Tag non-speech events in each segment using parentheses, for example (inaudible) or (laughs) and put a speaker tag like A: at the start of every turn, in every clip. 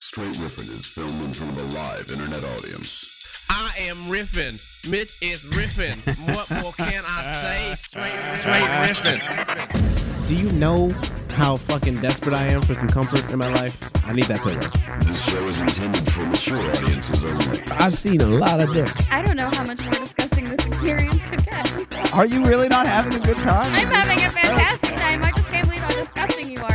A: Straight Riffin is filmed in front of a live internet audience.
B: I am riffing. Mitch is riffing. what more can I say? Straight riffing. Straight riffing.
C: Do you know how fucking desperate I am for some comfort in my life? I need that pillow.
A: This show is intended for mature audiences only.
C: I've seen a lot of dick.
D: I don't know how much more disgusting this experience could get.
E: Are you really not having a good time?
D: I'm having a fantastic time. I just can't believe how disgusting you
C: I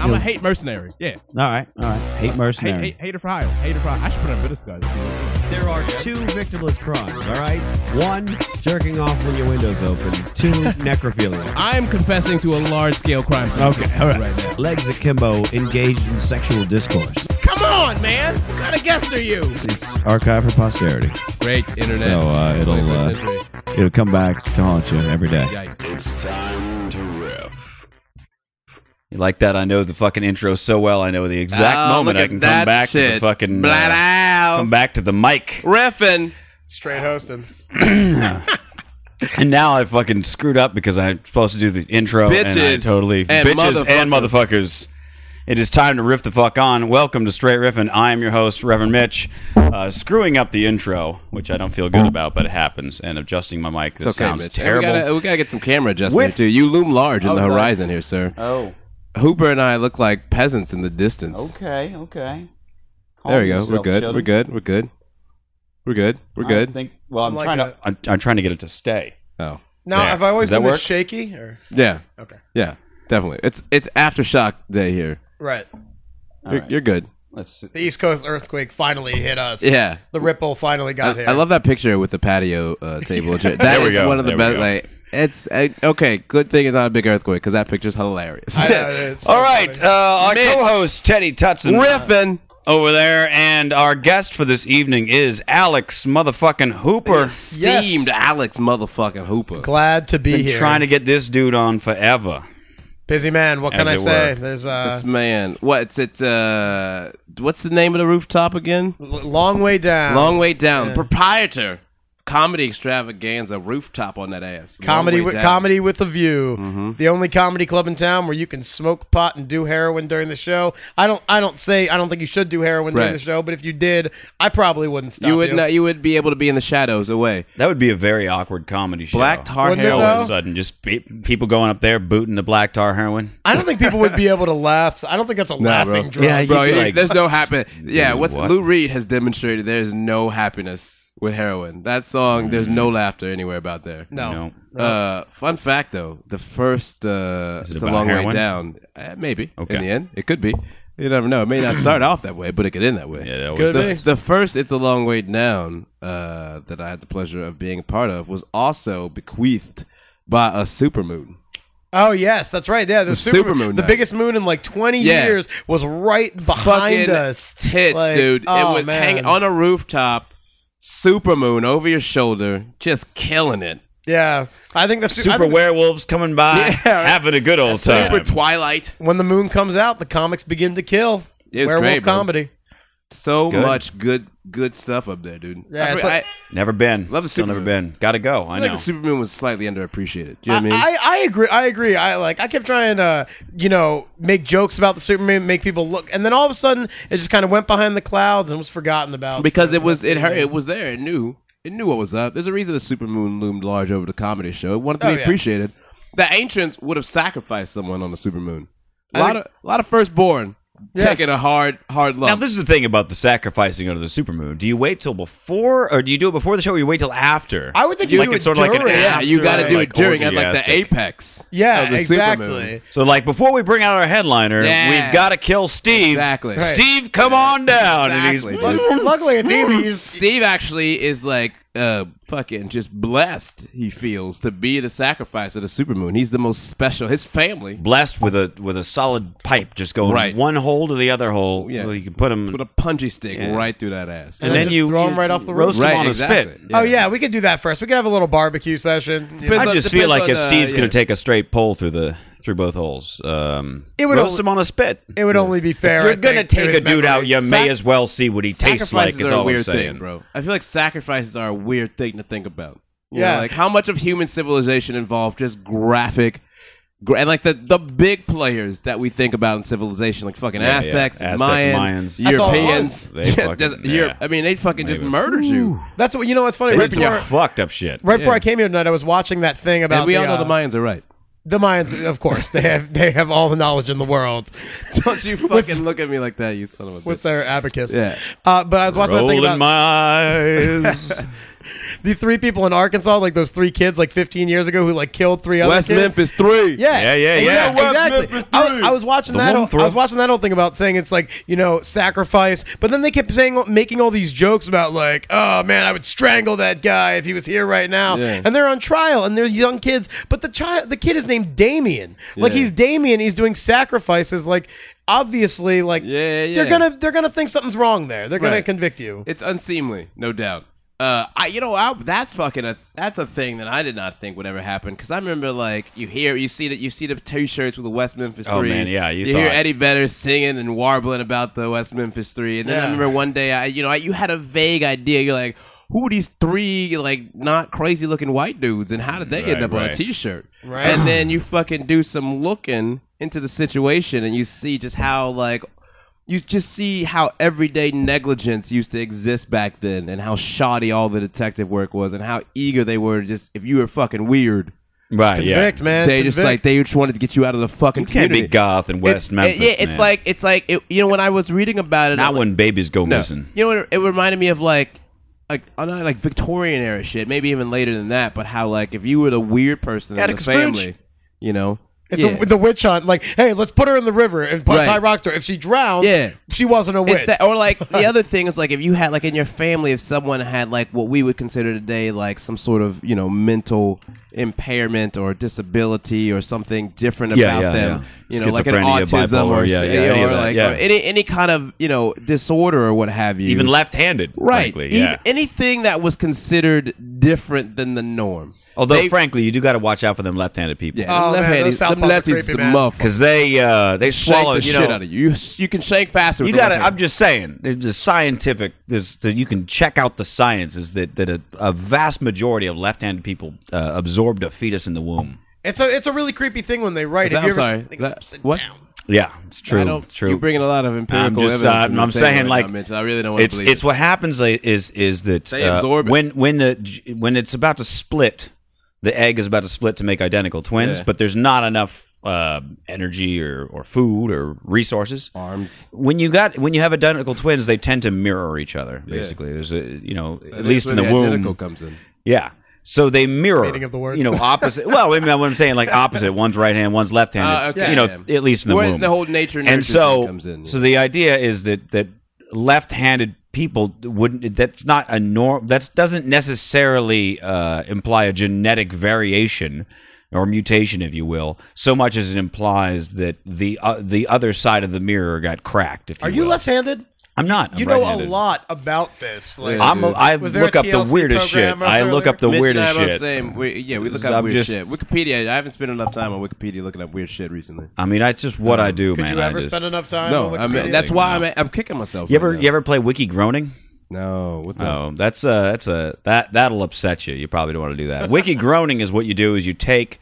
F: I'm a hate mercenary. Yeah.
E: All right, all right. Hate
F: Hate,
E: mercenary.
F: hate, hater for hire. Hater for hire. I should put on British guys.
E: There are two victimless crimes. All right, one jerking off when your window's open. (laughs) Two necrophilia.
F: I am confessing to a large scale crime.
E: Okay, all right.
F: Right now.
E: Legs akimbo, engaged in sexual discourse.
F: Come on, man. What kind of guest are you?
E: It's archived for posterity.
F: Great internet.
E: So, uh, it'll, uh,
F: 21st century.
E: It'll come back to haunt you every day.
F: Yikes.
A: It's time to riff.
G: You like that? I know the fucking intro so well. I know the exact
E: Ah,
B: Oh,
G: moment
B: look
G: I
B: at
G: can
B: that
G: come back to the
B: shit.
G: fucking uh,
B: Blat out.
G: come back to the mic.
B: Riffing.
H: Straight hosting.
G: And now I fucking screwed up because I'm supposed to do the intro and I
B: Bitches
G: totally
B: and
G: bitches and motherfuckers. It is time to riff the fuck on. Welcome to Straight Riffin. I am your host, Reverend Mitch. Uh, screwing up the intro, which I don't feel good about, but it happens, and adjusting my mic. This
B: It's okay,
G: sounds
B: Mitch.
G: terrible.
B: We gotta, we gotta get some camera adjustment
G: With-
B: too. You loom large in the
G: Okay.
B: horizon here, sir.
G: oh,
B: Uh, Hooper and I look like peasants in the distance.
F: Oh,
G: okay, okay. Calm
B: There we go. We're
G: yourself,
B: good.
G: children.
B: We're good. We're good. We're good. We're
G: I
B: good.
G: think- well, I'm,
H: I'm like
G: trying to. I'm, I'm trying to get it to stay.
C: Uh,
B: Oh,
H: Now,
G: There.
H: have I always
G: Does that
H: been this
G: work?
H: shaky? Or
B: yeah.
H: okay,
B: Yeah. Definitely. It's it's aftershock day here.
H: right.
G: All
B: You're,
G: right.
B: you're good.
G: Let's.
H: The East Coast earthquake finally hit us.
B: Yeah.
H: the ripple finally got
B: I,
H: here.
B: I love that picture with the patio
C: (laughs)
B: uh, table. and chair. That
G: There we
B: is
G: go.
B: one of the
G: There
B: best.
G: we go.
B: Like, it's uh, okay. Good thing it's not a big earthquake because that picture's hilarious.
H: I know, it's so
G: All right,
H: funny.
G: uh, our
B: Mitch.
G: co-host Teddy Tutson
B: Riffin.
G: over there, and our guest for this evening is Alex motherfucking Hooper.
H: Yes.
B: Steamed Alex motherfucking Hooper.
H: Glad to be
G: Been
H: here.
G: trying to get this dude on forever.
H: Busy man. What can
G: As
H: I
G: it
H: say?
G: were.
H: There's uh,
B: this man. What's it? Uh, what's the name of the rooftop again?
H: l- long way down.
B: Long way down.
H: yeah.
B: Proprietor. Comedy extravaganza rooftop on that ass. Long
H: comedy
B: Way
H: with
B: Down. Mm-hmm.
H: comedy with a view. The only comedy club in town where you can smoke pot and do heroin during the show. I don't. I don't say. I don't think you should do heroin during
B: Right.
H: the show. But if you did, I probably wouldn't stop you.
B: You would not. You would be able to be in the shadows away.
G: That would be a very awkward comedy show.
B: Black tar
H: Wouldn't it,
G: all
B: heroin.
G: of
H: though?
G: a sudden, just be, people going up there booting the black tar heroin.
H: I don't think people would be able to laugh. I don't
B: (laughs)
H: think that's a laughing drug.
G: Yeah, you
B: bro.
G: feel
B: it-
G: like-
B: there's no happen. Yeah,
G: Dude,
B: what's
G: what?
B: Lou Reed has demonstrated. There's no happiness with heroin. That song. There's no laughter anywhere about there.
H: No.
G: Mm. No.
B: Uh, fun fact though, the first uh,
G: Is it
B: it's a
G: about
B: long way
G: heroin?
B: down. Uh, maybe
G: Okay.
B: in the end, it could be. You never know. It may
G: (clears throat)
B: not start off that way, but it could end that way.
G: Yeah, that was-
H: Could
B: the,
H: be.
B: the first "It's a Long Way Down" uh, that I had the pleasure of being a part of was also bequeathed by a supermoon.
H: Oh yes, that's right. Yeah, the,
B: The
H: super,
B: supermoon
H: the
B: night.
H: biggest moon in like twenty
B: Yeah.
H: years, was right behind
B: Fucking
H: us.
B: tits,
H: Like,
B: dude.
H: oh,
B: it was
H: man.
B: hanging on a rooftop, supermoon over your shoulder, just killing it.
H: Yeah, I think the su- I
G: Super
H: think
G: werewolves coming by,
B: Yeah, right.
G: having a good old time.
B: Super Twilight.
H: when the moon comes out, the comics begin to kill.
B: It was
H: Werewolf
B: great, bro.
H: comedy.
B: So
G: It's good.
B: much good good stuff up there, dude.
H: Yeah,
B: I,
H: it's
B: I-
H: like-
G: never been.
B: Love the
G: Still
B: Super
G: never
B: Bowl.
G: been. Got to go.
B: I
G: I,
B: feel
G: know.
B: like the supermoon was slightly underappreciated. Do you know what I mean?
H: I, I, I agree. I agree. I like. I kept trying to, you know, make jokes about the Superman, make people look, and then all of a sudden, it just kind of went behind the clouds and was forgotten about.
B: because it was it hurt, it was there. It knew it knew what was up. There's a reason the supermoon loomed large over the comedy show. It wanted to
H: Oh,
B: be
H: yeah.
B: appreciated. The ancients would have sacrificed someone on the supermoon. A
H: I
B: lot
H: think-
B: of a lot of firstborn
H: Yeah.
B: taking a hard hard
G: Now,
B: lump.
G: this is the thing about the sacrificing under the supermoon. Do you wait till before, or do you do it before the show, or you wait till after?
H: I would think
G: You
H: you
G: like
H: do
G: it's
H: it
G: sort of like an
H: during.
B: yeah, you got to
H: like,
B: do it during at like the
G: orgiastic.
B: apex.
H: yeah,
B: of the
H: exactly.
G: So, like, before we bring out our headliner,
B: Yeah.
G: we've got to kill Steve.
B: Exactly.
H: Right.
G: Steve, come on down.
B: Exactly,
G: And
B: dude.
G: he's,
H: Luckily, luckily, it's
B: (laughs)
H: easy. You just-
B: Steve actually is like uh fucking just blessed. He feels to be the sacrifice of the supermoon. He's the most special. His family
G: blessed with a with a solid pipe just going
B: Right.
G: one hole to the other hole
B: Yeah.
G: so you can put him
B: put a punchy stick
G: Yeah.
B: right through that ass.
H: And then just
G: you
H: throw him right off the
G: roast
B: Right,
G: him on
B: exactly.
G: a spit.
B: Yeah.
H: Oh yeah, we could do that first. We could have a little barbecue session.
B: Depends
G: I
B: on-
G: just feel
B: depends
G: like
B: on,
G: if
B: uh,
G: Steve's
B: yeah.
G: going to take a straight pole through the through both holes. Um,
H: It would
G: roast
H: only-
G: him on a spit.
H: It would only be fair.
G: If you're
H: I
G: gonna
H: think, to
G: take
H: his
G: a dude
H: memory.
G: out, you may as well see what he tastes like.
B: Sacrifices
G: Is
B: are a
G: all I'm
B: weird
G: saying,
B: thing, bro. I feel like sacrifices are a weird thing to think about. You
H: Yeah.
B: know, like how much of human civilization involved just graphic, gra- and like the the big players that we think about in civilization, like fucking
G: Yeah, yeah.
B: Aztecs, and
G: Aztecs,
B: Mayans,
G: Mayans. That's
H: all it
B: Europeans.
G: was. (laughs) They
B: Yeah,
G: fucking-
B: just-
G: yeah.
B: Europe- I mean, they fucking just
G: Maybe.
B: murdered you.
H: That's what you know. What's funny.
G: They
H: Right
G: did some
H: before,
G: fucked up shit.
H: right before I came here tonight, I was watching that thing about
B: And we
H: the,
B: all know the
H: uh,
B: Mayans are right.
H: The Mayans, of course, they have they have all the knowledge in the world
B: (laughs) Don't (laughs) you fucking look at me like that, you son of a bitch.
H: with their abacus.
B: Yeah.
H: Uh, but I was watching that thing
G: Rolling
H: about
G: my eyes.
H: the three people in Arkansas, like those three kids, like 15 years ago, who like killed three other
B: West
H: kids.
B: Memphis three.
G: Yeah, yeah,
H: Yeah,
G: yeah.
H: exactly.
G: Yeah, West
H: exactly.
G: Memphis
H: I,
G: three.
H: I was watching
G: The
H: that.
G: one
H: Whole, I
G: throw-
H: was watching that whole thing about saying it's like you know sacrifice, but then they kept saying making all these jokes about like, oh man, I would strangle that guy if he was here right now.
B: Yeah.
H: And they're on trial, and they're young kids. But the child, the kid is named Damien. Like
B: Yeah.
H: he's Damien. He's doing sacrifices. Like obviously, like
B: Yeah, yeah,
H: they're
B: yeah.
H: gonna they're gonna think something's wrong there. They're gonna
B: Right.
H: convict you.
B: It's unseemly, no doubt. Uh, I you know I, that's fucking a that's a thing that I did not think would ever happen because I remember like you hear you see that you see the T-shirts with the West Memphis
G: Oh,
B: Three.
G: man, yeah, you
B: hear
G: thought-
B: Eddie Vedder singing and warbling about the West Memphis Three, and then I
H: Yeah.
B: remember one day I you know I, you had a vague idea you're like who are these three like not crazy looking white dudes and how did they
G: Right,
B: end up on
G: right.
B: a T-shirt?
H: Right.
B: And then you fucking do some looking into the situation and you see just how like you just see how everyday negligence used to exist back then and how shoddy all the detective work was and how eager they were to just if you were fucking weird
G: right, yeah.
H: Convict, man.
B: they just
H: Convict.
B: like they just wanted to get you out of the fucking
G: You can't be
B: community.
G: goth in West
B: it's,
G: Memphis.
B: yeah, it's
G: man.
B: like it's like it, you know when I was reading about it I
G: not
B: was-
G: when babies go missing.
B: you know what? It reminded me of like, like I don't know, like Victorian era shit. Maybe even later than that. But how like if you were the weird person in the
H: Atticus Finch.
B: family, you know,
H: It's
B: yeah.
H: a, the witch hunt. Like, hey, let's put her in the river and put
B: Right.
H: tie rocks to her. If she drowned,
B: Yeah.
H: she wasn't a
B: It's
H: witch.
B: that, or like
H: (laughs)
B: the other thing is like if you had like in your family if someone had like what we would consider today like some sort of you know mental impairment or disability or something different
G: Yeah,
B: about
G: yeah,
B: them
G: yeah.
B: you know like an
G: Schizophrenia,
B: autism or,
G: bipolar, yeah,
B: s-
G: yeah, any
B: or
G: of that,
B: like
G: yeah.
B: or any any kind of you know disorder or what have you
G: Even left-handed,
B: right
G: frankly,
B: Even-
G: yeah.
B: anything that was considered different than the norm
G: Although,
B: They-
G: frankly, you do got to watch out for them left-handed people.
B: yeah
H: Oh, man,
B: left
H: those South
B: them
H: Park are
B: lefties
H: creepy,
B: some
H: man.
B: motherfuckers
G: because they uh, they
B: shank
G: swallow
B: the
G: you
B: shit
G: know,
B: out of you. you s- you can shake faster with
G: You
B: the
G: got to.
B: left hand.
G: I'm just saying. There's the scientific. There's that you can check out the science is that that a, a vast majority of left-handed people uh, absorbed a fetus in the womb.
B: Mm.
H: it's a it's a really creepy thing when they write.
B: I'm
H: Have you ever
B: sorry.
H: think
B: That-
H: upside
B: what?
H: down?
G: Yeah, it's true.
B: I don't,
G: it's true.
B: You're bringing a lot of empirical
G: I'm just,
B: evidence.
G: uh,
B: to the
G: I'm
B: table
G: saying,
B: right
G: like,
B: now, Mitch. I really don't want
G: It's
B: to believe
G: it's what happens i- is is that uh,
B: They absorb it.
G: when when the when it's about to split, the egg is about to split to make identical twins,
B: Yeah.
G: but there's not enough uh, energy or, or food or resources.
B: arms.
G: when you got when you have identical twins, they tend to mirror each other. Basically, there's a you know at least in the,
B: identical
G: womb,
B: comes in.
G: yeah. So they mirror
H: Meaning of the word.
G: you know opposite. well, I mean, what I'm saying like opposite. One's right hand, one's left
B: Ah,
G: handed.
B: okay.
G: You know,
B: Yeah.
G: at least in the
B: Where
G: womb.
B: the whole nature nurture
G: and so
B: thing comes in.
G: so the idea is that that left handed people wouldn't that's not a norm that doesn't necessarily uh, imply a genetic variation or mutation if you will so much as it implies that the uh, the other side of the mirror got cracked if you
H: Are you
G: will.
H: left-handed?
G: i'm not I'm
H: you know a
G: right-handed.
H: lot about this. Like,
B: Yeah.
G: I'm a, I
H: Was there a
G: look up the
H: TLC
G: weirdest shit.
H: program
G: I look
H: earlier?
G: up the
B: Mitch and I
G: weirdest
B: both
G: shit.
B: Same. We, yeah, we look up
G: I'm
B: weird
G: just-
B: shit. Wikipedia. I haven't spent enough time on Wikipedia looking up weird shit recently.
G: I mean, that's just what I do,
H: could
G: man.
H: you ever
G: I just,
H: spend enough time?
B: No,
H: on
B: I mean,
H: Wikipedia?
B: that's why I'm, I'm kicking myself.
G: you ever
B: right now.
G: you ever play Wiki Groaning?
B: Oh, No, what's up?
G: Oh, that's a that's a that that'll upset you. You probably don't want to do that. Wiki groaning is what you do is you take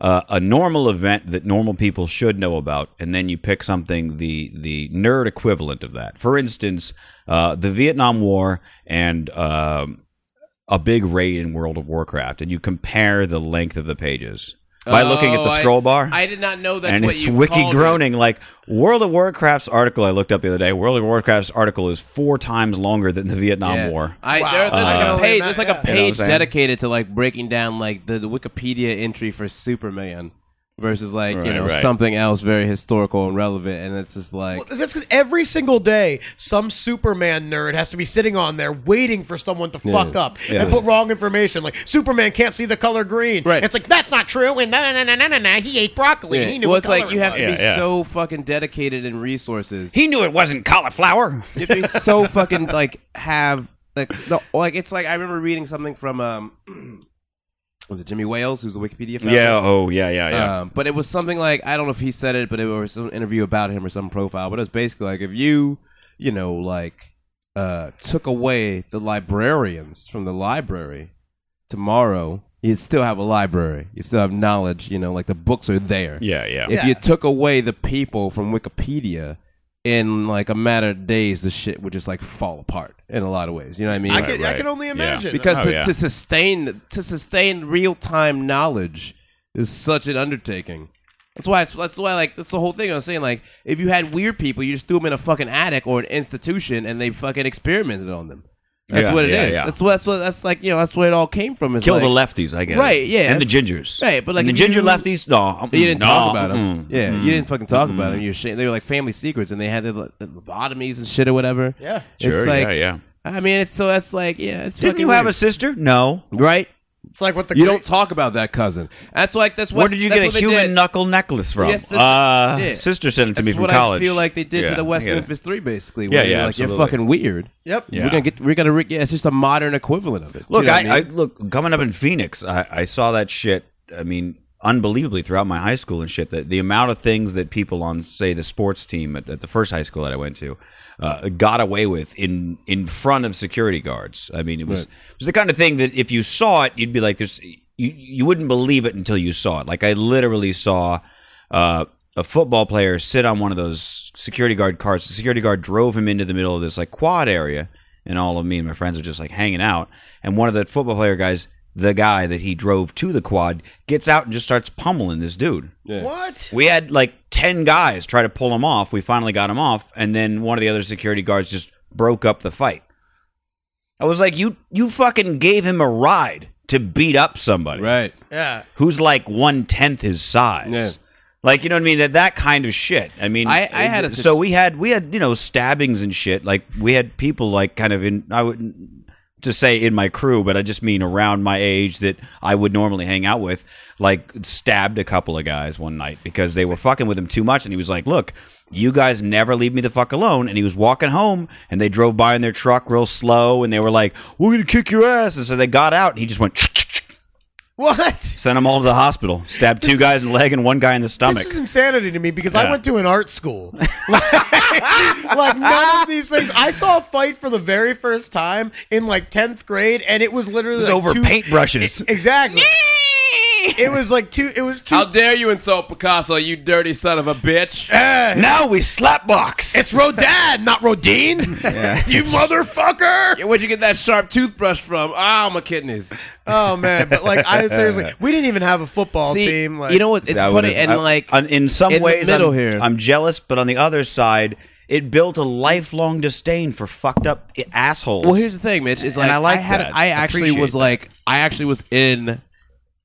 G: uh, a normal event that normal people should know about, and then you pick something the the nerd equivalent of that. For instance, uh, the Vietnam War and um, a big raid in World of Warcraft, and you compare the length of the pages by looking at
B: Oh,
G: the
B: I-
G: scroll bar
B: I did not know that's
G: and
B: what
G: it's
B: you
G: wiki
B: called it.
G: groaning like World of Warcraft's article I looked up the other day. World of Warcraft's article is four times longer than the Vietnam
B: Yeah.
G: War.
B: I,
H: Wow.
B: there- there's like
G: Uh,
B: a page, there's like
H: Yeah.
B: a
G: You know what I'm
B: page
G: saying?
B: dedicated to like breaking down like the, the Wikipedia entry for Superman versus like you
G: Right,
B: know
G: right.
B: something else very historical and relevant, and it's just like
H: Well, That's because every single day, some Superman nerd has to be sitting on there waiting for someone to fuck up
G: Yeah.
H: and put wrong information. Like Superman can't see the color green.
B: Right.
H: It's like that's not true. And na na na na na na. He ate broccoli.
B: yeah.
H: He knew.
B: well,
H: what
B: it's like
H: color
B: you
H: it
B: have
H: was.
B: to be
G: Yeah, yeah.
B: so fucking dedicated in resources.
G: He knew it wasn't cauliflower.
B: you
G: (laughs)
B: have to be so fucking like have like the like it's like I remember reading something from um (clears throat) was it Jimmy Wales who's the Wikipedia founder?
G: Yeah. Oh, yeah, yeah, yeah.
B: Um, but it was something like I don't know if he said it, but it was some interview about him or some profile. But it was basically like if you, you know, like uh, took away the librarians from the library tomorrow, you'd still have a library. You still have knowledge. You know, like the books are there.
G: yeah, yeah.
B: If you took away the people from Wikipedia. In like a matter of days, the shit would just like fall apart in a lot of ways. You know what I mean?
H: I could, I
G: right.
H: could only
G: Yeah. (laughs)
H: imagine
B: because
G: Oh,
B: to,
G: yeah.
B: to sustain to sustain real time knowledge is such an undertaking. That's why. It's, that's why. Like that's the whole thing I was saying. Like if you had weird people, you just threw them in a fucking attic or an institution, and they fucking experimented on them. That's
G: Yeah,
B: what it is.
G: yeah, yeah.
B: That's what. That's what. That's like you know. That's where it all came from. Is
G: Kill
B: like,
G: the lefties, I guess.
B: Right, yeah,
G: And the
B: that's-
G: gingers.
B: right, but, like,
G: And the
B: if
G: ginger
B: you-
G: lefties, no. mm,
B: But you didn't
G: no,
B: talk about them.
G: mm,
B: Yeah,
G: mm.
B: you didn't fucking talk about
G: Mm-hmm.
B: them. You're ashamed. They were like family secrets, and they had their the lobotomies and shit or whatever.
H: Yeah.
G: Sure,
B: It's like,
G: yeah, yeah.
B: I mean, it's so that's like, yeah, it's
G: Didn't
B: fucking
G: you have a
B: weird.
G: sister? No.
B: right?
H: it's like what the
B: You don't talk about that cousin. That's like that's what.
G: Where did you
B: that's
G: get
B: what
G: a
B: they
G: human
B: did.
G: knuckle necklace from?
B: Yes, this-
G: uh,
B: yeah.
G: Sister sent it to
B: That's
G: me from
B: what
G: college.
B: I feel like they did
G: Yeah,
B: to the West
G: I get it.
B: Memphis Three, basically.
G: Yeah,
B: where
G: yeah,
B: you're like,
G: absolutely.
B: You're fucking weird.
H: Yep.
G: Yeah.
B: We're gonna get. We're gonna. Re- yeah, it's just a modern equivalent of it.
G: Look,
B: You know what
G: I, I
B: mean?
G: look coming up in Phoenix. I, I saw that shit. I mean, unbelievably throughout my high school and shit. That the amount of things that people on, say, the sports team at, at the first high school that I went to, uh, got away with in in front of security guards. I mean, it was it was the kind of thing that if you saw it, you'd be like, "There's," you you wouldn't believe it until you saw it. Like I literally saw. Uh, a football player sit on one of those security guard cars. The security guard drove him into the middle of this like quad area, and all of me and my friends are just like hanging out. And one of the football player guys, the guy that he drove to the quad, gets out and just starts pummeling this dude.
H: What?
G: We had like 10 guys try to pull him off. We finally got him off. And then one of the other security guards just broke up the fight. I was like, you, you fucking gave him a ride to beat up somebody
B: right.
H: Yeah.
G: who's like one tenth his size.
B: Yeah.
G: Like you know what I mean? That that kind of shit. I mean,
B: I- I had a
G: so
B: sit-
G: we had we had you know stabbings and shit. Like we had people like kind of in I would to say in my crew, but I just mean around my age that I would normally hang out with. Like stabbed a couple of guys one night because they were fucking with him too much, and he was like, "Look." You guys never leave me the fuck alone. And he was walking home, and they drove by in their truck real slow, and they were like, "We're gonna kick your ass." And so they got out, and he just went,
H: What?
G: Sent them all to the hospital. Stabbed two guys in the leg and one guy in the stomach.
H: This is insanity to me because
G: Yeah.
H: I went to an art school. like, like, none of these things. I saw a fight for the very first time in like tenth grade, and it was literally
G: It was
H: like
G: over
H: two-
G: paintbrushes.
H: Exactly. It was like two. It was two.
B: How dare you insult Picasso, you dirty son of a bitch?
G: now we slapbox. (laughs)
H: it's Rodad, not Rodin. (laughs) you
B: (laughs)
H: motherfucker.
B: Yeah, Where'd you get that sharp toothbrush from? Ah, my kidneys.
H: (laughs) Oh man, but like I seriously, we didn't even have a football
B: See,
H: team. Like
B: you know what? It's
G: I
B: funny
G: would've-
B: and
G: I-
B: like
G: on- in some
B: in the
G: ways,
B: middle
G: I'm,
B: here.
G: I'm jealous, but on the other side, it built a lifelong disdain for fucked up i- assholes.
B: Well, here's the thing, Mitch. Is
G: And
B: like
G: I like
B: had
G: that.
B: I actually
G: Appreciate
B: was
G: that.
B: like I actually was in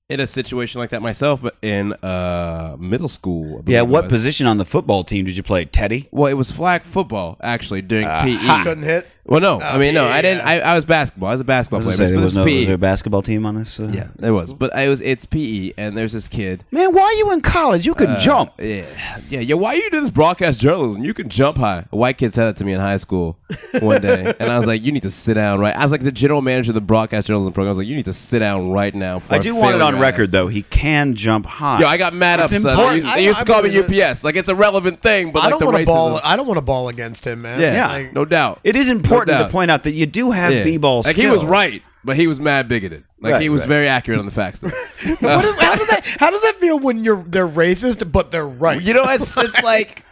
B: in a situation like that myself, but in uh middle school. I believe
G: yeah,
B: it
G: what
B: was.
G: position on the football team did you play, Teddy?
B: Well, it was flag football actually during
G: Ah.
H: you
B: PE.
H: couldn't hit.
B: Well, no, I mean no,
H: yeah,
B: I didn't. I, I was basketball. I was a basketball player. but this PE.
G: basketball team on this? Uh,
B: yeah, there was, but I was. It's PE, and there's this kid.
G: Man, why are you in college? You could
B: uh,
G: jump.
B: Yeah, yeah, yeah. Why you do this broadcast journalism? You can jump high. A white kid said that to me in high school one
H: (laughs)
B: day, and I was like, "You need to sit down right." I was like the general manager of the broadcast journalism program. I was like, "You need to sit down right now." before
G: I do want
B: fail
G: it on
B: your
G: record,
B: ass."
G: though. He can jump high.
B: Yo, I got mad
G: It's
B: up, son.
G: important.
B: They used,
H: I-
B: they used
H: I
B: to call me
H: believe it.
B: UPS. Like it's a relevant thing, but
H: I
B: like
H: don't
B: the
H: want to
B: racism.
H: ball. I don't want to ball against him, man.
B: yeah,
G: Like-
B: no doubt.
G: It is important
B: No
G: to
B: doubt.
G: point out that you do have
B: Yeah.
G: b-ball
B: Like
G: skills.
B: he was right, but he was mad bigoted. Like
G: Right,
B: he was
G: right.
B: very accurate on the (laughs)
G: (laughs)
B: facts. though.
H: What is- how does that? How does that feel when you're they're racist, but they're right?
B: You know, it's it's like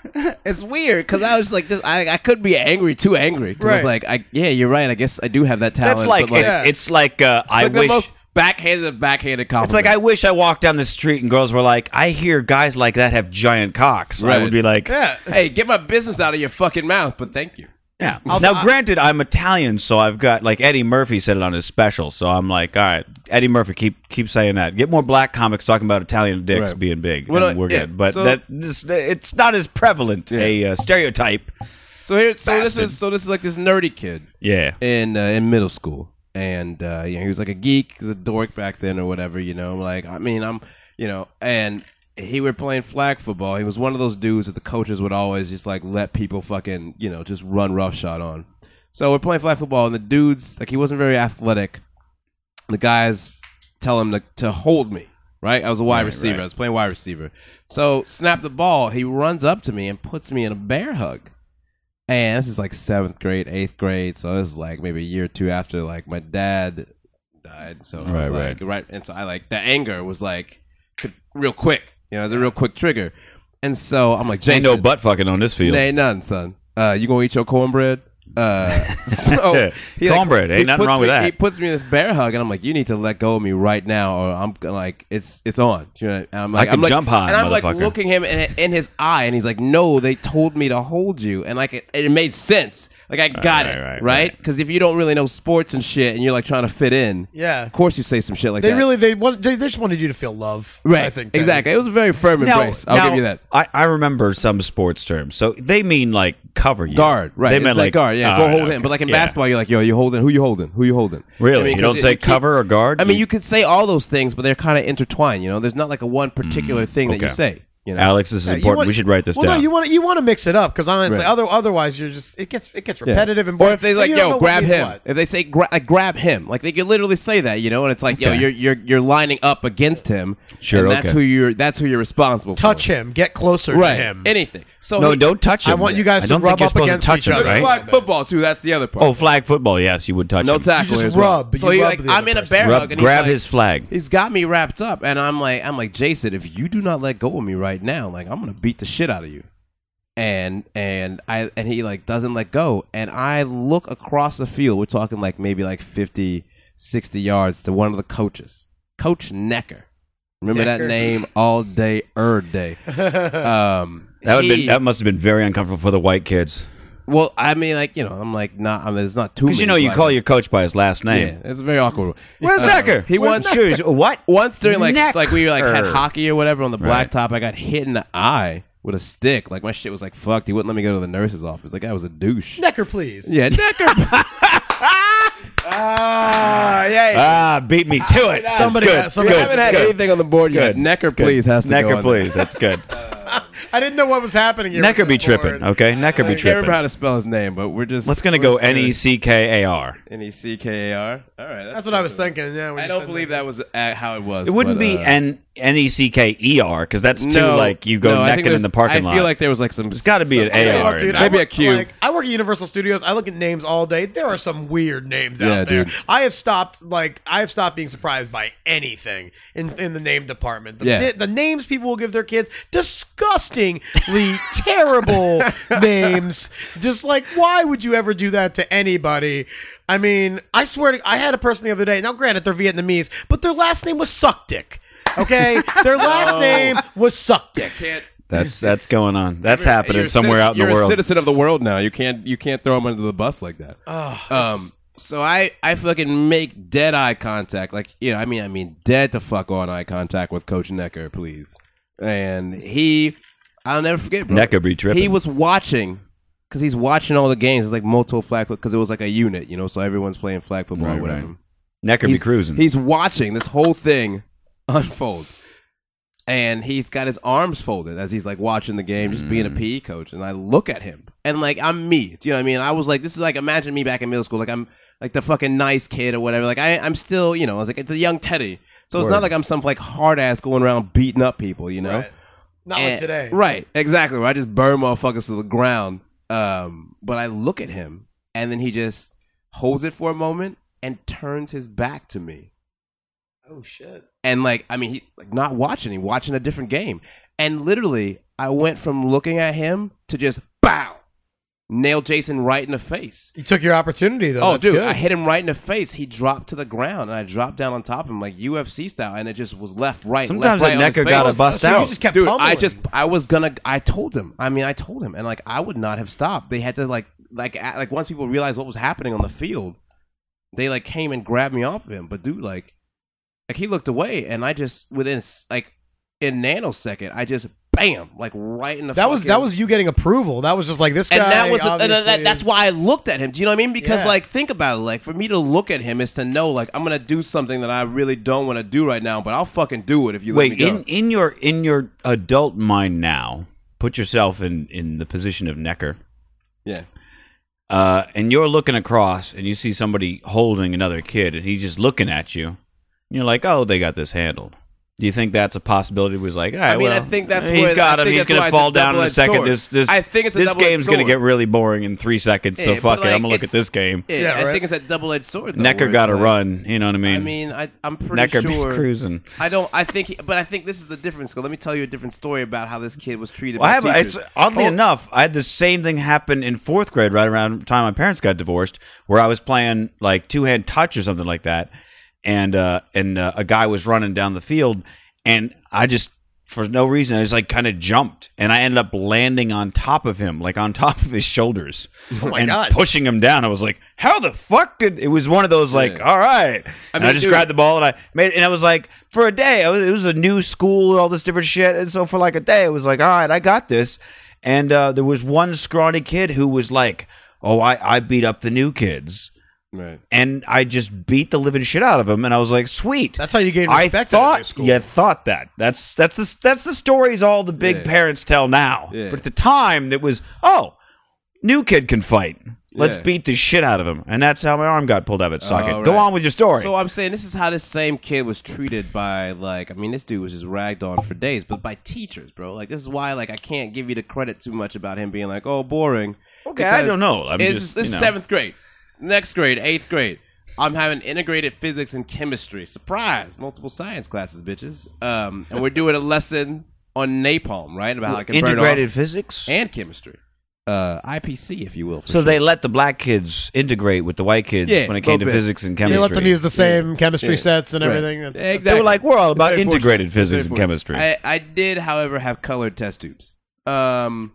B: it's weird because I was like this. I I could be angry, too angry. 'cause I was
H: Right.
B: like, I yeah, you're right. I guess I do have that talent.
G: That's like,
B: but, like,
G: it's, it's like uh, I
B: like
G: wish.
B: the most backhanded of backhanded
G: it's
B: compliments.
G: like I wish I walked down the street and girls were like, I hear guys like that have giant cocks. I
B: Right.
G: would be like, yeah.
H: yeah.
B: Hey, get my business out of your fucking mouth, but thank you.
G: now, granted, I'm Italian, so I've got like Eddie Murphy said it on his special, so I'm like, all right, Eddie Murphy, keep keep saying that. Get more black comics talking about Italian dicks
B: Right.
G: being big,
B: Well,
G: and
B: no,
G: we're
B: yeah,
G: good. But
B: so-
G: that this, it's not as prevalent a uh, stereotype.
B: So here, so this
G: Bastard.
B: is so this is like this nerdy kid
G: Yeah,
B: in uh, in middle school, and uh, you know he was like a geek, he was a dork back then or whatever. You know, like I mean, I'm you know, and he were playing flag football. He was one of those dudes that the coaches would always just like let people fucking you know just run roughshod on. So we're playing flag football, and the dudes like he wasn't very athletic. The guys tell him to, to hold me. Right, I was a wide receiver. I was playing wide receiver. So snap the ball. He runs up to me and puts me in a bear hug. And this is like seventh grade, eighth grade. So this is like maybe a year or two after like my dad died. So I was
G: Right,
B: like, right. And so I like the anger was like c- real quick. You know, it was a real quick trigger. And so I'm like, Jason,
G: Ain't no butt fucking on this field.
B: Ain't none, son. Uh, you gonna eat your cornbread?
G: (laughs)
B: Uh, so he, like,
G: Cornbread, ain't
B: he
G: nothing
B: puts
G: wrong with
B: me-
G: that.
B: He puts me in this bear hug, and I'm like, "You need to let go of me right now, or I'm gonna, like, it's it's on." You know, and I'm like,
G: I can
B: am like,
G: jump high,
B: and I'm like
G: motherfucker.
B: looking him in, in his eye, and he's like, "No, they told me to hold you," and like it, it made sense. Like I got
G: right,
B: it,
G: right,
B: right? Because if you don't really know sports and shit, and you're like trying to fit in,
H: Yeah.
B: of course you say some shit like
H: They
B: that.
H: really they want they just wanted you to feel love.
B: right?
H: I think Teddy.
B: exactly. It was a very firm
G: Now-
B: embrace. I'll
G: now,
B: give you that.
G: I, I remember some sports terms. So they mean like cover you.
B: Guard, right?
G: They
B: it's
G: meant
B: like, guard. Yeah,
G: all
B: go
G: right,
B: hold
G: okay,
B: him. But like in
G: yeah.
B: basketball, you're like, yo, you holding? Who you holding? Who you holding?
G: Really?
B: I mean,
G: you don't
B: 'cause
G: say
B: it- keep-
G: cover or guard?
B: I mean, you could say all those things, but they're kind of intertwined. You know, there's not like a one particular thing that you
G: Mm, okay.
B: say. You know,
G: Alex, this is
H: Yeah, Uh, you
G: important.
H: want-
G: we should write this
H: well,
G: down.
H: no, you want to you want to mix it up because honestly,
B: Right.
H: other, otherwise you're just it gets it gets repetitive and
B: or
H: boring.
B: if they
H: and
B: like,
H: you don't know
B: yo,
H: what
B: grab
H: means
B: him.
H: what.
B: If they say gra- like, grab him, like they could literally say that. You know, and it's like, yo,
G: Okay.
B: you're you're you're lining up against him.
G: Sure,
B: and that's
G: okay.
B: who you're. That's who you're responsible.
H: touch
B: for.
H: him, get closer
B: Right.
H: to him.
B: Anything. So
G: no,
B: he-
G: don't touch him.
H: I want you guys
G: I
H: to
G: don't
H: rub
G: think you're
H: up
G: supposed to
H: against
G: touch
H: each
G: him,
H: other.
G: right?
B: Flag football too. That's the other part.
G: Oh, flag football. Yes, you would touch
B: no
G: him.
B: tackle.
H: You just
B: as well.
H: rub,
B: So
H: you
B: he
H: rub
B: like,
H: the other
B: I'm in a
H: person.
B: bear
G: Rub-
B: hug. And he's
G: grab
B: like-
G: his flag.
B: He's got me wrapped up, and I'm like, I'm like Jason. If you do not let go of me right now, like I'm gonna beat the shit out of you. And and I and he like doesn't let go, and I look across the field. We're talking like maybe like 50, 60 yards to one of the coaches, Coach Necker. Remember that
H: Necker.
B: name all day, er
G: (laughs)
B: day. Um,
G: That would have
B: he-
G: been, that must have been very uncomfortable for the white kids.
B: well, I mean, like you know, I'm like not. I mean, it's not too.
G: Because you
B: many
G: know you
B: black-
G: call your coach by his last
B: Yeah,
G: name.
B: it's very awkward.
G: Where's
B: Uh,
G: Becker?
B: He
G: Where's
B: wants
G: Becker? What?
B: once during like
G: Necker.
B: like we like had hockey or whatever on the
G: Right.
B: blacktop, I got hit in the eye with a stick. Like my shit was like fucked. He wouldn't let me go to the nurse's office. Like I was a douche.
H: Necker, please.
B: Yeah,
G: (laughs)
B: Necker. ah, yeah.
G: Ah, beat me to it.
H: Somebody-
G: That's good.
H: somebody-
G: good.
B: I haven't had
G: good.
B: anything on the board yet.
G: Good.
B: Necker,
G: That's good.
B: please has to
G: Necker,
B: go on there.
G: please. That's good.
H: I didn't know what was happening. Here
G: Necker
H: with
G: be
H: the
G: tripping.
H: board.
G: Okay, Necker be
B: I can't remember how
G: tripping.
B: to spell his name, but we're just
G: Let's gonna go N E C K A R.
B: N E C K A R. All right,
H: That's what I was thinking. Yeah, when
B: I
H: you
B: don't
H: said
B: believe that was uh, how it was.
G: It wouldn't
B: but,
G: be
B: uh,
G: N N E C K E R because that's too
B: no,
G: like you go
B: no, I think
G: necking in
B: there's-
G: the parking
B: I
G: lot.
B: feel like there was like some.
G: There's got to be an
B: some-
H: I'll tell you
G: AR.
H: what,
G: in
H: dude,
G: it.
H: I
B: Maybe
H: work,
B: a Q.
H: Like, I work at Universal Studios. I look at names all day. There are some weird names
B: Yeah,
H: out there.
B: dude.
H: I have stopped like I have stopped being surprised by anything in in the name department. The,
B: Yeah.
H: the, names people will give their kids disgustingly (laughs)
B: (laughs)
H: terrible names. Just like why would you ever do that to anybody? I mean, I swear to, I had a person the other day. Now, granted, they're Vietnamese, but their last name was Suckdick. Okay, their last
B: (laughs) Oh.
H: name was Suckdick.
B: Can't- (laughs)
G: That's that's going on. That's happening
B: You're a
G: somewhere
B: citizen-
G: out in the
B: you're
G: world.
B: a citizen of the world now. You can't you can't throw him under the bus like that. um. So I I fucking make dead eye contact. Like you know, I mean, I mean, dead to fuck on eye contact with Coach Necker, please. And he, I'll never forget. Bro.
G: Necker be tripping.
B: He was watching because he's watching all the games. It's like multiple flag because it was like a unit, you know. So everyone's playing flag football,
G: Right,
B: or whatever.
G: right. Necker be
B: He's-
G: cruising.
B: He's watching this whole thing unfold. And he's got his arms folded as he's like watching the game, just being a PE coach. And I look at him and like I'm me. Do you know what I mean? I was like, this is like imagine me back in middle school. Like I'm like the fucking nice kid or whatever. Like I I'm still, you know, I was like it's a young Teddy. So it's not like I'm some like hard ass going around beating up people, you know?
H: Right. Not like
B: And-
H: today.
B: Right, exactly. Where I just burn motherfuckers to the ground. Um, but I look at him, and then he just holds it for a moment and turns his back to me.
H: Oh shit.
B: And like, I mean, he like not watching, he watching a different game. And literally, I went from looking at him to just bow, nail Jason right in the face.
H: You took your opportunity though.
B: Oh,
H: Oh, That's
B: dude,
H: good.
B: I hit him right in the face. He dropped to the ground, and I dropped down on top of him like UFC style, and it just was left, right.
G: Sometimes
B: left, right
G: that
B: on his
G: Necker
B: face.
G: gotta bust
H: So you
G: out.
H: just kept
B: Dude,
H: pummeling.
B: I just I was gonna I told him. I mean, I told him, and like I would not have stopped. They had to like like a- like once people realized what was happening on the field, they like came and grabbed me off of him. But dude, like like he looked away, and I just within s- like in nanosecond, I just bam like right in the
H: that was
B: fucking-
H: that was you getting approval. That was just like this guy.
B: and that was and
H: obviously
B: that, that's
H: is-
B: why I looked at him. Do you know what I mean? Because
H: Yeah.
B: like think about it. Like for me to look at him is to know like I'm gonna do something that I really don't want to do right now, but I'll fucking do it if you
G: Wait,
B: let me go.
G: in in your in your adult mind now, put yourself in in the position of Necker.
B: yeah.
G: Uh, and you're looking across and you see somebody holding another kid and he's just looking at you. And you're like, oh, they got this handled. Do you think that's a possibility? It Was like, all right,
B: I mean,
G: well,
B: I think that's
G: he's
B: where- I
G: got him.
B: think
G: He's
B: that's why
G: gonna
B: it's a
G: fall down in a
B: double-edged
G: second.
B: sword.
G: This this
B: I think it's a
G: this
B: double-edged
G: game's gonna
B: sword.
G: get really boring in three seconds.
B: Yeah,
G: so
B: but,
G: fuck it,
B: like,
G: I'm gonna look at
B: it's-
G: this game.
B: Yeah,
H: Yeah,
B: I
H: right.
B: think it's that double edged sword. Though, where
G: Necker
B: it's
G: got to
B: like-
G: run. You know what I mean?
B: I mean, I, I'm pretty
G: Necker be
B: sure.
G: cruising.
B: I don't. I think, he, but I think this is the difference. Let me tell you a different story about how this kid was treated.
G: Well, I
B: by
G: have,
B: teachers.
G: it's, oddly enough, I had the same thing happen in fourth grade, right around the time my parents got divorced, where I was playing like two hand touch or something like that, and uh, and uh, a guy was running down the field, and I just for no reason I just like kind of jumped, and I ended up landing on top of him, like on (laughs) top of his shoulders, oh
H: my
G: and
H: God.
G: pushing him down. I was like, how the fuck did it was one of those like, all right, I, and I
B: mean,
G: just
B: dude-
G: grabbed the ball and I made and I was like, for a day, I was, it was a new school and all this different shit. And so for like a day, it was like, all right, I got this. And uh, there was one scrawny kid who was like, oh, I, I beat up the new kids.
B: Right.
G: And I just beat the living shit out of him. And I was like, sweet.
H: That's how you gain
G: I
H: respect out of your
G: thought
H: school.
G: you thought that. That's that's the that's the stories all the big
B: Yeah.
G: parents tell now.
B: Yeah.
G: But at the time, it was oh, new kid can fight. Let's
B: Yeah.
G: beat the shit out of him, and that's how my arm got pulled out of its socket.
B: Oh,
G: Go
B: right.
G: on with your story.
B: So I'm saying this is how this same kid was treated by like I mean this dude was just ragged on for days, but by teachers, bro. Like this is why like I can't give you the credit too much about him being like oh boring.
G: Okay, I
B: because
G: don't know. I'm
B: it's
G: just,
B: this
G: you know.
B: seventh grade, next grade, eighth grade. I'm having integrated physics and chemistry. Surprise! Multiple science classes, bitches. Um, and we're doing a lesson on napalm, right? About how it can burn off-
G: integrated physics.
B: and chemistry, uh, IPC, if you will. for
G: so they let the black kids integrate with the white kids
B: Yeah,
G: when it came to
B: little bit.
G: physics and chemistry.
H: You let them use the same chemistry
B: Yeah.
H: sets and
B: Right.
H: everything. That's,
B: Exactly.
G: They were like, we're all about
B: very
G: integrated physics and
B: Very fortunate.
G: chemistry.
B: I, I did, however, have colored test tubes. Um,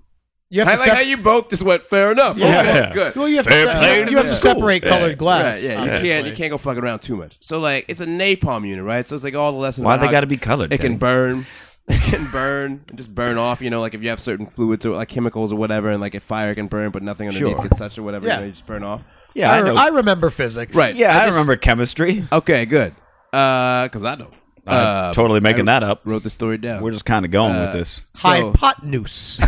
H: You
B: I
H: have to
B: like how
H: sep-
B: you both just went fair enough.
H: Yeah.
B: Okay,
G: Yeah.
B: good.
H: well, you have
G: Fair
H: to,
G: play
H: se-
G: to
H: you have
G: the
H: to
G: school.
H: separate
G: Yeah.
H: colored glass.
B: Right, yeah, you
H: obviously.
B: can't you can't go fuck around too much. So like it's a napalm unit, right? So it's like all the lessons.
G: Why
B: about
G: they
B: how
G: got to be colored?
B: It can
G: Teddy? (laughs)
B: burn. It can burn and just burn off. You know, like if you have certain fluids or like chemicals or whatever, and like if fire can burn, but nothing underneath
G: Sure.
B: can touch or whatever,
H: Yeah.
B: you, know, you just burn off.
G: Yeah, I
H: I,
G: know.
H: I remember physics.
B: Right.
G: yeah, I,
B: I just-
G: remember chemistry.
B: Okay, good. Because I know. Uh,
G: I'm totally making that up.
B: Wrote the story down.
G: We're just kind of going with
B: Uh,
G: this.
B: So-
H: Hypotenuse.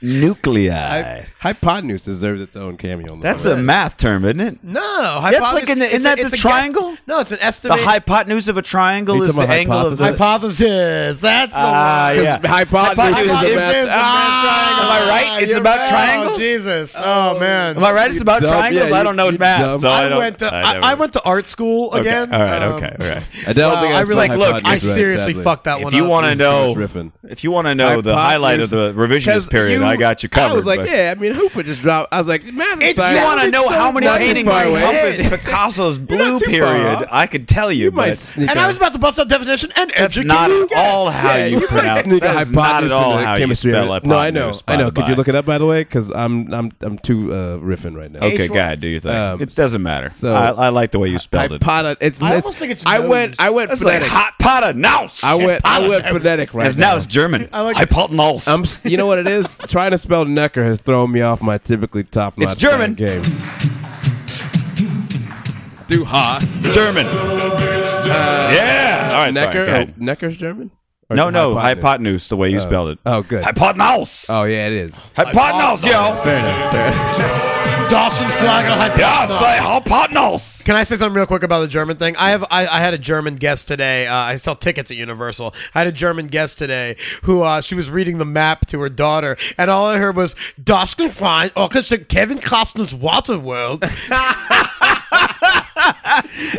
G: Nuclei.
B: Hypotenuse deserves its own cameo. On the
G: That's
B: podcast.
G: a math term, isn't it?
H: no,
G: That's
H: hypotenuse.
G: like in the-
H: it's
G: isn't
H: a-
G: that
H: it's
G: the
H: a guess-
G: triangle?
H: No, it's an
G: The
H: estimate.
G: hypotenuse of a triangle
B: Are you
G: is the
B: talking about
G: angle of the.
H: hypothesis. That's the
G: Ah,
H: one.
G: yeah.
B: Hypotenuse is
H: Hypothesis
B: a
H: is
B: math-
H: the best
G: Ah,
H: triangle.
G: am I right? It's
H: You're
G: about
H: right.
G: triangles?
H: Oh, Jesus. Oh, man.
G: Am I right? It's about
B: dumb.
G: triangles.
B: Yeah,
G: I
B: you-
G: don't know
B: you
G: math,
B: dumb.
G: so I,
H: I
G: don't.
H: went to I,
G: never-
H: I went to art school
G: Okay,
H: again.
G: All right.
H: Um,
G: Okay. All right.
B: I don't
H: Wow,
B: think
H: I
B: that's
H: really-
B: my
G: look,
B: hypotenuse
H: I
B: right,
H: seriously
B: sadly.
H: fucked that
G: If
H: one
G: you
H: up.
G: wanna
H: Jesus.
G: know-
B: Too much riffing.
G: (laughs) If you want to know the highlight of the revisionist period, I got you covered.
B: I was like,
G: but-
B: yeah. I mean, Hooper just dropped. I was like, math.
G: If you want to know how many
B: not too
G: paintings
B: far
G: I
B: away.
G: compass
B: (laughs)
G: Picasso's blue
B: too far
G: period,
B: off.
G: I could tell you,
B: might
G: but
B: sneak
H: And I was about to bust out definition and
G: that's
H: educate
G: not
H: you
G: at all how
B: Yeah,
G: you
B: might
G: pronounce.
B: sneak a
G: That is not at
B: hypotenuse
G: all
B: into
G: how you
B: chemistry
G: spell
B: of it.
G: hypotenuse.
B: No, I know. I know. Could you look
G: at?
B: it up by the way? Because I'm I'm I'm too uh, riffing right now.
G: Okay,
H: H-
G: go ahead. Do your thing.
B: Um,
G: it doesn't matter.
B: so-
G: I, I like the way you spelled it.
B: Hypotenuse. It's,
H: I
B: it's-
H: almost think it's
B: I
H: nose.
B: went. I went
G: That's like
B: phonetic.
G: hot potter now.
B: I went. I went phonetic right
G: Because now
B: now.
G: it's German. I
H: I
G: like
H: like-
G: hypotenuse.
B: I'm. s- You know what it is? Trying to spell Necker has thrown me off my typically top notch.
G: It's German.
B: Game.
G: do hot German.
B: Uh,
G: yeah. All right.
B: Necker.
G: Sorry, go
B: oh,
G: ahead.
B: Necker's German. Or
G: no, no.
B: hypotenuse?
G: Hypotenuse. The way you spelled it.
B: Oh, good.
G: Hypotenuse.
B: Oh yeah, it is.
G: Hypotenuse, yo.
B: Fair enough. Fair enough.
H: Dawson Flagel had
G: Yeah, say hypotenuse.
H: Can I say something real quick about the German thing? I have I, I had a German guest today. Uh, I sell tickets at Universal. I had a German guest today who uh, she was reading the map to her daughter, and all I heard was "Das kann find orchestra Kevin Costner's Waterworld." (laughs)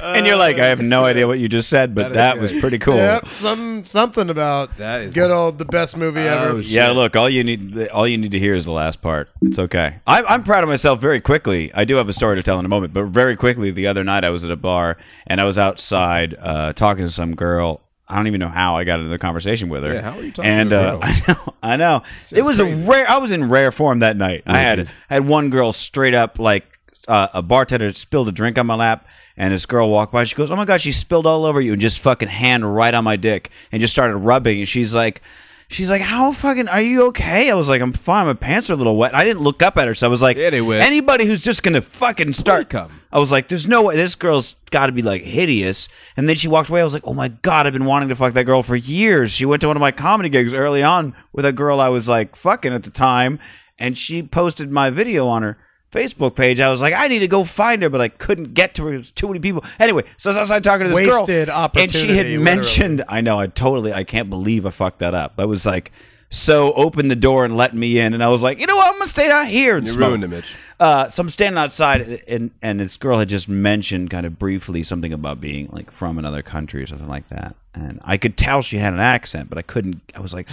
G: and you're like, I have no idea what you just said, but that, was pretty cool.
H: yep, some something about
B: That is- Oh,
H: good old the best movie ever.
G: Yeah, look, all you need all you need to hear is the last part. It's okay. I'm, I'm proud of myself very quickly. I do have a story to tell in a moment, but very quickly the other night I was at a bar and I was outside uh, talking to some girl. I don't even know how I got into the conversation with her.
B: Yeah, how are you talking
G: And
B: to a
G: uh,
B: girl?
G: (laughs) I know, I know. It was a rare. I was in rare form that night. I had had one girl straight up like uh, a bartender spilled a drink on my lap. And this girl walked by. She goes, "Oh my god, she spilled all over you!" And just fucking hand right on my dick, and just started rubbing. And she's like, "She's like, how fucking are you okay?" I was like, "I'm fine. My pants are a little wet." I didn't look up at her, so I was like,
B: Yeah, they will.
G: "Anybody who's just gonna fucking start
B: Welcome.
G: I was like, "There's no way this girl's got to be like hideous." And then she walked away. I was like, "Oh my god, I've been wanting to fuck that girl for years." She went to one of my comedy gigs early on with a girl I was like fucking at the time, and she posted my video on her Facebook page. I was like, I need to go find her, but I couldn't get to her. It was too many people. Anyway, so I was outside talking to this girl,
H: Wasted
G: and she had
H: opportunity,
G: mentioned. I know, I totally, I can't believe I fucked that up. I was like, so open the door and let me in, and I was like, you know what, I'm gonna stay out here and
B: You
G: smoke.
B: ruined it, Mitch.
G: Uh, so I'm standing outside, and and this girl had just mentioned kind of briefly something about being like from another country or something like that, and I could tell she had an accent, but I couldn't. I was like,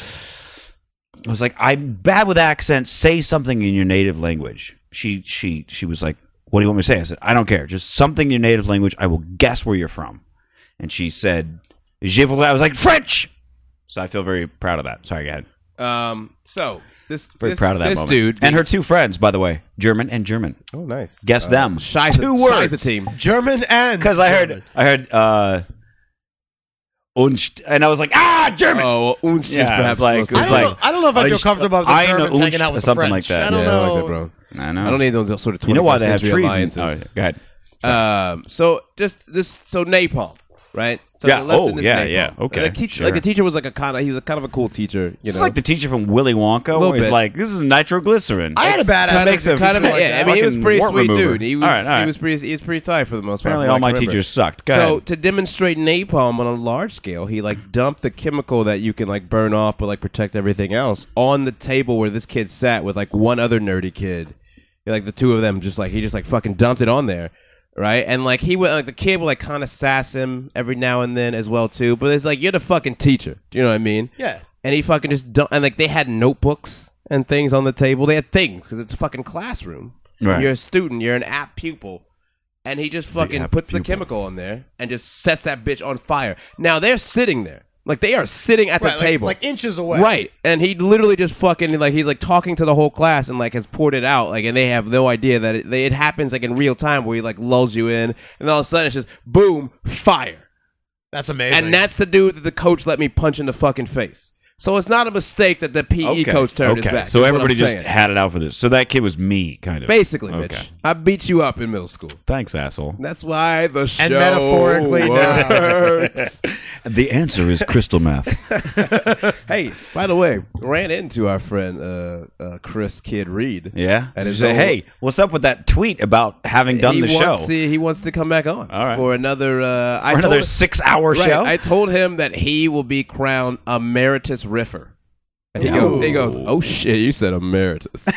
G: I was like, I'm bad with accents. Say something in your native language. She she she was like, What do you want me to say? I said, I don't care. Just something in your native language. I will guess where you're from. And she said, Je voulais. I was like, French. So I feel very proud of that. Sorry, go ahead.
B: Um, so this
G: Very
B: this,
G: proud of that
B: this
G: moment.
B: dude
G: and her two friends, by the way, German and German.
B: Oh, nice.
G: Guess them.
B: Shiza,
G: two words.
B: Shiza team.
H: German and
G: Because I heard I heard uh, Unst, and I was like, Ah, German.
B: Oh, Unst is
G: Yeah,
B: perhaps
G: it's like-
B: supposed to-
G: it's
H: I don't,
G: like-
H: know, I don't know if I,
G: I
H: feel
G: just-
H: comfortable about the
G: I know
H: Germans hanging
G: Unst-
H: out with the
G: something
H: French.
G: like that.
H: I don't
B: yeah, I
H: know.
B: like that, bro.
G: I know.
B: I don't need those sort of 21st
G: you know why they have
B: century
G: trees? in- oh,
B: alliances.
G: All right, go ahead.
B: Um, so just this, so napalm, right? So
G: Yeah,
B: the lesson
G: oh,
B: is
G: yeah,
B: napalm.
G: yeah, okay,
B: Like, teach,
G: sure.
B: like the teacher was like a kind of he was a kind of a cool teacher, you
G: It's
B: know.
G: like the teacher from Willy Wonka.
B: Little
G: Where he's
B: bit.
G: like, "This is nitroglycerin."
H: I had a
G: It's-
H: badass
G: that makes a
B: kind of,
G: fucking-
B: yeah, I mean, he was
G: fucking
B: pretty
G: wart
B: sweet
G: remover.
B: dude. He was
G: All right, all
B: he
G: right.
B: was pretty he was pretty tight for the most part.
G: Apparently,
B: from what I
G: all my
B: can remember.
G: teachers sucked. Go
B: so
G: ahead.
B: to demonstrate napalm on a large scale, he like dumped the chemical that you can like burn off but like protect everything else on the table where this kid sat with like one other nerdy kid. Like the two of them just like he just like fucking dumped it on there. Right? And like he went like the kid would like kinda sass him every now and then as well too. But it's like you're the fucking teacher. Do you know what I mean?
H: Yeah.
B: And he fucking just dumped and like they had notebooks and things on the table. They had things because it's a fucking classroom.
G: Right.
B: You're a student, you're an apt pupil and he just fucking
G: app
B: puts the
G: pupil.
B: chemical on there and just sets that bitch on fire. Now they're sitting there, like they are sitting at
H: Right,
B: the
H: like,
B: table,
H: like inches away.
B: right? And he literally just fucking like he's like talking to the whole class and like has poured it out, like and they have no idea that it, they, it happens like in real time where he like lulls you in, and all of a sudden it's just boom, fire,
H: That's
B: (laughs)
H: amazing.
B: and that's the dude that the coach let me punch in the fucking face. So it's not a mistake that the PE
G: okay.
B: E coach turned
G: okay.
B: his back. is
G: So
B: what I'm
G: everybody just
B: saying.
G: had it out for this. So that kid was me, kind of.
B: basically,
G: Okay.
B: Mitch, I beat you up in middle school.
G: Thanks, asshole.
B: That's why the show
H: metaphorically now.
B: works.
G: (laughs) The answer is
B: (laughs)
G: crystal meth.
B: hey, by the way, ran into our friend uh, uh, Chris Kid Reed.
G: Yeah.
B: And
G: You
B: his
G: say,
B: old-
G: hey, what's up with that tweet about having done
B: he
G: the
B: wants
G: show
B: To, he wants to come back on
G: All right.
B: for another. Uh, I
G: for
B: told
G: another
B: him-
G: six-hour
B: right,
G: show?
B: I told him that he will be crowned emeritus riffer. And he goes, he goes, oh shit, you said emeritus.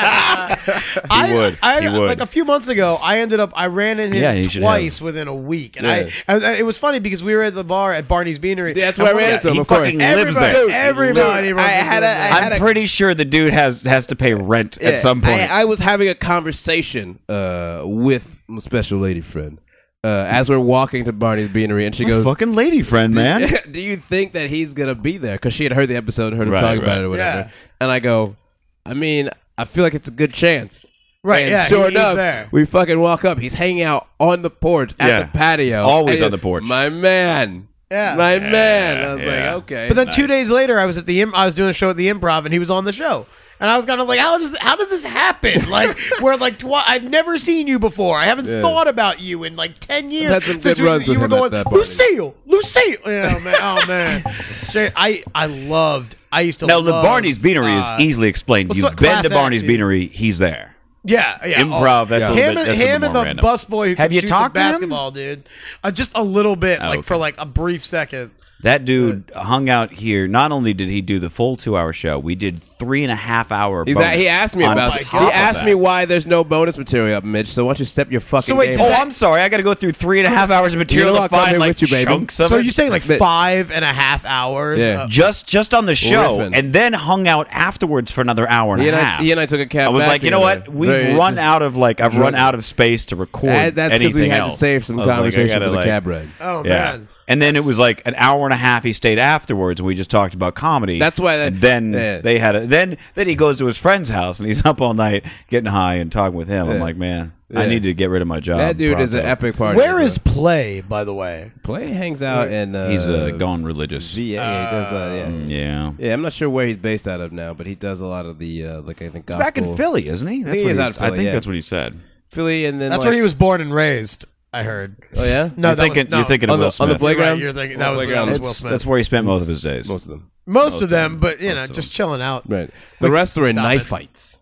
H: I,
G: would.
H: I,
G: He would.
H: Like a few months ago, I ended up. I ran in him
G: Yeah, you should
H: twice within a week, and
G: Yeah.
H: I, I- It was funny because we were at the bar at Barney's Beanery.
B: (laughs) Yeah, that's
H: And
B: where I
H: one
B: ran
H: of
B: into
H: the-
B: him,
G: He
B: of course.
G: fucking lives there.
H: Everybody. runs
B: I had
H: into
B: a-
H: him.
B: I had
G: I'm pretty sure the dude has has to pay rent at
B: Yeah,
G: some point.
B: I, I was having a conversation uh, with my special lady friend uh, as we're walking to Barney's Beanery, and she
G: My
B: goes,
G: fucking lady
B: (laughs)
G: friend, man.
B: do you think that he's gonna be there? Because she had heard the episode and heard him
G: Right,
B: talking about
G: right.
B: it or whatever.
H: Yeah.
B: And I go, I mean, I feel like it's a good chance.
H: Right,
B: And
H: yeah,
B: sure
H: he's
B: enough,
H: there.
B: we fucking walk up. He's hanging out on the porch at
G: Yeah.
B: the patio.
G: He's always
B: And he
G: on
B: goes,
G: the porch.
B: My man.
H: Yeah.
B: My man. I was
G: yeah.
B: like, okay.
H: But then two days later, I was at the Im- I was doing a show at the Improv, and he was on the show. And I was kind of like, how does how does this
B: (laughs)
H: happen? Like, where like twi- I've never seen you before. I haven't thought about you in like ten years.
B: had some
H: Since
B: good
H: you-
B: runs
H: you
B: with
H: were
B: him at
H: going,
B: that party.
H: Lucille, Lucille. Yeah, oh, man,
B: (laughs)
H: oh man. Straight, I I loved. I used to
G: Now, the
H: love,
G: Barney's Beanery
H: uh,
G: is e- easily explained.
H: well,
G: You've
H: so-
G: been
H: class
G: to
H: act,
G: Barney's
H: dude.
G: Beanery, he's there.
H: Yeah, yeah.
G: Improv, that's a little
H: him
G: bit-
H: and,
G: that's a
H: him
G: little
H: and
G: more
H: the
G: random.
H: busboy who
G: Have
H: can
G: you
H: shoot
G: talked to
H: the
G: him?
H: basketball, dude. Uh, just a little bit,
G: Oh,
H: like for
G: okay.
H: like a brief second.
G: That dude hung out here. Not only did he do the full two-hour show, we did three and a half hour.
B: He's
G: bonus
B: at, he asked me
G: on
B: about
G: top
B: it.
G: of
B: He asked
G: that.
B: me why there's no bonus material up, Mitch. So why don't you step your fucking
H: So wait,
B: game
H: does
G: Oh,
B: up?
H: that-
G: I'm sorry. I got to go through three and a half hours of material
B: know
G: to
B: I'll come
G: find
B: in
G: like
B: with you, baby.
G: chunks of
H: So
G: it.
H: you're saying like
B: But-
H: five and a half hours?
B: Yeah.
H: of-
G: just just on the show,
B: Riffing.
G: and then hung out afterwards for another hour and
B: He
G: a
B: and,
G: half.
B: I, he and I took a cab.
G: I was
B: back
G: like, you know
B: together.
G: what? We've
B: Very-
G: run
B: just-
G: out of like I've run out of space to record.
B: Uh, That's because we
G: anything
B: had
G: else.
B: to save some
G: I was like, I
B: conversation
G: gotta,
B: for the
G: like-
B: cab ride.
H: Oh
G: Yeah.
H: man.
G: And then it was like an hour and a half he stayed afterwards and we just talked about comedy.
B: That's why that-
G: and then
B: yeah.
G: they had a then then he goes to his friend's house and he's (laughs) up all night getting high and talking with him. I'm
B: Yeah.
G: like, man,
B: Yeah.
G: I need to get rid of my job.
B: That dude is an
G: pronto."
B: epic party.
H: Where is Play, by the way?
B: Play hangs out in. Uh,
G: He's Um, uh, gone religious. Mm,
B: VA. he does, uh, yeah.
G: yeah.
B: yeah, I'm not sure where he's based out of now, but he does a lot of the uh, like I think gospel.
G: Back in Philly, isn't he? That's
B: He
G: what
B: is
G: he-
B: out of
G: I
B: Philly,
G: think
B: yeah.
G: that's what he said.
B: Philly, and then
H: That's
B: like,
H: where he was born and raised. I heard.
B: Oh
G: (laughs)
B: yeah,
H: No,
G: you're
H: that was-
G: thinking,
H: no.
G: you're thinking
B: on
G: of Will
B: the on
G: Smith.
B: the playground.
H: Right, you're thinking-
B: On the
H: that was-
B: playground.
H: that was
B: It's-
H: Will
G: that's,
H: Smith.
G: that's where he spent most of his days.
B: Most of them,
H: Most,
G: Most
H: of them, but you
G: Most
H: know,
G: of
H: just chilling out.
B: right? The rest were in
H: Stop
B: knife
H: it.
B: fights.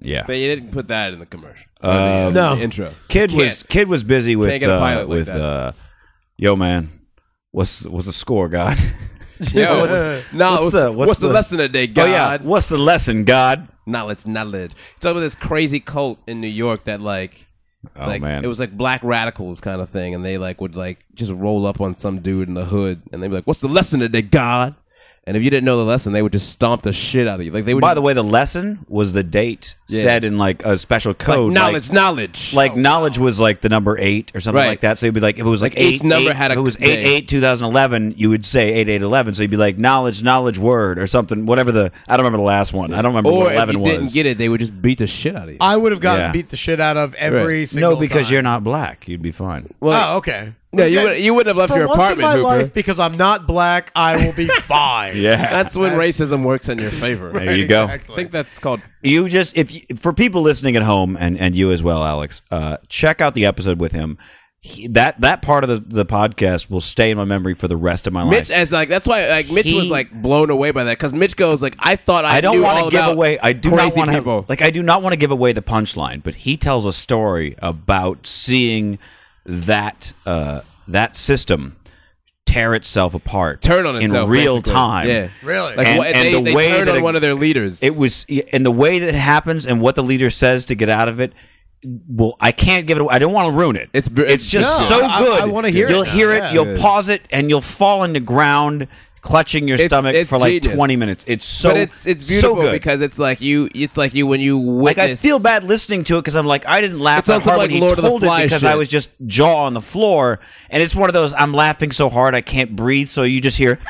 G: Yeah.
B: But you didn't put that in the commercial.
G: Um,
B: no.
H: No.
B: intro.
G: Kid
B: You can't.
G: was kid was busy with
B: Can't get a
G: uh,
B: pilot like
G: with
B: that.
G: uh, yo man, what's what's the score, God? (laughs) Oh,
B: Yo,
G: What's-
B: (laughs)
H: (laughs)
B: no,
G: what's
B: what's,
G: the-
B: the,
G: what's
B: what's, the,
G: the-
B: lesson today,
G: oh
B: God?
G: yeah, what's the lesson, God?
B: Knowledge, knowledge. It's over this crazy cult in New York that like,
G: Oh
B: like
G: man,
B: it was like black radicals kind of thing, and they like would like just roll up on some dude in the hood, and they'd be like, "What's the lesson today, God?" And if you didn't know the lesson, they would just stomp the shit out of you. Like they would.
G: By
B: just,
G: the way, the lesson was the date
B: Yeah.
G: said in like a special
B: like,
G: code.
B: knowledge, knowledge.
G: Like, like knowledge was like the number eight or something
B: Right.
G: like that. So you'd be like, if it was like,
B: Like,
G: eight,
B: each number
G: eight-
B: had a
G: if it was
B: day.
G: eight eight 2011, you would say eight eight eleven. So you'd be like, knowledge, knowledge word or something. Whatever the I don't remember the last one. I don't remember
B: or
G: what
B: if
G: eleven
B: you
G: was.
B: didn't get it, they would just beat the shit out of you.
H: I would have gotten
G: Yeah.
H: beat the shit out of every single
G: no, because
H: time.
G: you're not black. You'd be fine.
B: Well,
H: Oh, okay.
B: no, you would, you wouldn't have left
H: For
B: your
H: once
B: apartment,
H: in my
B: Hooper.
H: life, because I'm not black, I will
G: (laughs)
H: be
B: (laughs)
H: fine.
B: That's when racism works in your favor.
G: There you go.
B: I think that's called
G: you just if you, for people listening at home and and you as well alex uh check out the episode with him he, that that part of the, the podcast will stay in my memory for the rest of my
B: Mitch
G: life
B: as like that's why like Mitch
G: He-
B: was like blown away by that because Mitch goes like I thought I,
G: I don't
B: want to
G: give away. I do not
B: crazy
G: want to
B: people.
G: like. I do not want to give away the punchline. But he tells a story about seeing that uh, that system tear itself apart,
B: turn on
G: in
B: itself
G: real
B: basically.
G: time.
B: Yeah,
H: Really?
B: Like
G: And-
B: what,
G: and
B: they,
G: the
B: they
G: way
B: turned
G: that
B: on
G: it-
B: one of their leaders.
G: It was, and the way that it happens, and what the leader says to get out of it. Well, I can't give it. away. I don't want to ruin it.
B: It's br-
G: it's just
H: No,
G: so
H: I- I-
G: good.
H: I wanna hear it
G: You'll
H: now.
G: hear it.
H: Yeah.
G: You'll pause it, and you'll fall on the ground, clutching your
B: It's-
G: stomach
B: it's
G: for like
B: genius.
G: twenty minutes. It's so
B: but it's it's
G: so
B: beautiful
G: good.
B: because it's like you it's like you when you
G: like
B: witness
G: I feel bad listening to it because I'm like I didn't laugh
B: It's
G: that
B: also
G: hard
B: like
G: when
B: Lord
G: he
B: of the
G: told it
B: Flies
G: because
B: shit.
G: I was just jaw on the floor, and it's one of those I'm laughing so hard I can't breathe, so you just hear, (laughs)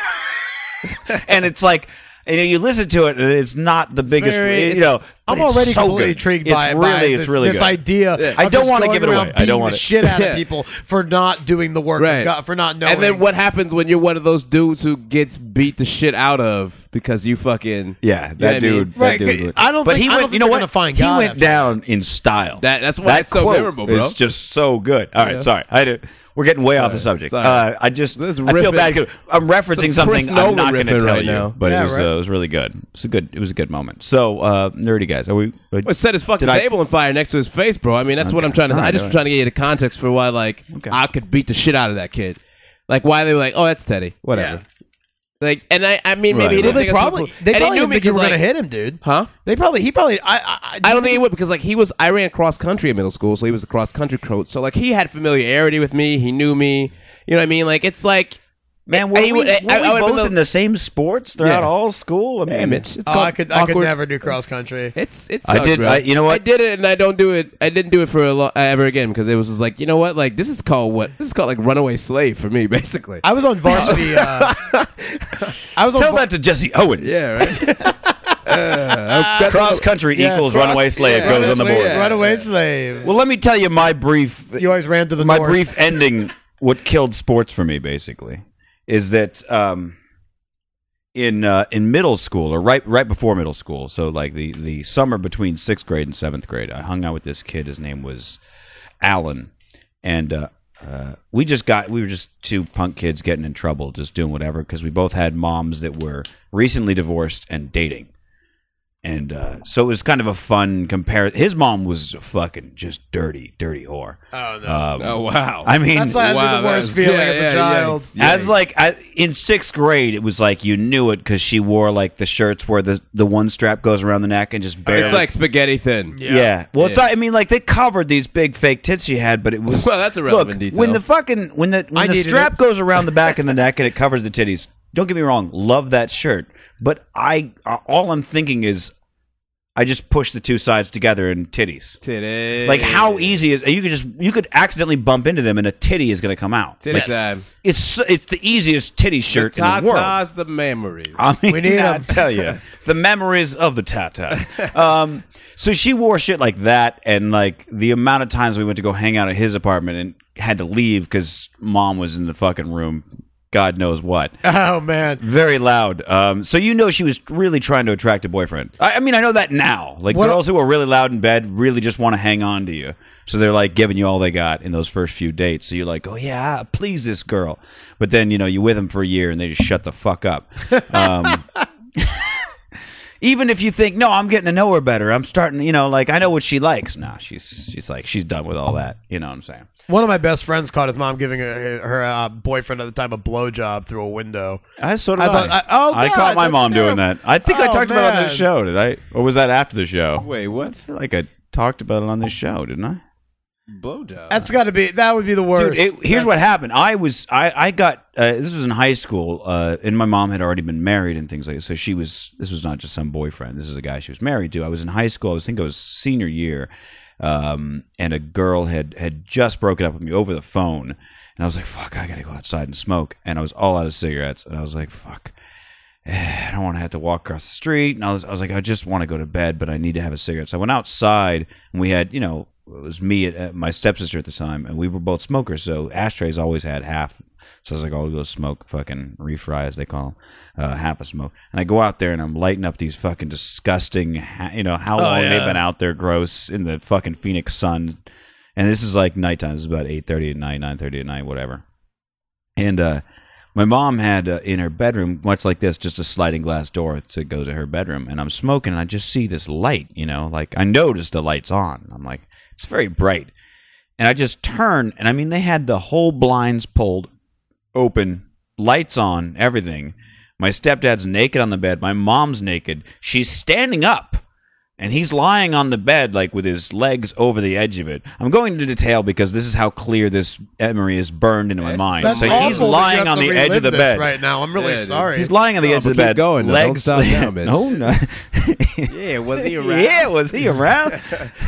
G: and it's like. You know, you listen to it, and it's not the biggest.
B: very-
G: you know, but
H: I'm
G: it's
H: already
G: so
H: completely
G: good.
H: intrigued
G: it's
H: by,
G: really,
H: by
G: it's
H: this,
G: really
H: this
G: good.
H: idea.
B: Yeah.
H: of
G: I don't
H: just
G: wanna
H: going
G: give it
H: around
G: away. I don't
H: beating
G: wanna-
H: the
G: (laughs)
H: shit out
B: Yeah.
H: of people for not doing the work
B: Right.
H: of God, for not knowing.
B: And then what happens when you're one of those dudes who gets beat the shit out of because you fucking
G: Yeah, that
B: know what I mean?
G: dude. that
H: Right,
G: dude
H: c-
G: was-
H: I don't
G: But
H: think-
G: he
H: I don't
G: went.
H: think
G: you know
H: they're
G: what?
H: gonna find
G: he
H: God
G: went
H: after
G: down in style.
B: That- that's why it's so
G: quote
B: memorable, bro.
G: It's just so good. All right, sorry. I had to, we're getting way off the subject.
B: sorry.
G: Uh, I just
B: This
G: I feel
B: riffing-
G: bad. 'cause I'm referencing
B: some Chris
G: something I'm
B: Nolan
G: not going to
B: riffing
G: tell
B: right
G: you,
B: now.
G: but it
H: Yeah,
G: was
H: right.
G: uh, it was really good. It's a good it was a good moment. So uh, nerdy guys, are we? uh, are-
B: Well, set his fucking
G: Did I-
B: table on fire next to his face, bro. I mean, that's what
G: Okay.
B: I'm trying to.
G: All right,
B: I just
G: all right.
B: was trying to get you the context for why, like,
G: Okay.
B: I could beat the shit out of that kid. Like, why they were like, oh, that's Teddy, whatever. Like, and I, I mean,
G: Right.
B: maybe he didn't
G: Well,
H: They
B: think it was
H: probably,
B: cool.
H: they
B: and
H: probably
B: he knew
H: didn't
B: me
H: think you were
B: because,
H: going to
B: like,
H: hit him, dude.
B: huh?
H: They probably, he probably, I, I,
B: I don't think he would because like he was I ran cross country in middle school, so he was a cross country coach. So like he had familiarity with me, he knew me. You know what I mean? Like it's like
G: man, were
B: I-
G: we,
B: I would-
G: were
B: I- I
G: we
B: would've been
G: both
B: the-
G: in the same sports throughout
B: Yeah.
G: all school? I mean,
B: damn it's, it's
H: Oh,
B: called
H: I could, I could
B: awkward-
H: never do cross country.
B: It's it's.
G: I did-
B: Bro.
G: I- you know what?
B: I did it, and I don't do it. I didn't do it for a lo- ever again because it was just like you know what? Like this is called what? This is called like runaway slave for me, (laughs) basically.
H: (laughs) I was on (laughs) varsity. Uh, I was on.
G: Tell
H: va-
G: that to Jesse Owens.
B: yeah, right.
G: Cross country
H: Yes,
G: equals
H: cross-
G: runaway slave
H: yeah,
G: goes on the
H: runaway-
G: board.
H: Runaway slave.
G: Well, let me tell you my brief
H: you always ran to the
G: my
H: north.
G: brief ending what killed sports for me basically is that um in uh, in middle school or right right before middle school so like the the summer between 6th grade and 7th grade I hung out with this kid his name was Alan and uh uh, we just got we were just two punk kids getting in trouble just doing whatever because we both had moms that were recently divorced and dating and uh, so it was kind of a fun compare his mom was a fucking just dirty dirty whore
H: Oh no.
B: (laughs)
G: um,
B: oh wow.
G: I mean,
H: That's like
B: Wow,
H: the
B: that
H: worst
B: was-
H: feeling
B: yeah,
H: as a
B: yeah,
H: child.
B: yikes.
G: as like I, in sixth grade, it was like you knew it because she wore like the shirts where the the one strap goes around the neck and just barely.
B: Oh, it's like spaghetti thin.
G: yeah. Well, it's not, I mean, like they covered these big fake tits she had, but it was
B: (laughs) Well, that's irrelevant
G: Look,
B: detail.
G: When the fucking when the when
H: I
G: the
H: needed
G: strap
H: it.
G: goes around the
B: (laughs)
G: back and the neck and it covers the titties. Don't get me wrong, love that shirt, but I uh, all I'm thinking is. I just push the two sides together and titties.
B: Titty.
G: Like how easy is you could just you could accidentally bump into them and a titty is going to come out.
B: Titty
G: Like,
B: time.
G: It's so- it's the easiest titty
B: The
G: shirt in the world.
B: tatas, the memories.
G: I mean,
H: We
G: (laughs)
H: need
G: I
H: 'em.
G: tell you the memories of the tata. Um, so she wore shit like that, and like the amount of times we went to go hang out at his apartment and had to leave because mom was in the fucking room, God knows what
H: Oh man.
G: very loud. Um, so you know she was really trying to attract a boyfriend. I, I mean, I know that now. Like
H: What-
G: girls who are really loud in bed really just want to hang on to you, so they're like giving you all they got in those first few dates. So you're like, oh yeah, please this girl. But then you know you with them for a year and they just shut the fuck up. Um, Even if you think, no, I'm getting to know her better. I'm starting, you know, like I know what she likes. Nah, she's she's like she's done with all that. You know what I'm saying?
H: One of my best friends caught his mom giving her, her uh, boyfriend at the time a blowjob through a window.
G: I sort
H: I
G: of
H: thought- I- oh,
G: I
H: God,
G: caught my
H: that's
G: mom doing that.
H: terrible.
G: I think I
H: Oh,
G: talked about it on this
H: man.
G: show. Did I? Or was that after the show?
B: Wait,
G: I
B: what?
G: feel like I talked about it on this show, didn't I?
B: Blowjob.
H: That's got to be that would be the
G: Dude,
H: worst.
G: it, here's
H: That's-
G: what happened. I was I I got uh, this was in high school, uh, and my mom had already been married and things like that. So she was this was not just some boyfriend. This is a guy she was married to. I was in high school. I was I think it was senior year, um, and a girl had had just broken up with me over the phone, and I was like, "Fuck, I gotta go outside and smoke." And I was all out of cigarettes, and I was like, "Fuck." (sighs) I don't want to have to walk across the street. And I was, I was like, I just want to go to bed, but I need to have a cigarette. So I went outside, and we had, you know, it was me and uh, my stepsister at the time, and we were both smokers. So ashtrays always had half. So I was like, I'll go smoke fucking refry, as they call them, uh, half a smoke. And I go out there and I'm lighting up these fucking disgusting, ha- you know, how long they've been out there, gross, in the fucking Phoenix sun. And this is like nighttime. This is about 8.30 at night, 9.30 at night, whatever. And uh, my mom had uh, in her bedroom, much like this, just a sliding glass door to go to her bedroom. And I'm smoking, and I just see this light, you know, like I notice the light's on. I'm like, it's very bright. And I just turn, and I mean, they had the whole blinds pulled open, lights on, everything. My stepdad's naked on the bed. My mom's naked. She's standing up and he's lying on the bed like with his legs over the edge of it. I'm going into detail because this is how clear this memory is burned into my mind.
H: That's
G: so
H: awful
G: he's
H: that you
G: lying
H: have
G: on
H: to
G: the edge
H: relive
G: of the
H: this
G: bed.
H: right now. I'm really
B: Yeah, dude.
H: sorry.
G: He's lying on the
B: No,
G: edge
B: but
G: of the
B: keep
G: bed.
B: going. Don't
G: Legs.
B: stop now, bitch.
G: No, no.
B: yeah, was he
G: (laughs) Yeah, was he around? (laughs)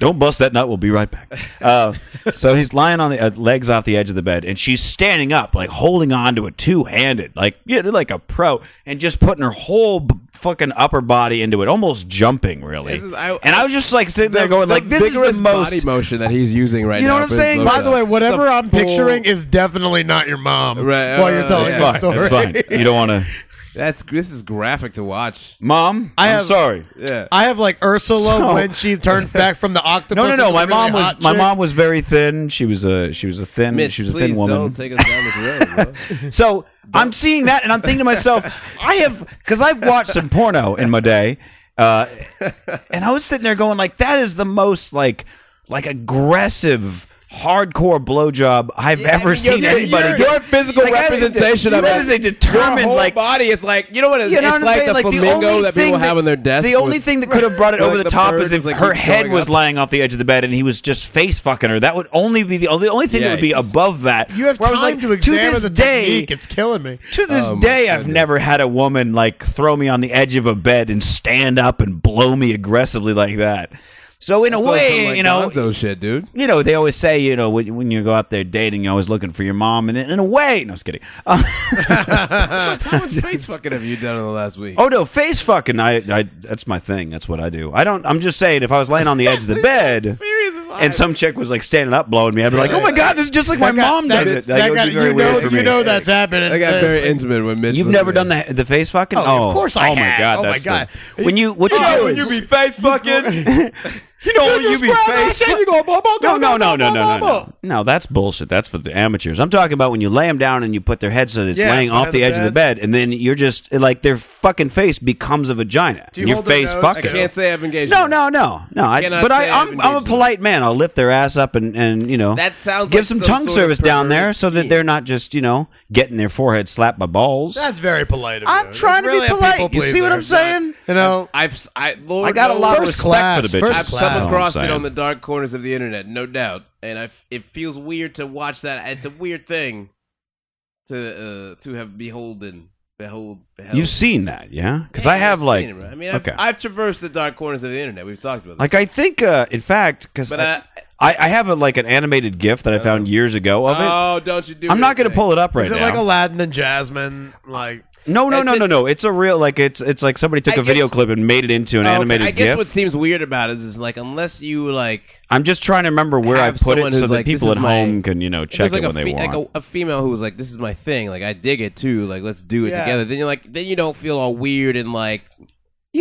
G: Don't bust that nut. We'll be right back. Uh, so he's lying on the uh, legs off the edge of the bed, and she's standing up, like holding on to it two handed, like yeah, like a pro, and just putting her whole b- fucking upper body into it, almost jumping, really.
B: This is- I-
G: and I was just like sitting there going, like this is the
B: vigorous body
G: most.
B: motion that he's using right now.
G: You know what I'm
B: for his
G: saying?
B: blowjob.
H: By the way, whatever
B: It's a
H: I'm
B: full-
H: picturing is definitely not your mom.
B: Right,
H: While you're
B: uh,
H: telling
G: It's fine.
H: that story.
G: It's fine. You don't (laughs) want to,
B: that's this is graphic to watch.
G: mom. I am
H: have-
G: sorry.
B: Yeah,
H: I have like Ursula
G: So-
H: when
G: (laughs)
H: she turned back from the octopus.
G: No, no, no.
H: into
G: My
H: the really
G: mom was
H: hot
G: my
H: chick.
G: mom was very thin. She was a she was a thin
B: Mitch,
G: she was a
B: please
G: thin woman.
B: don't take us down this road. bro.
G: So I'm seeing that, and I'm thinking to myself, I have because I've watched some porno in my day, uh, and I was sitting there going like, that is the most like like aggressive. Hardcore blowjob I've ever seen
B: your-
G: anybody.
B: your-
G: get.
B: your physical
G: Like, that is-
B: representation of
G: that
B: it.
G: is a determined
B: Your whole
G: like
B: body is like you know what it is?
G: you know
B: it's
G: what I'm
B: like
G: saying?
B: the
G: the
B: flamingo
G: only
B: that people
G: thing
B: have on their desk.
G: The only
B: with-
G: thing that could have brought it
B: Like
G: over the,
B: the
G: top
B: bird
G: is if
B: just, like,
G: her
B: keeps
G: head
B: going
G: was
B: up.
G: lying off the edge of the bed and he was just face fucking her. That would only be the, the only thing that would be
B: Yikes.
G: above that.
H: You have
G: Where I
H: time
G: was like,
H: to examine
G: this
H: the
G: day,
H: technique. It's killing me.
G: To this
B: Oh, my
G: day, I've
B: goodness.
G: never had a woman like throw me on the edge of a bed and stand up and blow me aggressively like that. So in
B: It's
G: a
B: on
G: way,
B: some, like,
G: you know,
B: Gonzo shit, dude.
G: you know, they always say, you know, when, when you go out there dating, you're always looking for your mom. And in in a way, no, I was kidding. Uh,
B: How much face fucking have you done in the last week?
G: Oh no, face fucking! I, I that's my thing. That's what I do. I don't. I'm just saying, if I was laying on the edge of
H: (laughs)
G: the bed and some chick was like standing up blowing me, I'd be like, "Oh my god, this is just like my mom does it." Like,
H: That
G: it would
H: got-
G: be very
H: you
G: weird
H: know,
G: for
H: you
G: me.
H: know that's happening.
B: I got very intimate with Mitch.
G: Uh, You've never done the the face fucking? Oh,
H: of course I
G: Oh my
H: have.
G: god!
H: Oh, my
G: that's the-
H: God.
G: when you what (laughs) you do is
B: face fucking.
G: you know when you be face.
H: You go, blah, blah,
G: No, no,
H: blah,
G: no, no, no,
H: blah, blah,
G: no,
H: blah,
G: no. No, that's bullshit. That's for the amateurs. I'm talking about when you lay them down and you put their head so that it's
H: Yeah,
G: laying off
H: behind
G: the
H: the
G: edge of the bed, and then you're just like their fucking face becomes a vagina.
H: Do you
G: your
H: hold their
G: face
H: nose
B: I
G: fucking.
B: can't say I've engaged.
G: No,
B: you.
G: no, no, no. I,
B: Cannot
G: but I,
B: say I've
G: I'm, I'm a
B: engaged in
G: polite man. I'll lift their ass up and, and you know
B: That sounds
G: give
B: like
G: some
B: some
G: tongue
B: sort of
G: service down there
B: perverted
G: so that
B: scheme.
G: they're not just you know getting their forehead slapped by balls.
H: That's very polite of you.
G: I'm trying to be
H: Really a
G: polite.
H: people
G: You see what I'm
H: pleaser.
G: saying?
H: You know,
B: I've s- I Lord
G: I got a lot of
B: knows,
G: respect for the bitches.
H: first
B: I've
H: class.
B: come
G: That's all
B: across
G: I'm
B: it
G: saying.
B: on the dark corners of the internet, no doubt, and I f- it feels weird to watch that. It's a weird thing to uh, to have beholden, behold. beheld.
G: You've seen that, yeah? Because
B: Yeah,
G: I have
B: I've
G: like,
B: seen it, right? I mean, I've,
G: okay,
B: I've traversed the dark corners of the internet. We've talked about this.
G: like I think uh, in fact because
B: but
G: I,
B: I,
G: I, I have a, like an animated GIF that I found years ago of it.
B: oh, don't you do?
G: I'm not going to pull it up right
H: is it
G: now.
H: like Aladdin and Jasmine? (laughs) Like,
G: no, no,
B: It's-
G: no, no,
B: it's-
G: no. It's a real like it's it's like somebody took
B: I
G: a video
B: guess-
G: clip and made it into an
B: Oh, okay.
G: animated
B: I guess
G: GIF.
B: what seems weird about it is, is like unless you like
G: I'm just trying to remember where I
B: have
G: put it
B: someone
G: so
B: who's
G: that
B: like, this
G: people
B: is
G: at
B: my-
G: home can, you know, check
B: there's, like
G: it
B: a
G: when they
B: fe-
G: want.
B: Like a, a female who was like, "This is my thing. Like I dig it too. Like let's do it
H: Yeah.
B: together." Then you're like, then you don't feel all weird and like,
G: you,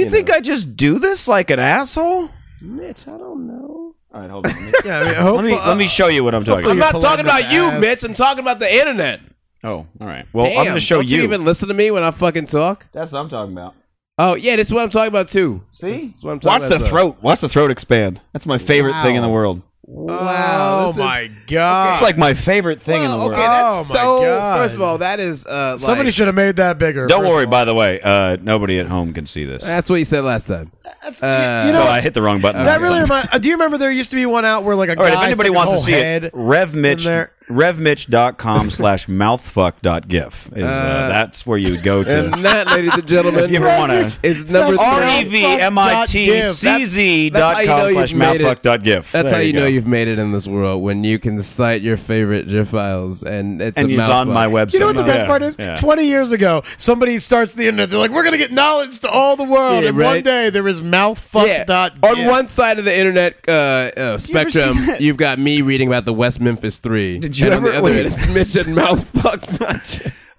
B: you
G: think
B: know.
G: I just do this like an asshole?
B: Mitch, I don't know.
G: All right, hold on.
H: yeah, I mean,
G: let me let me show you what I'm
B: I'm
G: talking
H: You're
G: about.
B: not
H: pulling
B: talking
H: up
B: about you,
H: ass.
B: Mitch. I'm talking about the internet.
G: Oh, all right. Well, I'm
B: Damn,
G: going to show
B: don't you. Even listen to me when I fucking talk.
G: That's what I'm talking about.
B: Oh yeah, this is what I'm talking about too. See, this is what I'm talking
I: Watch
B: about,
I: the
B: so-
I: throat. Watch the throat expand. That's my favorite thing in the world.
B: Wow,
H: Oh
B: this is-
H: my god!
I: It's like my favorite thing in the
B: Wow,
I: world.
B: okay, that's
H: Oh my
B: so.
H: God.
B: First of all, that is uh, like,
H: somebody should have made that bigger.
G: Don't
H: first
G: worry,
H: of all.
G: by the way, uh, nobody at home can see this.
B: That's what you said last time.
H: That's-
B: Uh,
H: you know,
G: oh, I hit the wrong button.
H: that
G: last
H: really
G: time.
H: reminds. Uh, do you remember there used to be one out where like a
G: All right, if
H: guy's,
G: anybody
H: like,
G: wants to
H: whole
G: see
H: head.
G: it, revmitch,
H: in there. (laughs)
G: revmitch.com slash mouthfuck.gif. Is, uh,
B: Uh,
G: that's where you go to. E
B: And that, ladies and gentlemen,
G: (laughs) If you ever wanna-
B: is number three.
G: R-E-V-M-I-T-C-Z
B: That's- that's how
G: dot
B: you know
G: com
B: you've
G: slash
B: made it.
G: mouthfuck.gif.
B: That's
G: There
B: how you know
G: go.
B: you've made it in this world when you can cite your favorite GIF files, and it's
G: And
B: a
G: it's on
B: mouthful.
G: my website.
H: You know what the best
G: Yeah,
H: part is?
G: yeah.
H: 20 years ago, somebody starts the internet. They're like, we're going to get knowledge to all the world.
B: Yeah,
H: and one
B: right.
H: day there is
B: Yeah.
H: mouthfuck dot
B: On
H: gif.
B: one side of the internet uh, uh, spectrum, you have got me reading about the West Memphis Three. Did
G: you
B: and
G: ever-
B: On the other
G: wait.
B: end, it's Mitch and
H: (laughs)
B: mouthfuck.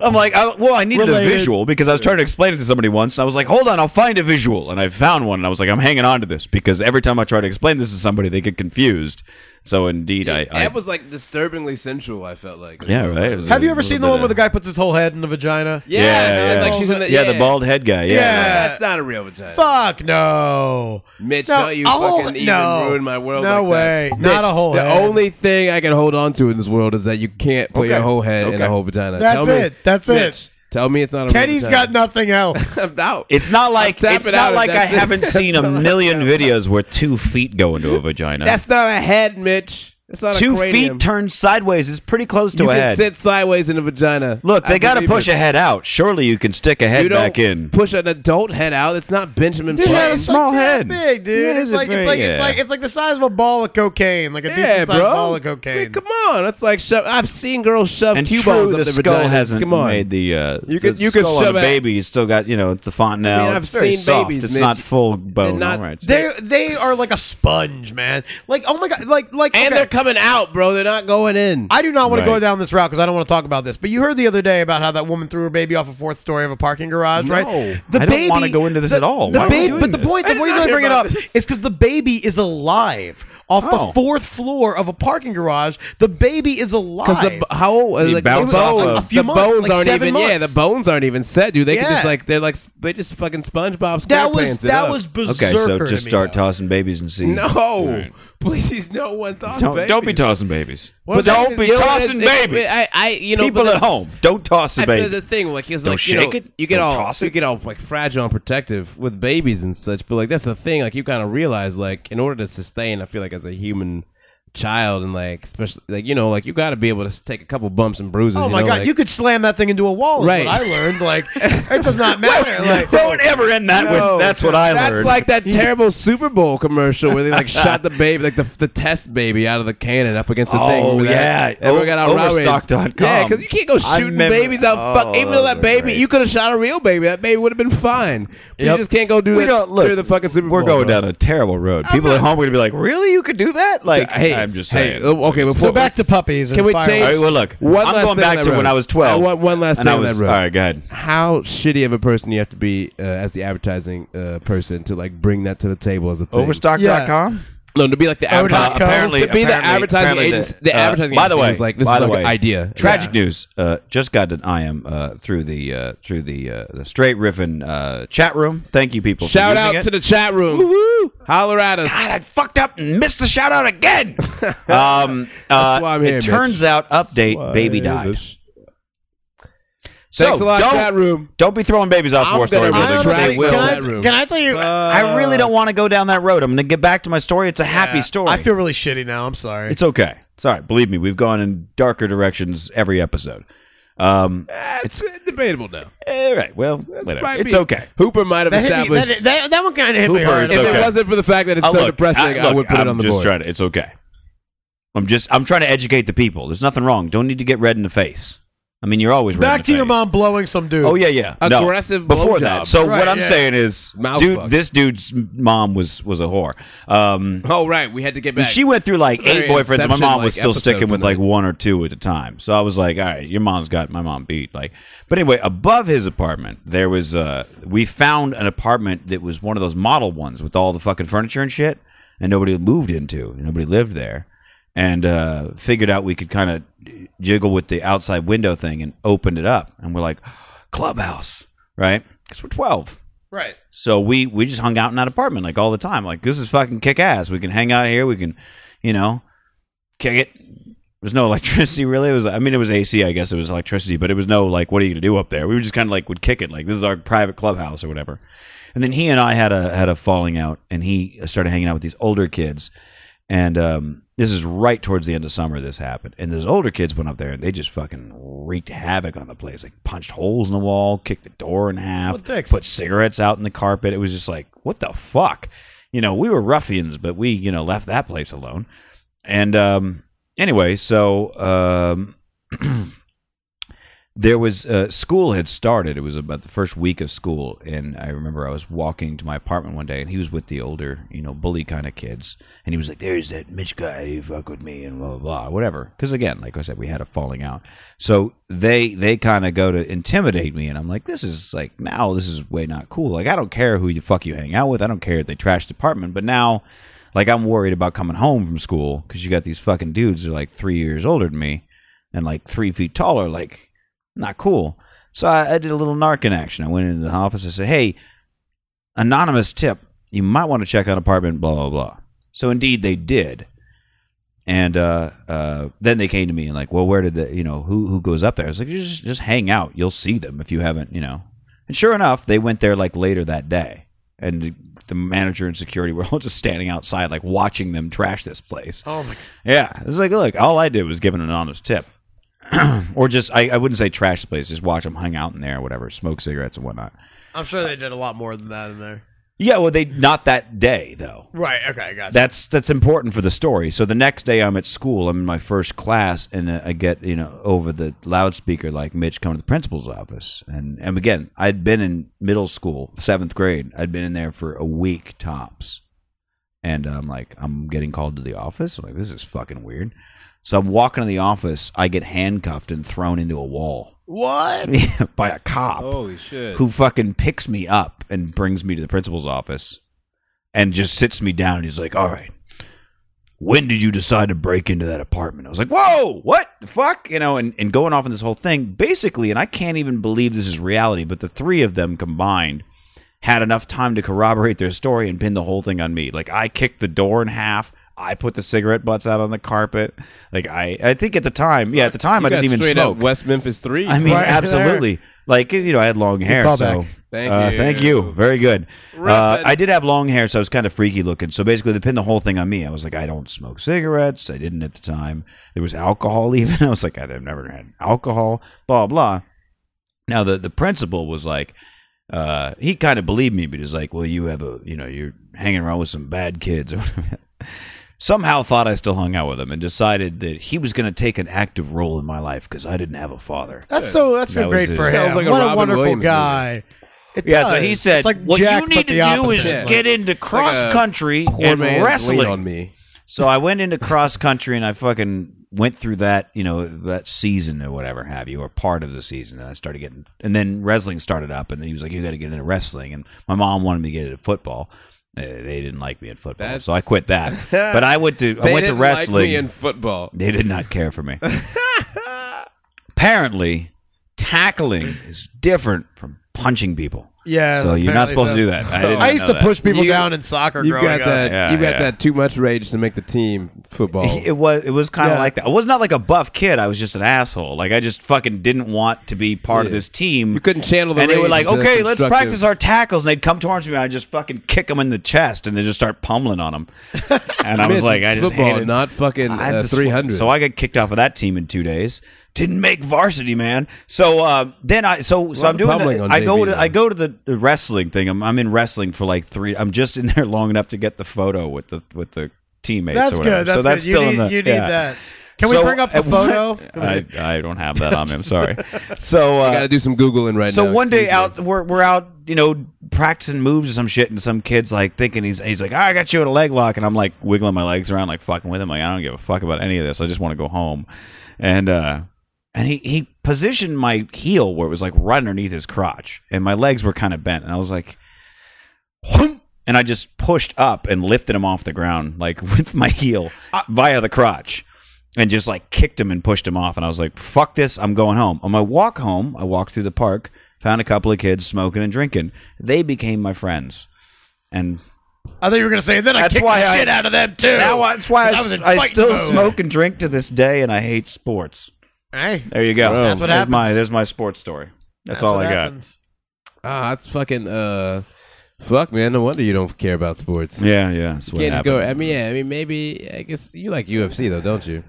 G: I'm like, I, well, I needed a
H: Related.
G: visual because I was trying to explain it to somebody once. I was like, hold on, I'll find a visual. And I found one. And I was like, I'm hanging on to this because every time I try to explain this to somebody, they get confused. So indeed, (laughs) I. I
B: That was like disturbingly sensual. I felt like.
G: yeah, right. It was
H: Have
G: a
H: you ever
G: little
H: seen the
G: bit
H: one
G: of-
H: where the guy puts his whole head in the vagina?
B: Yes,
G: Yeah,
B: and,
G: yeah.
B: like she's in the
G: yeah, the bald head guy. Yeah.
H: Yeah.
B: That's not a real vagina.
H: Fuck no.
B: Mitch,
H: No,
B: don't you
H: a whole-
B: fucking
H: no.
B: even ruin my world.
H: No
B: like that.
H: way. Not
B: Mitch,
H: a whole
B: The
H: head.
B: only thing I can hold on to in this world is that you can't put your whole head in
G: Okay.
B: a whole vagina.
H: That's
B: Tell me-
H: it. That's
B: Mitch,
H: it.
B: Tell me it's not a
H: Teddy's
B: real vagina.
H: got
B: (laughs)
H: nothing else.
B: I'm out.
G: It's not like
B: I'll tap
G: it's
B: it out (laughs)
G: not
B: if
G: like I
B: that's it.
G: haven't seen a million videos where two feet go into a vagina.
B: That's not a head, Mitch. That's not a
G: two
B: cranium.
G: feet turned sideways is pretty close to
B: you
G: a
B: can
G: head.
B: sit sideways in a vagina.
G: Look,
B: I
G: they got to
B: believe
G: push
B: it.
G: a head out. Surely you can stick a head
B: You don't
G: back in.
B: Push an adult head out. It's not Benjamin
H: Dude,
B: Button.
H: yeah, it's
G: Small
H: like that
G: head.
H: big, dude.
G: Yeah,
H: it's
G: it's
H: like
G: a
H: it's like
G: big-
H: it's like it's like the size of a ball of cocaine, like a
B: Yeah,
H: decent sized
B: bro.
H: ball of
B: I
H: cocaine.
B: mean, come on, that's like shove. I've seen girls shove
G: and
B: cue
G: true,
B: balls
G: the
B: up their
G: skull
B: vaginas.
G: hasn't
B: Come on,
G: made the uh,
B: You could-
G: the
B: you could
G: skull on
B: shove
G: a
B: it-
G: baby. It's still got you know it's the font now.
B: I've
G: it's very
B: seen
G: soft.
B: babies,
G: It's
B: Mitch.
G: not full bone.
B: not-
G: All right.
H: They they are like a sponge, man. Like oh my god, like like
B: and
H: okay.
B: they're coming out, bro. They're not going in.
H: I do not want to go
G: Right.
H: down this route because I don't want to talk about this. But you heard the other day about how that woman threw her baby off a fourth story of a parking garage, right? The
G: I don't wanna go into this
H: the-
G: at all.
H: The
G: Why are we
H: baby,
G: doing
H: but the
G: this?
H: point, the
B: did
H: reason
B: not
H: I
B: hear
H: bring it
B: about
H: up
B: this.
H: is because the baby is alive off
G: Oh.
H: the fourth floor of a parking garage. The baby is alive.
B: Because the b- how old?
G: He
B: Like, the
G: bounced off
B: bones,
G: of- A
H: few
B: the
H: months,
B: bones
H: like
B: aren't
H: seven
B: even. Yeah, the
H: months.
B: bones aren't even set, dude. They can just
H: Yeah.
B: like they're like s- they just fucking SpongeBob SquarePants.
H: that was
B: it
H: that
B: up.
H: was berserker.
G: Okay, so
H: to
G: just
H: me,
G: start
H: though.
G: tossing babies and
B: (laughs)
G: see.
B: no. Please, no one toss
G: don't,
B: babies.
G: don't be tossing babies.
B: Well,
G: don't
B: that's-
G: be
B: you know,
G: tossing
B: it's-
G: babies.
B: I, I, you know,
G: People
B: but
G: at
B: that's-
G: home, don't toss a
B: I, but
G: baby.
B: the thing, like, it's
G: Don't
B: like you
G: shake
B: know,
G: it.
B: you get
G: Don't
B: all,
G: toss
B: you
G: it.
B: get all like fragile and protective with babies and such. But like, that's the thing. Like, you kind of realize, like, in order to sustain, I feel like as a human child, and like, especially like you know, like you got to be able to s- take a couple bumps and bruises.
H: Oh
B: you
H: my
B: know,
H: god,
B: like-
H: you could slam that thing into a wall. Is
B: Right.
H: what I learned.
G: (laughs)
H: Like it does not matter.
G: (laughs)
H: like
G: Don't ever end that with. That's what I
B: That's
G: learned.
B: like that
G: (laughs)
B: terrible Super Bowl commercial where they like shot the baby, like the, the test baby, out of the cannon up against the
G: Oh,
B: thing. Remember that?
G: yeah.
B: everyone got all
G: O-
B: outraged.
G: Overstock.com.
B: Yeah, because you can't go
G: I
B: shooting
G: remember-
B: babies out.
G: Oh,
B: fuck, even though
G: those
B: that
G: are
B: baby,
G: great.
B: you could have shot a real baby. That baby would have been fine. But You
G: Yep.
B: just can't go do
G: We
B: that
G: don't- look,
B: through the fucking Super
G: We're
B: Bowl.
G: going
B: bro.
G: down a terrible road. People at home are going to be like, "Really, you could do that?" Like,
B: Hey,
G: I'm just
B: hey,
G: saying.
B: oh, okay, before
H: so back to
B: let's-
H: puppies. And
B: Can we
H: fireworks.
B: change?
G: All right, well, look,
B: One last
G: I'm going
B: thing on
G: back
B: that
G: to
B: road.
G: when I was 12.
B: I want one last
G: and
B: thing
G: I was
B: on that road.
G: all right. Go ahead.
B: How shitty of a person you have to be uh, as the advertising uh, person to like bring that to the table as a thing.
G: Overstock.com.
B: No, to be like the
G: dot
B: advertising.
G: com. Uh, Apparently-
B: to be the
G: apparently-
B: advertising
G: apparently
B: agency. The,
G: the- uh,
B: advertising
G: by the
B: agency
G: way,
B: was like this
G: by
B: is
G: the
B: like
G: way,
B: an idea.
G: Tragic
B: Yeah.
G: news. Uh, just got an IM uh, through the uh, through the uh, the straight riffin uh, chat room. Thank you, people.
B: Shout
G: for
B: out
G: using it.
B: to the chat room. Holler at us.
G: God, I fucked up and missed the shout
B: (laughs)
G: out again. um, uh,
B: why I'm here,
G: it
B: Mitch.
G: turns out, update, baby died. So
B: Thanks a lot,
G: don't,
B: chat room.
G: Don't be throwing babies off
B: I'm
G: four story
B: gonna
G: buildings.
B: retract
G: They
B: my
G: will.
H: Can
B: Chat
H: I,
B: room.
H: can I tell you?
G: I really don't want to go down that road. I'm going to get back to my story. It's a happy
H: Yeah.
G: story.
H: I feel really shitty now. I'm sorry.
G: It's okay. It's all right. Believe me, we've gone in darker directions every episode. Um,
B: It's debatable now.
G: all right. Well, whatever. it's okay.
B: Hooper might have
H: that, hit me,
B: established.
H: that, that, that one kind of hit me
G: Hooper,
H: hard.
G: it's
B: if
G: okay.
B: it wasn't for the fact that it's
G: Uh,
B: so
G: look,
B: depressing, I,
G: look,
B: would put it on the
G: I'm just
B: board.
G: trying to. It's okay. I'm just. I'm trying to educate the people. There's nothing wrong. Don't need to get red in the face. I mean, you're always red in
H: Back
G: the
H: to your
G: face.
H: mom blowing some dude.
G: Oh yeah, yeah. No.
B: Aggressive
G: before
B: blowjob.
G: that. So
H: Right,
G: what I'm
H: yeah.
G: saying is,
B: Mouth
G: dude,
B: fuck.
G: this dude's mom was was a whore. Um,
B: Oh right, we had to get back.
G: She went through like
B: It's a
G: eight
B: very
G: boyfriends. and My mom
B: Inception-like
G: was still
B: episode
G: sticking with like
B: tonight.
G: one or two at a time. So I was like, all right, your mom's got my mom beat. Like, but anyway, above his apartment, there was uh, we found an apartment that was one of those model ones with all the fucking furniture and shit, and nobody moved into, and nobody lived there, and uh, figured out we could kind of jiggle with the outside window thing and opened it up, and we're like, clubhouse, right? Because we're twelve.
H: Right.
G: So we we just hung out in that apartment like all the time. Like this is fucking kick ass. We can hang out here. We can, you know, kick it. There's no (laughs) electricity really. It was I mean it was AC. I guess it was electricity, but it was no like what are you gonna do up there? We were just kind of like would kick it. Like this is our private clubhouse or whatever. And then he and I had a had a falling out, and he started hanging out with these older kids. And um, this is right towards the end of summer. This happened, and those older kids went up there, and they just fucking wreaked havoc on the place. Like punched holes in the wall, kicked the door in half,
H: Well, dicks.
G: put cigarettes out in the carpet. It was just like, what the fuck? You know, we were ruffians, but we you know left that place alone. And um, anyway, so um, (clears throat) there was uh, school had started. It was about the first week of school, and I remember I was walking to my apartment one day, and he was with the older, you know, bully kind of kids, and he was like, "There's that Mitch guy, he fuck with me, and blah blah blah, whatever." Because again, like I said, we had a falling out, so they they kind of go to intimidate me, and I'm like, "This is like now, this is way not cool. Like I don't care who the fuck you hang out with, I don't care if they trash the apartment, but now." Like I'm worried about coming home from school because you got these fucking dudes that are like three years older than me, and like three feet taller. Like not cool. So I, I did a little Narcan action. I went into the office. I said, "Hey, anonymous tip. You might want to check out apartment blah blah blah." So indeed, they did. And uh, uh, then they came to me and like, "Well, where did the you know who who goes up there?" I was like, "Just just hang out. You'll see them if you haven't you know." And sure enough, they went there like later that day, and the manager and security were (laughs) all just standing outside, like watching them trash this place.
H: Oh my.
G: Yeah, it was like, look, all I did was give an anonymous tip, (clears throat) or just I, I wouldn't say trash the place, just watch them hang out in there, or whatever, smoke cigarettes and whatnot.
H: I'm sure they did a lot more than that in there.
G: Yeah, well, they not that day though.
H: Right. Okay. I got
G: That's that's important for the story. So the next day, I'm at school. I'm in my first class, and uh, I get you know over the loudspeaker like Mitch coming to the principal's office, and and again, I'd been in middle school, seventh grade. I'd been in there for a week tops, and I'm like, I'm getting called to the office. I'm like, this is fucking weird. So I'm walking to the office. I get handcuffed and thrown into a wall (laughs)
H: What?
G: by a cop
B: Holy shit!
G: who fucking picks me up and brings me to the principal's office and just sits me down and he's like, All right, when did you decide to break into that apartment? I was like, Whoa, what the fuck? You know, and, and going off on this whole thing, basically, and I can't even believe this is reality, but the three of them combined had enough time to corroborate their story and pin the whole thing on me. Like I kicked the door in half. I put the cigarette butts out on the carpet. Like I, I think at the time, yeah, at the time I
B: You got
G: didn't even
B: straight
G: smoke.
B: up West Memphis Three.
G: I mean,
H: Right there.
G: absolutely. Like you know, I had long hair, so
B: Thank
G: uh,
B: you.
G: Thank you. Very good. Uh,
B: Rapid.
G: I did have long hair, so I was kind of freaky looking. So basically, they pinned the whole thing on me. I was like, I don't smoke cigarettes. I didn't at the time. There was alcohol, (laughs) even. I was like, I've never had alcohol. Blah blah. Now the the principal was like, uh, he kind of believed me, but he's like, well, you have a, you know, you're hanging around with some bad kids. (laughs) or whatever. Somehow thought I still hung out with him and decided that he was going to take an active role in my life because I didn't have a father.
H: That's so. That's so
G: That
H: great
G: was
H: for
G: it.
H: him.
B: Sounds like a
H: what a
B: Robin
H: wonderful
B: Williams movie.
H: guy. It
G: Yeah, so
H: does.
G: he said,
H: It's like
G: "What
H: Jack,
G: you
H: but
G: need to
H: the
G: do
H: opposite.
G: is get into cross country
B: Poor
G: and
B: man's lean
G: wrestling."
B: on me.
G: So I went into cross country and I fucking went through that, you know, that season or whatever have you, or part of the season. And I started getting, and then wrestling started up, and then he was like, "You got to get into wrestling." And my mom wanted me to get into football. Uh, They didn't like me in football,
B: That's-
G: so I
B: (laughs)
G: quit that. But I went to
B: They
G: I went to
B: didn't
G: wrestling.
B: Like me in football.
G: They did not care
B: (laughs)
G: for me. Apparently, tackling is different from punching people.
H: Yeah.
G: so you're not
H: apparently
G: supposed
H: so.
G: to do that.
H: (laughs)
G: I, didn't
H: I used
G: know
H: to
G: that.
H: push people
B: You-
H: down in soccer
B: You've
H: growing
B: got
H: up.
B: that.
G: Yeah,
B: you've got
G: yeah.
B: that too much rage to make the team football.
G: It was it was kind of
H: Yeah.
G: like that. I was not like a buff kid. I was just an asshole. Like I just fucking didn't want to be part of
B: Yeah.
G: this team.
B: you couldn't channel the.
G: and they
B: rage
G: were like,
B: into
G: "Okay, let's
B: constructive-
G: practice our tackles." And they'd come towards me, and I just fucking kick them in the chest, and they just start pummeling on them. And I was
B: Mitch,
G: like,
B: it's
G: "I just
B: football,
G: hated
B: not fucking
G: I
B: uh,
G: just-
B: three hundred.
G: So I got kicked off of that team in two days. Didn't make varsity, man. So uh, then I so so
B: lot
G: I'm
B: of
G: doing.
B: pummeling
G: the-
B: on
G: I go
B: JV
G: to I
B: then.
G: go to the, the wrestling thing. I'm I'm in wrestling for like three. I'm just in there long enough to get the photo with the with the teammates. or
H: That's
G: whatever.
H: good. That's
G: so that's
H: good.
G: still
H: you need,
G: in the.
H: you need
G: yeah.
H: that. Can
G: So
H: we bring up the
G: at
H: photo?
G: one- I, I don't have that on me. I'm
H: (laughs)
G: sorry. So
B: got
G: uh,
B: to do some googling right
G: so
B: now.
G: one day
B: excuse me.
G: out, we're we're out, you know, practicing moves or some shit, and some kid's like thinking he's he's like, "Ah, I got you at a leg lock, and I'm like wiggling my legs around, like fucking with him, like I don't give a fuck about any of this. I just want to go home, and uh, and he he positioned my heel where it was like right underneath his crotch, and my legs were kind of bent, and I was like, "Whoomp," and I just pushed up and lifted him off the ground like (laughs) with my heel
B: Uh,
G: via the crotch and just like kicked him and pushed him off. And I was like, fuck this, I'm going home. On my walk home, I walked through the park found a couple of kids smoking and drinking. They became my friends, and
H: I thought you were gonna say then I
G: That's
H: kicked the
G: why I-
H: shit out of them too.
G: now that's why
H: I
G: I,
H: was in
G: I
H: fight
G: still
H: mode.
G: smoke and drink to this day, and I hate sports.
H: hey,
G: There you go.
B: Bro. That's
H: what
G: there's
H: happens.
G: My, there's my sports story. That's, all
H: what
G: I
H: happens.
B: Ah, that's fucking. Uh, fuck, man. No wonder you don't care about sports.
G: got. Yeah, yeah. that's what
B: You can't just go.
G: happened.
B: I mean, yeah. I mean, maybe. I guess you like UFC though, don't you?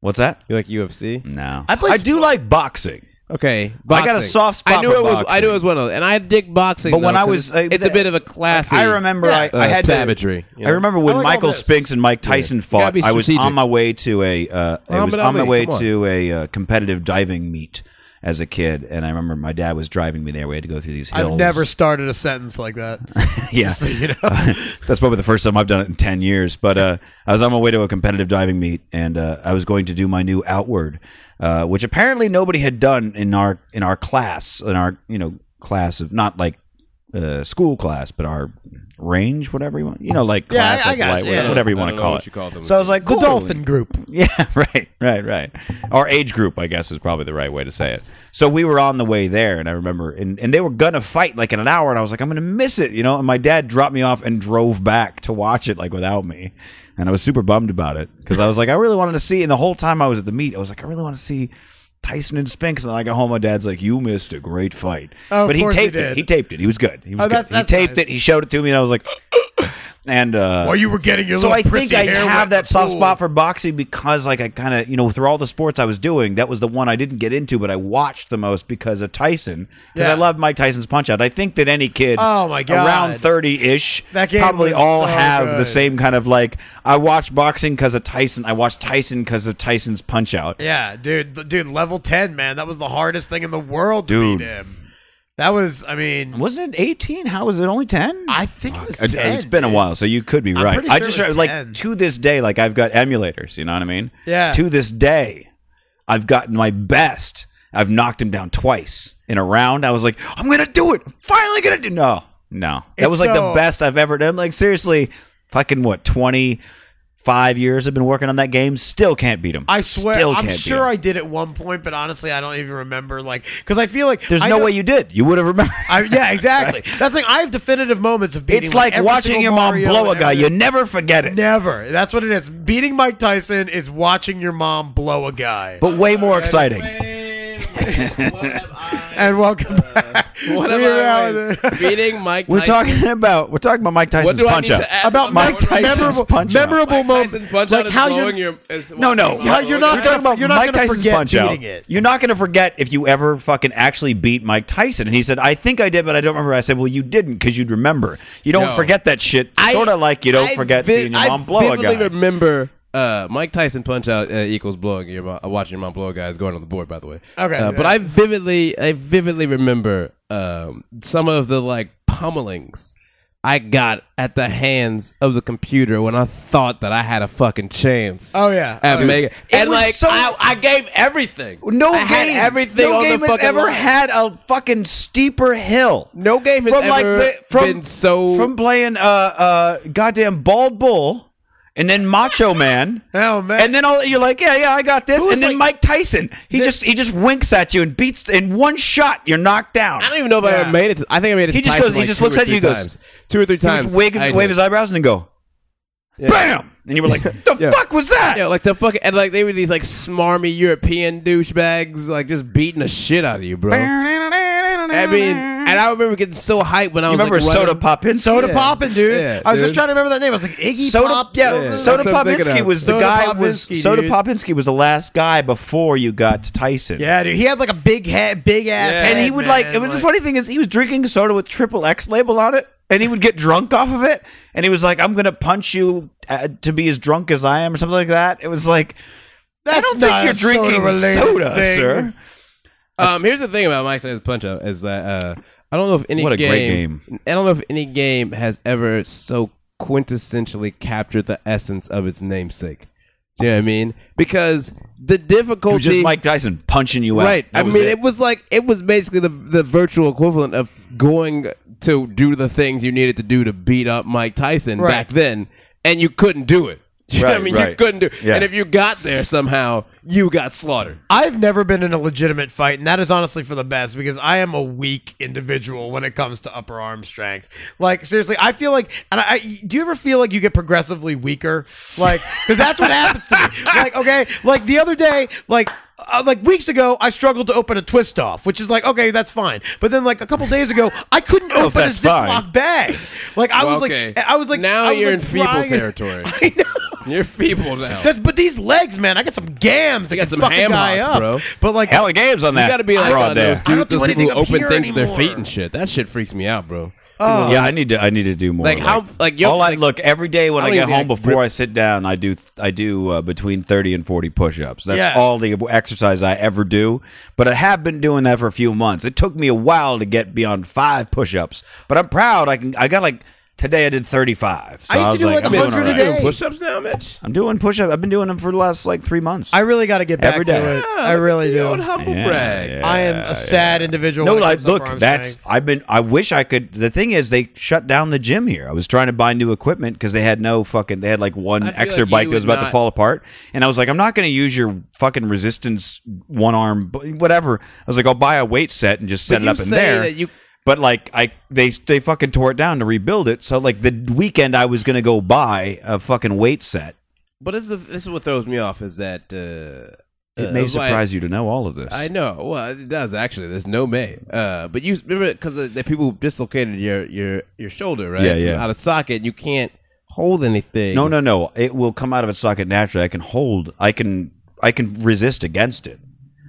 G: What's that?
B: You like UFC?
G: No,
H: I played
G: do like boxing.
B: Okay,
G: I got a
B: boxing.
G: soft spot
B: I knew
G: for
B: it was. I
G: boxing.
B: knew it was one of those, and I dig boxing.
G: But when
B: though,
G: I
B: 'cause
G: was-
B: it's,
G: I-
B: it's a bit of a classic.
G: I remember I, I
B: uh,
G: had to,
B: savagery. you
G: I
B: know?
G: remember when
H: I like all
G: Michael
H: this.
G: Spinks and Mike Tyson
B: gotta
G: fought.
B: be
G: I was
B: strategic.
G: on my way to a uh, I was
B: Muhammad
G: on my
B: Ali,
G: way
B: come on.
G: to a uh, competitive diving meet as a kid, and I remember my dad was driving me there. We had to go through these hills.
H: I've never started a sentence like (laughs) that.
G: yeah.
H: So, you (laughs) know,
G: (laughs) That's probably the first time I've done it in ten years. But uh, I was on my way to a competitive diving meet, and uh, I was going to do my new outward, uh, which apparently nobody had done in our in our class, in our you know class of not like uh, school class, but our range, whatever you want, you know, like
H: Yeah, I-
G: class,
H: I
G: like
H: got
G: light,
H: you. Yeah.
G: whatever you want
B: I don't
G: to
B: know
G: call
B: what
G: it.
B: you call them.
G: So I was like,
H: the
G: cool.
H: Dolphin Group.
G: (laughs) Yeah, right, right, right. Our age group, I guess, is probably the right way to say it. So we were on the way there, and I remember, and, and they were gonna fight like in an hour, and I was like, I'm gonna miss it, you know. And my dad dropped me off and drove back to watch it like without me, and I was super bummed about it because I was like, I really wanted to see. And the whole time I was at the meet, I was like, I really want to see. Tyson and Spinks, and then I got home. My dad's like, "You missed a great fight,"
H: Oh, of
G: but he
H: course he
G: taped
H: did.
G: it. He taped it. He was good. He was
H: Oh,
G: good.
H: that's- that's
G: he taped
H: nice.
G: it. He showed it to me, and I was like, (laughs) "And uh,
H: While you were getting your
G: so
H: little
G: I think
H: prissy
G: I
H: hair wet in
G: have that
H: the
G: soft
H: pool.
G: spot for boxing because, like, I kind of, you know, through all the sports I was doing, that was the one I didn't get into, but I watched the most because of Tyson. Because
H: Yeah.
G: I loved Mike Tyson's Punch Out. I think that any kid
H: Oh, my God.
G: around 30 ish
H: That game
G: probably
H: was
G: all
H: so
G: have the
H: good.
G: same kind of, like, I watched boxing because of Tyson. I watched Tyson because of Tyson's Punch Out.
H: Yeah, dude, th- dude, level ten, man. That was the hardest thing in the world to
G: Dude.
H: beat him. That was, I mean,
G: Wasn't it 18? How was it only 10?
H: I think it was
G: I-
H: 10,
G: it's been a
H: dude.
G: while, so you could be
H: I'm
G: right.
H: pretty
G: I
H: sure
G: just
H: it was
G: like
H: 10.
G: to this day, like I've got emulators. You know what I mean?
H: Yeah.
G: To this day, I've gotten my best. I've knocked him down twice in a round. I was like, I'm gonna do it. I'm finally gonna do. No, no, that
H: It's uh,
G: was like the
H: so-
G: best I've ever done. Like seriously, fucking what twenty five years I've been working on that game. Still can't beat him.
H: I swear,
G: Still
H: I'm
G: can't
H: sure
G: Beat
H: I
G: him.
H: did at one point, but honestly, I don't even remember. Like, because I feel like
G: There's
H: I
G: no
H: know-
G: way you did. You would have remembered.
H: (laughs)
G: (laughs)
H: I, yeah, exactly. That's like I have definitive moments of beating.
G: it's like
H: every
G: watching
H: single
G: your mom
H: Mario
G: blow a
H: and
G: guy. You
H: everything.
G: never forget it.
H: never. That's what it is. Beating Mike Tyson is watching your mom blow a guy.
G: But way more exciting.
B: (laughs)
H: and welcome back.
B: What am
H: We are
B: I
H: out
B: waiting?
H: of-
B: beating Mike?
G: We're
B: Tyson?
G: talking about we're talking about Mike Tyson's
B: do I
G: punch
B: need
G: out
B: to add
G: about
B: to
G: Mike
B: that?
G: Tyson's
H: memorable,
G: punch
H: memorable
B: Mike
H: moment.
B: Tyson punch
H: like
B: out is
H: how
B: blowing
H: you're.
B: your. is
G: No, no,
B: watching
H: Yeah,
B: your-
H: you're
G: We're
H: not gonna-
G: talking about
H: you're not
G: Mike
H: gonna
G: Tyson's
H: forget
G: punch out.
H: beating it.
G: You're not going to forget if you ever fucking actually beat Mike Tyson. And he said, "I think I did, but I don't remember." I said, "Well, you didn't because you'd remember. You don't
B: No.
G: forget that shit.
B: I-
G: Sort of like you don't
B: I
G: forget
B: vi-
G: seeing your mom blow
B: I
G: a
B: vividly
G: guy."
B: remember uh, Mike Tyson punch out uh, equals blowing your mom, uh, watching your mom blow a guy is going on the board by the way.
H: Okay,
B: Uh, but
H: yeah.
B: I vividly, I vividly remember um, some of the like pummelings I got at the hands of the computer when I thought that I had a fucking chance.
H: Oh yeah.
B: At
H: Oh, yeah.
B: making- and
G: was
B: like
G: so-
B: I, I gave everything.
G: No
B: I
G: game,
B: had everything
G: no
B: on the
G: game has
B: fucking
G: ever
B: line.
G: had a fucking steeper hill.
B: No game has
G: from like
B: ever
G: the, from
B: been so
G: from playing uh uh goddamn bald bull and then
B: (laughs)
G: Macho Man.
H: Oh man.
G: And then all you're like, yeah, yeah, I got this.
B: Who's
G: And then
B: like-
G: Mike Tyson, he just he just winks at you and beats in one shot. You're knocked down.
B: I don't even know if I ever made it. To, I think I made it.
G: He
B: to
G: just
B: Tyson
G: goes- he
B: like
G: just
B: two
G: looks
B: or
G: at you
B: three
G: and goes,
B: times. two or three
G: He would
B: times.
G: wave,
B: I did.
G: wave his eyebrows and go, bam. And you
B: (laughs)
G: were like, the
B: Yeah.
G: fuck was that?
B: Yeah, like the fucking and like they were these like smarmy European douchebags, like just beating the shit out of you, bro. I mean, and I remember getting so hyped when I
G: you
B: was
G: remember
B: like
G: Soda
B: running-
G: Poppin?
H: Soda
B: Yeah.
H: Poppin', dude.
B: Yeah,
H: I was
B: dude.
H: just trying to remember that name. I was like Iggy
G: Soda,
H: Pop.
G: yeah,
B: Yeah.
G: Soda
B: That's what I'm thinking
G: Popinski
B: of.
G: was the
H: Soda
G: guy. was
H: Popinski,
G: Soda
H: dude.
G: Popinski was the last guy before you got to Tyson.
H: Yeah, dude. He had like a big head, big ass,
B: Yeah.
H: head,
G: and he would
H: man,
G: like. It was the funny thing is he was drinking soda with triple X label on it, and he would get drunk off of it, and he was like, "I'm gonna punch you uh, to be as drunk as I am," or something like that. It was like, I
H: That's
G: don't
H: not a
G: think you're drinking
H: soda-related
G: soda,
H: thing.
G: sir.
B: Um, here's the thing about Mike Tyson's Punch Out is that uh, I don't know if any
G: What a
B: game,
G: great
B: I don't know if any game has ever so quintessentially captured the essence of its namesake. Do you know what I mean? Because the
G: It
B: difficulty,
G: was just Mike Tyson punching you out.
B: right?
G: That
B: I
G: was
B: mean, it. was like it was basically the the virtual equivalent of going to do the things you needed to do to beat up Mike Tyson
H: Right.
B: back then, and you couldn't do it. (laughs) You know what I
G: Right,
B: mean, you
G: right.
B: couldn't do.
G: Yeah.
B: And if you got there somehow, you got slaughtered.
H: I've never been in a legitimate fight, and that is honestly for the best because I am a weak individual when it comes to upper arm strength. Like seriously, I feel like, and I, I do you ever feel like you get progressively weaker? Like, because that's what happens to me. Like, okay, like the other day, like. Uh, like weeks ago, I struggled to open a twist off, which is like okay, that's fine. But then, like a couple days ago, I couldn't open a
G: that's fine.
H: Ziploc bag. Like I
B: Oh, Well,
H: was
B: okay.
H: like, I was like,
B: Now
H: I was,
B: you're
H: like,
B: in feeble
H: crying.
B: territory.
H: (laughs) I know.
B: You're feeble now.
H: That's but these legs, man. I got some gams. They
B: got
H: got
B: some
H: some fucking
B: ham
H: guy
B: hocks,
H: up.
B: bro.
H: But like,
G: Hella games on that.
B: You got to be like
G: broad
B: on
G: there.
B: those dudes,
H: don't do
B: those people
H: anything
B: who
H: up
B: open
H: here
B: things with their
H: anymore.
B: feet and shit. That shit freaks me out, bro.
H: Oh.
G: yeah, I need to. I need to do more.
B: Like, how- like, yo,
G: all
B: like-
G: I look every day when
B: I
G: I,
B: don't
G: get
B: even
G: home
B: think I
G: before
B: rip-
G: I sit down, I do. I do uh, between thirty and forty push-ups. That's
H: Yeah.
G: all the exercise I ever do. But I have been doing that for a few months. It took me a while to get beyond five push-ups, but I'm proud. I can. I got like today. I did thirty-five. So
H: I used to
G: was
H: do, like,
G: I'm doing
H: 100
G: all
H: a
G: right.
H: day.
B: Doing push-ups now, Mitch.
G: I'm doing push-ups. I've been doing them for the last like three months.
H: I really got to get back
G: Every
H: to
G: day.
H: it. I really
B: The old
H: do.
B: humble
G: Yeah,
B: brag.
G: yeah,
H: I am
G: yeah.
H: a sad individual.
G: No,
H: when it
G: like,
H: comes to
G: look,
H: firearm
G: that's
H: strength.
G: I've been. I wish I could. The thing is, they shut down the gym here. I was trying to buy new equipment because they had no fucking. They had like one
B: I feel
G: extra
B: like you
G: bike that was
B: would
G: about
B: not-
G: to fall apart, and I was like, I'm not going to use your fucking resistance one arm, b- whatever. I was like, I'll buy a weight set and just set
B: But
G: it
B: you
G: up in
B: say
G: there.
B: that you-
G: but like I, they they fucking tore it down to rebuild it. So like the weekend, I was gonna go buy a fucking weight set.
B: But this is, the, this is what throws me off is that uh,
G: It
B: uh,
G: may
B: like-
G: surprise you to know all of this.
B: I know. Well, it does actually. There's no may. Uh, but you remember because the, the people dislocated your your your shoulder, right?
G: Yeah, yeah.
B: Out of socket, and you can't hold anything.
G: No, no, no. It will come out of its socket naturally. I can hold. I can. I can resist against it.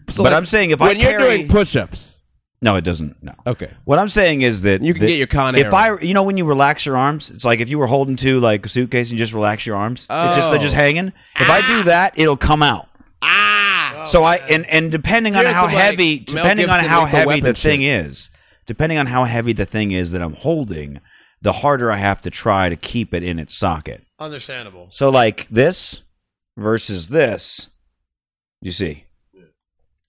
B: So,
G: but
B: like,
G: I'm saying if
B: when
G: I
B: you're
G: carry-
B: doing push-ups,
G: no, it doesn't. No.
B: okay.
G: What I'm saying is that
B: You can
G: that
B: get your Con Air
G: If I, you know, when you relax your arms, it's like if you were holding to like a suitcase and just relax your arms. It's just they're just
B: Oh. Ah.
G: hanging. If I do that, it'll come out. Ah. So I and and depending on
B: You're
G: how
B: into, like,
G: heavy,
B: Mel
G: depending on
B: Gibson
G: how
B: lethal
G: heavy the
B: weapon
G: thing is, depending on how heavy the thing is that I'm holding, the harder I have to try to keep it in its socket.
H: understandable.
G: So like this versus this, you see,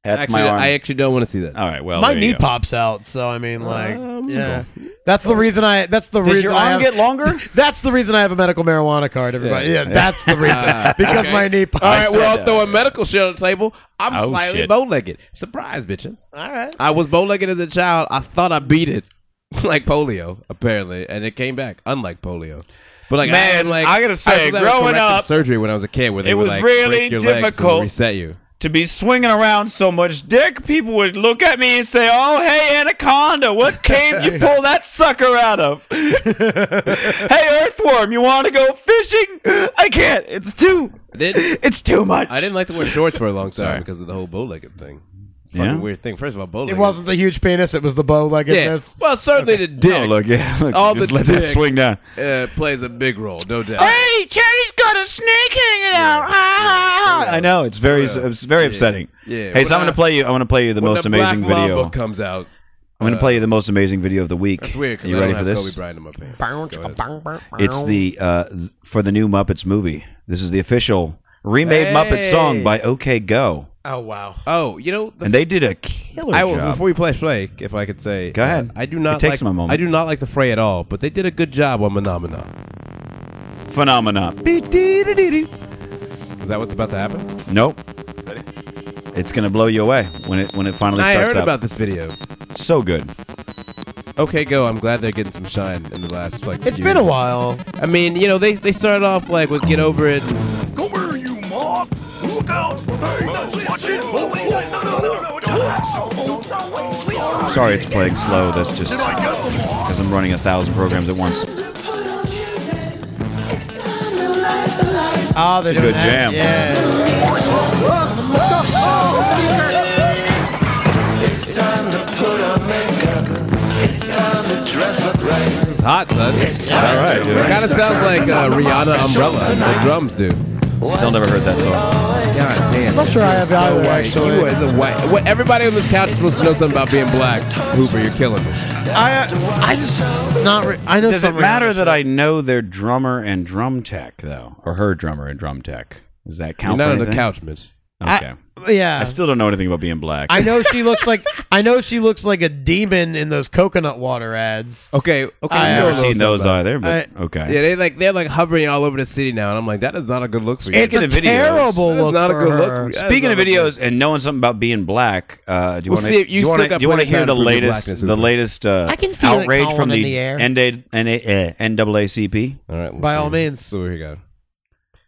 G: that's
B: actually,
G: my arm. Oh,
B: I actually don't want to see that.
G: All right, well,
H: My
G: there
H: knee
G: you go. Uh,
H: pops out, so I mean, like,
B: Um,
H: yeah, that's the reason I. That's the
G: Does
H: reason
G: your
H: I
G: arm
H: have,
G: get (laughs) longer?
H: That's the reason I have a medical marijuana card, everybody. Yeah, that's
G: (laughs)
H: the reason
G: Ah,
H: because my knee pops.
B: All right,
H: out.
B: well, I'll throw a medical shit on the table. I'm
G: Oh,
B: slightly
G: shit.
B: bow-legged. Surprise, bitches.
H: all right.
B: I was bow-legged as a child. I thought I beat it, (laughs) like polio, apparently, and it came back, unlike polio. But like,
G: Man,
B: I'm like,
G: I gotta say,
B: was having
G: growing
B: corrective
G: up,
B: surgery when I was a kid, where they
G: it
B: would,
G: was
B: like,
G: really
B: break your legs and
G: difficult.
B: reset you.
G: (laughs) to be swinging around so much dick, people would look at me and say, "Oh, hey, anaconda, what cave (laughs) you pull that sucker out (laughs) of? hey, earthworm, you want to go fishing? I can't. It's too.
B: I didn't,
G: It's too much.
B: I didn't like to wear shorts for a long time
G: Sorry.
B: because of the whole bow-legged thing. Fucking
G: Yeah?
B: weird thing. First of all, bow-legged.
H: It wasn't the huge penis; it was the bow
B: Yeah.
H: leggedness.
B: Well, certainly the dick
G: No, look, yeah, look, (laughs)
B: All
G: just
B: the
G: let that
B: dick.
G: swing down.
B: uh, plays a big role, no doubt.
G: Hey, Cherry's got a snake hanging out. I know it's very, it's very upsetting.
B: Yeah.
G: Hey, so
B: When
G: I'm gonna
B: I-
G: play you. I'm gonna play you the
B: When
G: most
B: the
G: amazing
B: Black Mamba
G: video.
B: comes out.
G: I'm gonna play you the most amazing video of the week.
B: That's weird. 'cause
G: You
B: I
G: ready
B: don't
G: for
B: have
G: this?
B: Kobe Bryant in my pants. Go ahead.
G: It's the uh, th- for the new Muppets movie. This is the official remade Muppet song
B: Hey.
G: by OK Go,
H: Oh wow.
B: Oh, you know, the
G: and they did a killer
B: I will,
G: job.
B: before we play play, if I could say, uh,
G: Go ahead.
B: I do not
G: It
B: like,
G: takes him a moment.
B: I do not like the fray at all, but they did a good job on Menomina.
G: Phenomena.
B: Is that what's about to happen?
G: Nope. It's gonna blow you away when it when it finally
B: I
G: starts
B: heard
G: up.
B: about this video.
G: so good.
B: Okay, go. I'm glad they're getting some shine in the last like.
H: It's
B: few-
H: been a while.
B: I mean, you know, they they started off like with get over it.
A: Come here, you mob! Look out! Hey, watch it! Oh, wait, no, no, no, no, no!
G: Sorry, it's playing slow. That's just
A: I
G: because
A: got the mob!
G: I'm running a thousand programs at once.
H: Oh, they're
G: It's a
H: doing
G: good
H: that.
G: jam.
H: Yeah.
B: It's hot, son. It
G: All right, dude.
B: kind of sounds like uh, Rihanna Umbrella. The drums do.
G: Still never heard that song.
H: I'm not sure I have either.
B: You
H: actually.
B: as a white. what- Everybody on this couch is supposed to know something about being black. Hooper, you're killing me.
H: I I just not. Re- I know.
G: Does it
H: some
G: matter
H: Rihanna
G: that I know their drummer and drum tech though, or her drummer and drum tech? Does that
B: You're
G: count?
B: not
G: for
B: on the
G: anything?
B: couch, Mitch.
G: Okay.
H: Yeah.
G: I still don't know anything about being black. (laughs)
H: I know she looks like I know she looks like a demon in those coconut water ads.
B: Okay, okay.
H: I
G: I've
B: you
G: never
B: know
G: seen those
B: about-
G: either, but okay.
B: Yeah, they like they're like hovering all over the city now, and I'm like, that is not a good look for you.
H: It's a
G: Speaking of videos,
H: terrible
B: that is
H: look.
B: not a
H: for
B: good look.
H: her.
B: Yeah,
G: Speaking of
B: that's not
G: videos and knowing something about being black, uh, do you
B: Well,
G: want
B: see, if
G: to?
B: you
G: you want
B: still got
G: to
B: plenty of
G: hear
B: time
G: the
B: to prove your
G: latest?
B: blackness,
G: The
B: Uber.
G: latest uh,
H: I can feel it
G: outrage
H: calling
G: from
H: in
G: the,
H: the air.
G: NA eh, NAACP.
B: All right, we'll
H: By
B: see.
H: all means.
B: So here we go.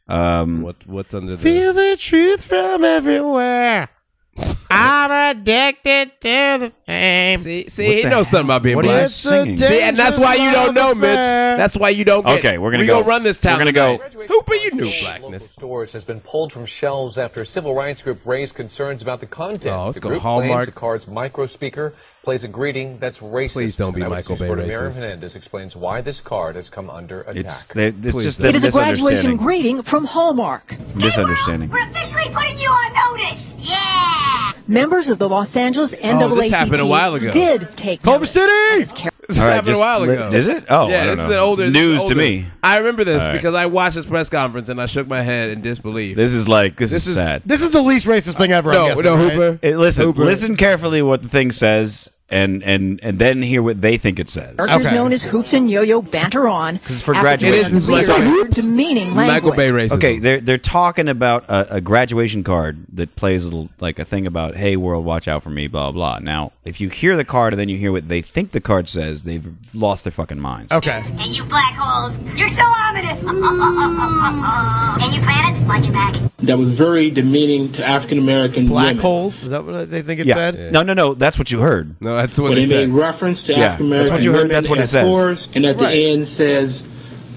G: Um,
B: What what's under the
H: Feel the truth from everywhere. I'm addicted to the same.
B: See,
G: What
B: see, he
G: the
B: knows something about being
G: What are you
B: black.
G: It's singing.
B: See, and that's why you don't know, Mitch. That's why you don't. Get,
G: Okay, we're gonna
B: we
G: go-
B: run this town.
G: we're gonna
B: tonight. Hooper, you knew blackness.
J: stores has been pulled from shelves after a civil rights group raised concerns about the content.
B: Oh, let's
J: the
B: go
J: group
B: Hallmark.
J: claims the card's micro speaker plays a greeting that's racist.
B: Please don't be
J: And I would
B: Michael
J: say
B: Bay
J: Jordan Miriam
B: racist.
J: Hernandez explains why this card has come under attack.
G: it's they, it's
B: Please
G: just
B: don't.
G: the
K: It is a graduation
G: misunderstanding.
K: greeting from Hallmark.
B: (laughs)
G: misunderstanding.
D: officially putting you on notice. Yeah.
K: Members of the Los Angeles NAACP
B: this happened a while ago.
K: did take
H: Culver
K: notice.
H: City.
B: This
G: All right,
B: happened
G: just
B: a while
G: li-
B: ago.
G: is it? Oh,
B: yeah,
G: I don't
B: this is
G: know.
B: an older this is
G: News to
B: older.
G: me.
B: I remember this
G: All right.
B: because I watched this press conference and I shook my head in disbelief.
G: This is like this,
B: This
G: is
B: is-
G: sad.
H: This is the least racist thing ever.
B: no,
H: I'm guessing,
B: no,
H: right?
B: Hooper.
G: Hey, listen,
B: Uber.
G: listen carefully what the thing says, and and and then hear what they think it says.
K: Partners
H: Okay.
K: known as Hoops and Yo-Yo banter on.
G: 'Cause it's for
K: after
G: graduation.
K: they
B: It is
K: cleared
B: like-
K: their demeaning language.
B: Michael Bay racism.
G: Okay, they're they're talking about a, a graduation card that plays a little, like a thing about hey world watch out for me blah blah. Now if you hear the card and then you hear what they think the card says, they've lost their fucking minds.
H: Okay.
D: And you black holes, you're so ominous. (laughs) and you planets, watch your back.
C: That was very demeaning to African American
H: Black holes. Is that what they think it
G: Yeah.
H: said?
G: No no no, that's what you heard.
B: No, that's what they said.
C: reference to
G: Yeah, African that's what you heard, American that's what it as says. whores,
C: and at
G: Right.
C: end says,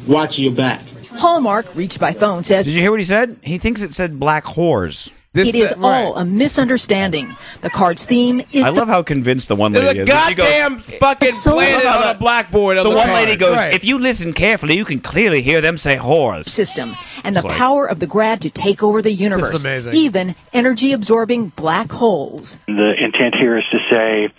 C: "Watch your back."
K: Hallmark, reached by phone, says
G: Did you hear what he said? He thinks it said black whores.
B: This
K: it is
B: right.
K: all a misunderstanding. The card's theme is
G: I love how convinced the one
B: There's
G: lady
B: a
G: is. She goes-
B: goddamn fucking
K: So-
B: planet
K: Look at
B: on
G: that.
B: a blackboard. on
G: the one lady
B: card.
G: goes,
H: Right.
G: if you listen carefully, you can clearly hear them say whores.
K: system and the power of the grad to take over the universe,
H: amazing.
K: even energy absorbing black holes.
J: the intent here is to say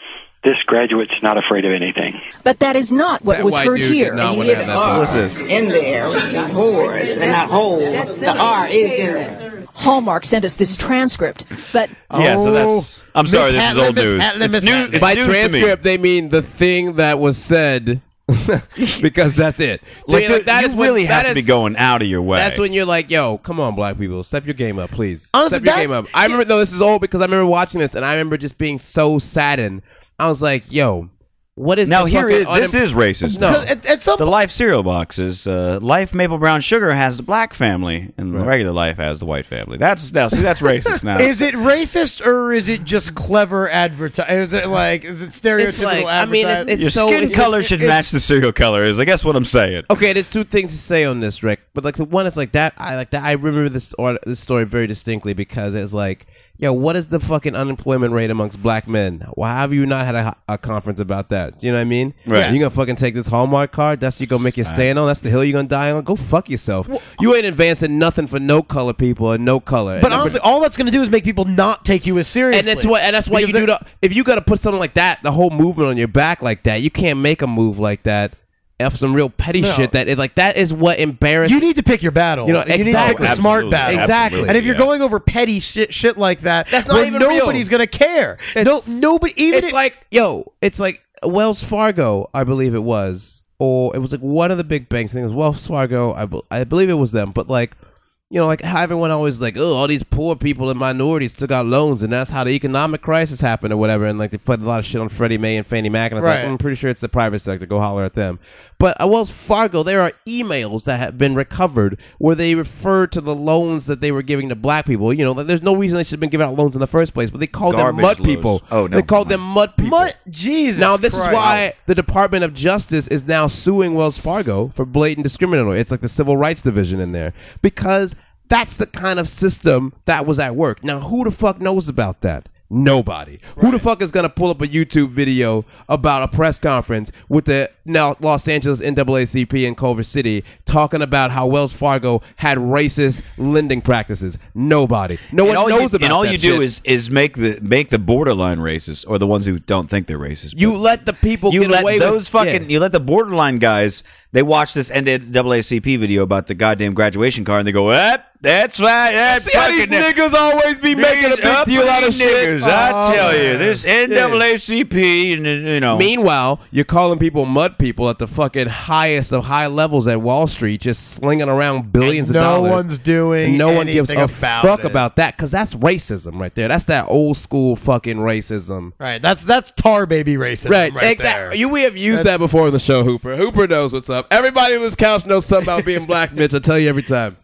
J: this graduate's not afraid of anything.
K: But that is not what
B: That
K: was
B: white
K: heard
B: dude did
K: here.
B: not
K: And
B: wanna
K: it
B: have
K: is
B: that phone.
G: What's this?
J: In there, it's not whores and not holes. The R is in there.
K: Hallmark sent us this transcript, but
G: Yeah, so that's. I'm
H: Miss
G: sorry, this is
H: Hatlet,
G: old
H: Miss
G: news.
H: Hatlet, Miss
G: it's new,
H: Hatlet.
G: it's
B: By
G: new
B: transcript,
G: To me.
B: they mean the thing that was said, (laughs) because that's (laughs) it.
G: Like,
B: Dude, that
G: you
B: is when-
G: really have
B: that
G: to be
B: is-
G: going out of your way.
B: That's when you're like, yo, come on, black people, step your game up, please.
H: Honestly,
B: step your
H: that-
B: game up. I remember, though, this is old because I remember watching this and I remember just being so saddened. I was like, yo, what is
G: Now
B: the
G: here
B: fucking
G: is this
B: unem-
G: is racist.
B: No.
G: though.
H: At, at some
G: The Life cereal box is uh, Life Maple Brown Sugar has the black family, and the regular Life has the white family. That's now see that's racist
B: (laughs)
G: now.
H: Is it racist or is it just clever advertising? Is it like is it
B: It's
H: stereotypical
B: like, I mean,
H: advertising?
B: it's, it's
G: your
B: so
G: skin
B: it's-
G: color
B: it's-
G: should
B: it's-
G: match the cereal color. Is I guess what I'm saying.
B: Okay, there's two things to say on this, Rick. But like the one is like that. I like that. I remember this or, this story very distinctly because it's like, yo, what is the fucking unemployment rate amongst black men? Why have you not had a, a conference about that? Do you know what I mean?
G: Right.
B: You gonna fucking take this Hallmark card? That's what you gonna make your stand on. That's the hill you gonna die on. Go fuck yourself. you ain't advancing nothing for no color people and no color.
H: but
B: And-
H: honestly, all that's going to do is make people not take you as seriously.
B: and that's what and that's why you
H: Because
B: do the, if you got to put something like that the whole movement on your back like that you can't make a move like that f some real petty
H: No.
B: shit that it, like that is what embarrassed
H: You need to pick your battles.
B: You know,
H: You need to pick
B: exactly.
H: the smart
G: Absolutely,
H: battles.
B: Exactly.
H: And if you're
G: yeah.
H: going over petty shit, shit like that,
B: That's not
H: then
B: even real.
H: nobody's going to care. No, nobody. Even
B: it's
H: if-
B: like yo, it's like Wells Fargo, I believe it was, or it was like one of the big banks. I think it was Wells Fargo. I, be- I believe it was them, but like. You know, like how everyone always like, oh, all these poor people and minorities took out loans, and that's how the economic crisis happened, or whatever. And like they put a lot of shit on Freddie Mae and Fannie Mac, and I was
H: Right.
B: like, I'm pretty sure it's the private sector. Go holler at them. But at Wells Fargo, there are emails that have been recovered where they refer to the loans that they were giving to black people. You know, like, there's no reason they should have been giving out loans in the first place, but they called
G: Garbage
B: them mud
G: loans.
B: people.
G: Oh, no.
B: They called them mud people.
H: Mud- Jesus.
B: Now this
H: Christ.
B: is why the Department of Justice is now suing Wells Fargo for blatant discriminatory. It's like the Civil Rights Division in there because that's the kind of system that was at work. Now who the fuck knows about that? Nobody. Who the fuck is gonna pull up a YouTube video about a press conference with the now Los Angeles NAACP in Culver City talking about how Wells Fargo had racist lending practices? Nobody. No
G: and all
B: one knows
G: you,
B: about.
G: and all
B: that
G: you do
B: shit.
G: is is make the make the borderline racist or the ones who don't think they're racist.
B: you
G: but
B: let the people
G: you
B: get
G: let
B: away
G: those
B: with
G: fucking
B: yeah.
G: you let the borderline guys. They watch this NAACP video about the goddamn graduation card and they go, "What? That's right. That
A: See how these
G: fucking-
A: niggas always be
G: These
A: making a big deal out of
G: uppity
A: shit.
G: niggas, I
B: Oh,
G: tell you,
B: man.
G: this NAACP, and uh, you know,
B: Meanwhile, you're calling people mud people at the fucking highest of high levels at Wall Street, just slinging around billions
H: And
B: of
H: no
B: dollars.
H: one's doing
B: And no one gives a
H: anything about
B: fuck
H: it.
B: about that because that's racism right there. That's that old school fucking racism.
H: Right. That's that's tar baby racism right,
B: exact-
H: there.
B: You we have used that before on the show, Hooper. Hooper knows what's up. Everybody on this couch knows something about being black, (laughs) Mitch. I tell you every time.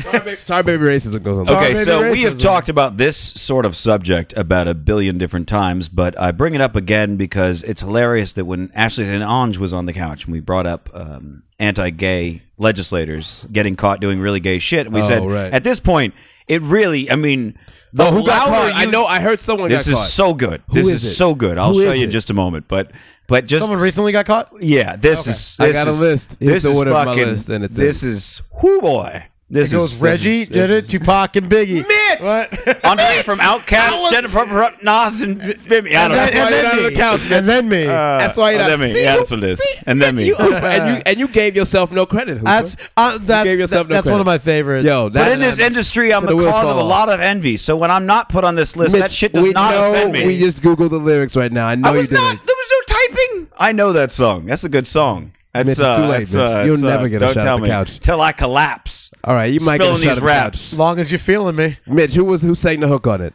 B: Tar baby, tar baby racism goes on.
G: Okay, so we have talked about this sort of subject about a billion different times, but I bring it up again because it's hilarious that when Ashley and Ange was on the couch and we brought up um, anti-gay legislators getting caught doing really gay shit, we
B: Oh,
G: said
B: right.
G: at this point it really, I mean, the
B: Oh, who got
G: louder
B: caught? I
G: you-
B: know- I heard someone
G: This
B: got
G: is
B: caught.
G: so good.
B: Who
G: this
B: is
G: is,
B: it?
G: so good. I'll
B: Who
G: show
B: is
G: you
B: it?
G: in just a moment, but but just
H: Someone recently got caught?
G: yeah, this
H: Okay.
G: is.
H: I
G: this
H: got a
G: is-
H: list.
B: Here's
G: This
B: the
G: is
B: one of my
G: fucking-
B: list, and it's
G: this
B: in.
G: is whoo boy. This
H: it goes
G: is
H: Reggie
G: This is,
H: did it, Tupac and Biggie.
G: Mitch! (laughs) Andre from Outcast, Jennifer Nas, and Vimy. I don't
H: And then,
G: know. Uh,
H: and then me. and then me.
B: That's why you're
G: and
B: not-
G: then me.
B: See,
G: yeah,
B: you-
G: that's what it is. and then me.
B: You, Hooper, and you and you gave yourself no credit. Hooper.
H: That's uh, that's
B: gave yourself no
H: that's one
B: credit.
H: of my favorites.
B: Yo, that,
G: but in this industry, I'm
B: to the
G: the
B: wheels
G: cause
B: fall
G: of a
B: off.
G: lot of envy. So when I'm not put on this list, that
B: Mitch,
G: shit does
B: we
G: not
B: know,
G: offend me.
B: We just Google the lyrics right now. I know
G: I
B: you
G: was
B: didn't.
G: not. There was no typing. I know that song. That's a good song. That's,
B: Mitch, it's
G: uh,
B: too late,
G: that's,
B: Mitch.
G: uh,
B: You'll
G: that's, uh,
B: never get a
G: don't
B: shot at
G: tell
B: the
G: me.
B: couch.
G: Till I collapse.
B: All right, you might get a shot
G: Spilling these
B: at the couch.
G: raps.
H: As long as you're feeling me.
B: Mitch, who was who sang the hook on it?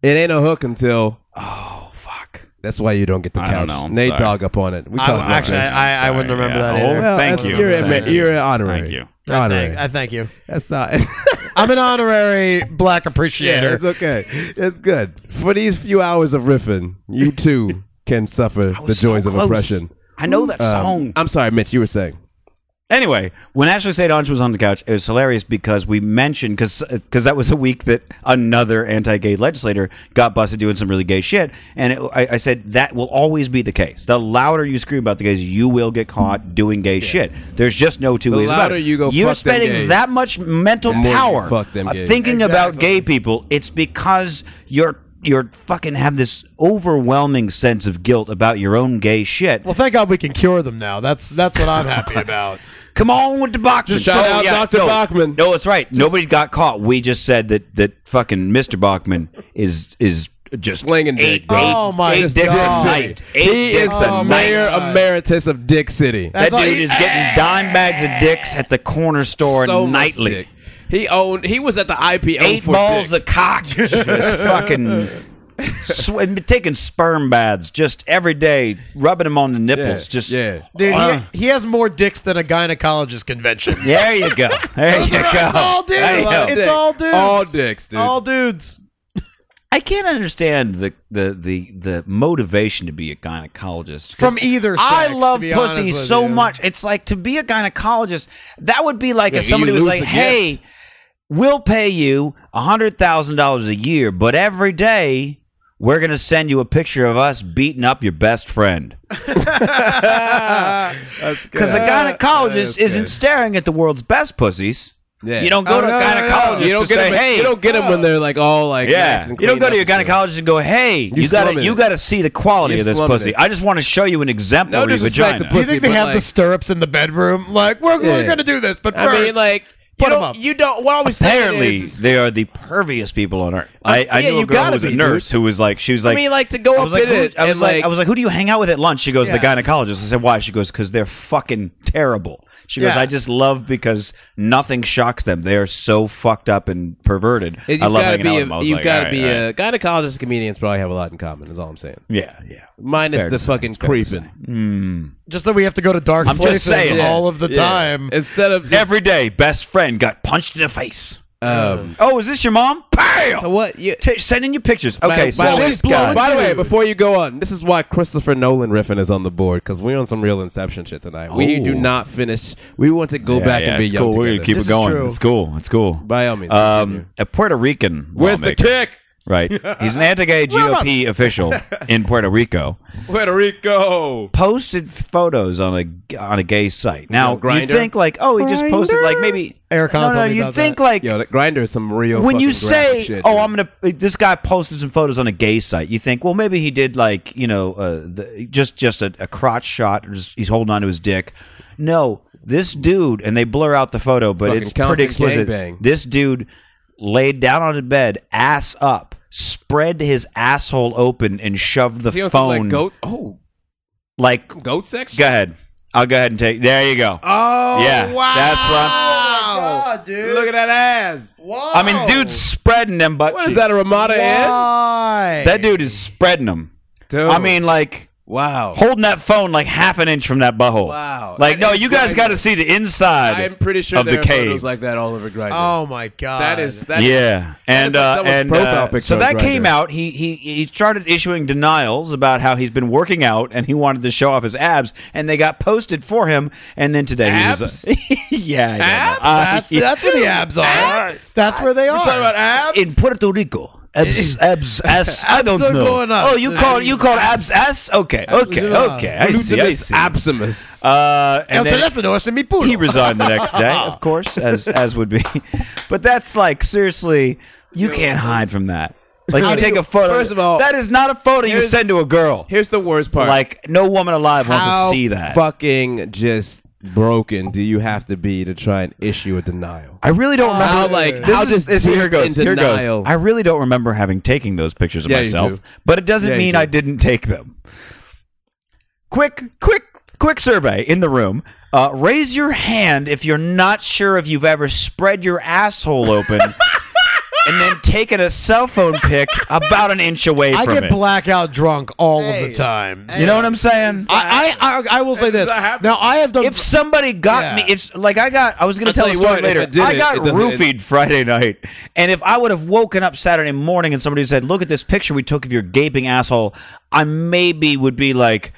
B: It ain't a hook until. Oh fuck! That's why you don't get the
G: I
B: couch.
G: don't know. I'm
B: Nate
G: sorry.
B: dog up on it. We
H: I-
B: talked about
H: actually,
B: this.
H: I, I wouldn't remember that
G: Oh,
H: either.
G: well, thank
B: that's-
G: you.
B: You're, a, you're an honorary.
G: Thank you.
H: I
B: Honorary.
H: thank, I thank you.
B: That's not. (laughs)
G: (laughs)
H: I'm an honorary black
B: yeah,
H: appreciator.
B: it's okay. It's good for these few hours of riffing. You too can suffer the joys
G: so
B: of
G: close.
B: oppression.
G: I know that
B: Um,
G: song.
B: I'm sorry, Mitch. You were saying.
G: Anyway, when Ashley St. Ange was on the couch, it was hilarious because we mentioned because that was a week that another anti-gay legislator got busted doing some really gay shit, and it, I, I said that will always be the case. The louder you scream about the gays, you will get caught doing gay shit. There's just no two
B: The
G: ways about
B: louder
G: it.
B: you go,
G: You're
B: "Fuck them
G: spending
B: gays,"
G: that much mental
B: the more you
G: power
B: fuck them
G: uh,
B: gays.
G: thinking about gay people. It's because you're you're fucking have this overwhelming sense of guilt about your own gay shit.
H: Well, thank God we can cure them now. That's that's what I'm happy about.
G: Come on with the Bachman.
B: Shout out Dr.
G: No,
B: Bachman.
G: No, it's right. Nobody got caught. We just said that that fucking Mr. Bachman is is just
B: Slinging dick,
G: eight,
B: bro.
G: eight-
H: Oh, my
G: eight dicks
H: God. Dick
G: a
H: City.
G: night. Eight
B: He is
G: dicks
B: the
G: a
B: mayor
G: night.
B: Oh, emeritus of Dick City.
G: That
H: That's all-
G: dude is getting dime bags of dicks at the corner store
B: so much
G: nightly.
B: dick. He owned. He was at the IPO
G: Eight
B: for
G: balls
B: dick. (laughs)
G: of cock. Just fucking. Sw- taking sperm baths just every day, rubbing them on the nipples.
B: Yeah,
G: just
B: yeah.
H: Dude,
G: Uh.
H: he, he has more dicks than a gynecologist convention.
G: there you go, there you go.
H: It's all dudes.
G: There you go.
H: It's
B: Dick.
H: all dudes.
B: All dicks, dude.
H: All dudes.
G: I can't understand the the the, the motivation to be a gynecologist 'cause
H: From either
G: I
H: sex, to
G: love
H: be
G: pussy
H: honest with
G: so
H: you.
G: much. It's like to be a gynecologist. That would be like
B: Yeah,
G: if somebody
B: you
G: was
B: lose
G: like,
B: the
G: "Hey,
B: gift."
G: we'll pay you a hundred thousand dollars a year, but every day." We're gonna send you a picture of us beating up your best friend, (laughs) because a
B: Uh,
G: gynecologist isn't staring at the world's best pussies.
B: Yeah.
G: You don't go
H: Oh,
G: to a
H: no, no, no, no.
G: gynecologist
B: you don't
G: to
B: get
G: say,
B: them.
G: "Hey,
B: you don't get them when they're like all like nice
G: yeah,
B: and
G: you don't
B: cleaned
G: go to your
B: up and stuff.
G: gynecologist and go, "Hey, you,
B: slumming
G: gotta
B: it.
G: you gotta see the quality
B: You're
G: of this
B: slumming
G: pussy.
B: it.
G: I just want to show you an
B: No
G: exemplary
B: disrespect to
G: vagina."
H: Do you
B: Pussy,
H: think they
B: but
H: have
B: like-
H: the stirrups in the bedroom? Like we're, we're
B: Yeah.
H: gonna do this, but first,
B: I mean, like
H: Put
B: you
H: 'em
B: don't.
H: up.
B: You don't. What always
G: Apparently,
B: is,
G: they are the perviest people on earth. I, I
B: Uh, yeah,
G: knew
B: you
G: a girl
B: gotta
G: who was
B: be,
G: a
B: dude.
G: nurse who was like, she was
B: I
G: like,
B: mean, like to go
G: I
B: up
G: was like,
B: in
G: who-
B: it.
G: I was
B: and,
G: like, I was like, who do you hang out with at lunch? She goes, the
H: Yes.
G: gynecologist. I said, why? She goes, because they're fucking terrible. She goes,
H: Yeah.
G: I just love because nothing shocks them. They are so fucked up and perverted.
B: You've
G: I love
B: gotta
G: hanging
B: be
G: out
B: a-
G: with them. I was
B: You've
G: like,
B: got to
G: "All
B: be
G: right, all right."
B: a gynecologist and comedians probably have a lot in common. Is all I'm saying.
G: yeah, yeah.
B: Minus
G: fair
B: the
G: to say.
B: fucking
G: It's fair to
B: creeping.
H: just that we have to go to dark
G: I'm just
H: places
G: saying.
H: all of the
B: Yeah.
H: time.
B: Instead of just,
G: Every day, best friend got punched in the face.
B: Um,
G: Oh, is this your mom? Bam!
B: so what? You,
G: T- sending you pictures.
B: By-
G: Okay,
B: by,
G: so
B: the way-
G: this guy.
B: by the way, before you go on, this is why Christopher Nolan riffing is on the board because we're on some real Inception shit tonight. We
G: Oh.
B: do not finish. We want to go
G: Yeah,
B: back
G: yeah,
B: and be
G: it's
B: young
G: cool. We're
B: together.
G: gonna keep
H: This
G: it
H: is
G: going.
H: true.
G: It's cool. It's cool.
B: By all means, continue.
G: Um, a Puerto Rican.
B: Where's the
G: lawmaker.
B: kick?
G: Right.
B: (laughs)
G: He's an anti-gay GOP official in Puerto Rico.
B: Puerto Rico.
G: Posted photos on a on a gay site. Now you
B: Grindr?
G: think like, oh, he just posted like maybe.
H: Eric Hahn
G: no, no.
H: told me
G: You
H: about
G: think
H: that.
G: like
B: Yo, that grinder is some real.
G: when you
B: fucking
G: say,
B: graphic shit,
G: "Oh,
B: dude.
G: I'm gonna," this guy posted some photos on a gay site. You think, well, maybe he did like you know, uh, the, just just a, a crotch shot, or just, he's holding on to his dick. No, This dude, and they blur out the photo, but
B: Fucking
G: it's pretty
B: Compton
G: explicit.
B: gangbang.
G: This dude laid down on his bed, ass up, spread his asshole open, and shoved the
B: Is he on some,
G: phone.
B: like, goat- oh.
G: like
B: goat sex.
G: Go ahead. I'll go ahead and take. There you go.
B: Oh,
G: yeah.
B: wow.
G: That's what. I'm-
H: God, dude.
B: Look at that ass.
H: Wow.
G: I mean, dude's spreading them butt. What
B: is that, a Ramada Inn?
H: Why?
G: That dude is spreading them.
B: Dude.
G: I mean, like,
B: wow,
G: holding that phone like half an inch from that butthole.
B: Wow. That
G: Like, no,
B: is
G: you guys
B: right.
G: got to see the inside.
B: I'm pretty sure
G: of
B: there
G: the
B: are
G: cave.
B: photos like that all over Grindr.
H: Oh my god.
B: that is that is-
G: yeah,
B: that
G: and
B: is like
G: uh,
B: someone's
G: and
B: profile
G: uh,
B: picture
G: so
B: on
G: that
B: Grindr.
G: came out. He he he started issuing denials about how he's been working out and he wanted to show off his abs, and they got posted for him. And then today,
B: Abs?
G: he was, uh, (laughs) yeah, I don't know.
B: Abs?
G: Uh, (laughs)
H: That's,
G: yeah.
H: that's where the abs are.
B: Abs?
H: That's where they are.
B: talking about abs.
G: in Puerto Rico.
B: (laughs)
G: Abs, abs, ass. I don't
H: are
G: know.
H: going up.
G: Oh, you call you call abs ass? Okay, okay,
H: are-
G: okay. I see. I see.
B: Absimus.
G: Uh, and
H: El
G: then
H: teléfono es en mi
G: he
H: pulo.
G: resigned the next day,
B: (laughs)
G: of course, as as would be. (laughs) But that's like seriously, you can't hide from that. Like
B: How
G: you
B: do
G: take
B: you-
G: a photo.
B: first of all,
G: that is not a photo you
B: here's-
G: send to a girl.
B: Here's the worst part.
G: Like no woman alive
B: how
G: wants to see that.
B: fucking just broken do you have to be to try and issue a denial?
G: I really don't remember.
B: How, like,
G: this
B: how
G: is,
B: just
G: this- here
B: deep
G: goes.
B: in
G: Here
B: denial.
G: goes. I really don't remember having taken those pictures of
B: Yeah, you
G: myself,
B: do.
G: but it doesn't
B: Yeah, you
G: mean
B: do.
G: I didn't take them. Quick, quick, quick survey in the room. Uh, raise your hand if you're not sure if you've ever spread your
B: (laughs)
G: asshole open and then taken a cell phone pic about an inch away
H: I
G: from
H: get
G: it.
H: blackout drunk all of the time.
G: you know what I'm saying?
H: I, I, I, I will say this.
B: that happen?
H: Now I have done.
G: if somebody got
H: Yeah.
G: me, if like I got, I was gonna
B: I'll
G: tell,
B: tell
G: you
B: you
G: story
B: what, if
G: later.
B: it did
G: I
B: it,
G: got
B: it doesn't-
G: roofied Friday night, and if I would have woken up Saturday morning and somebody said, "Look at this picture we took of your gaping asshole," I maybe would be like,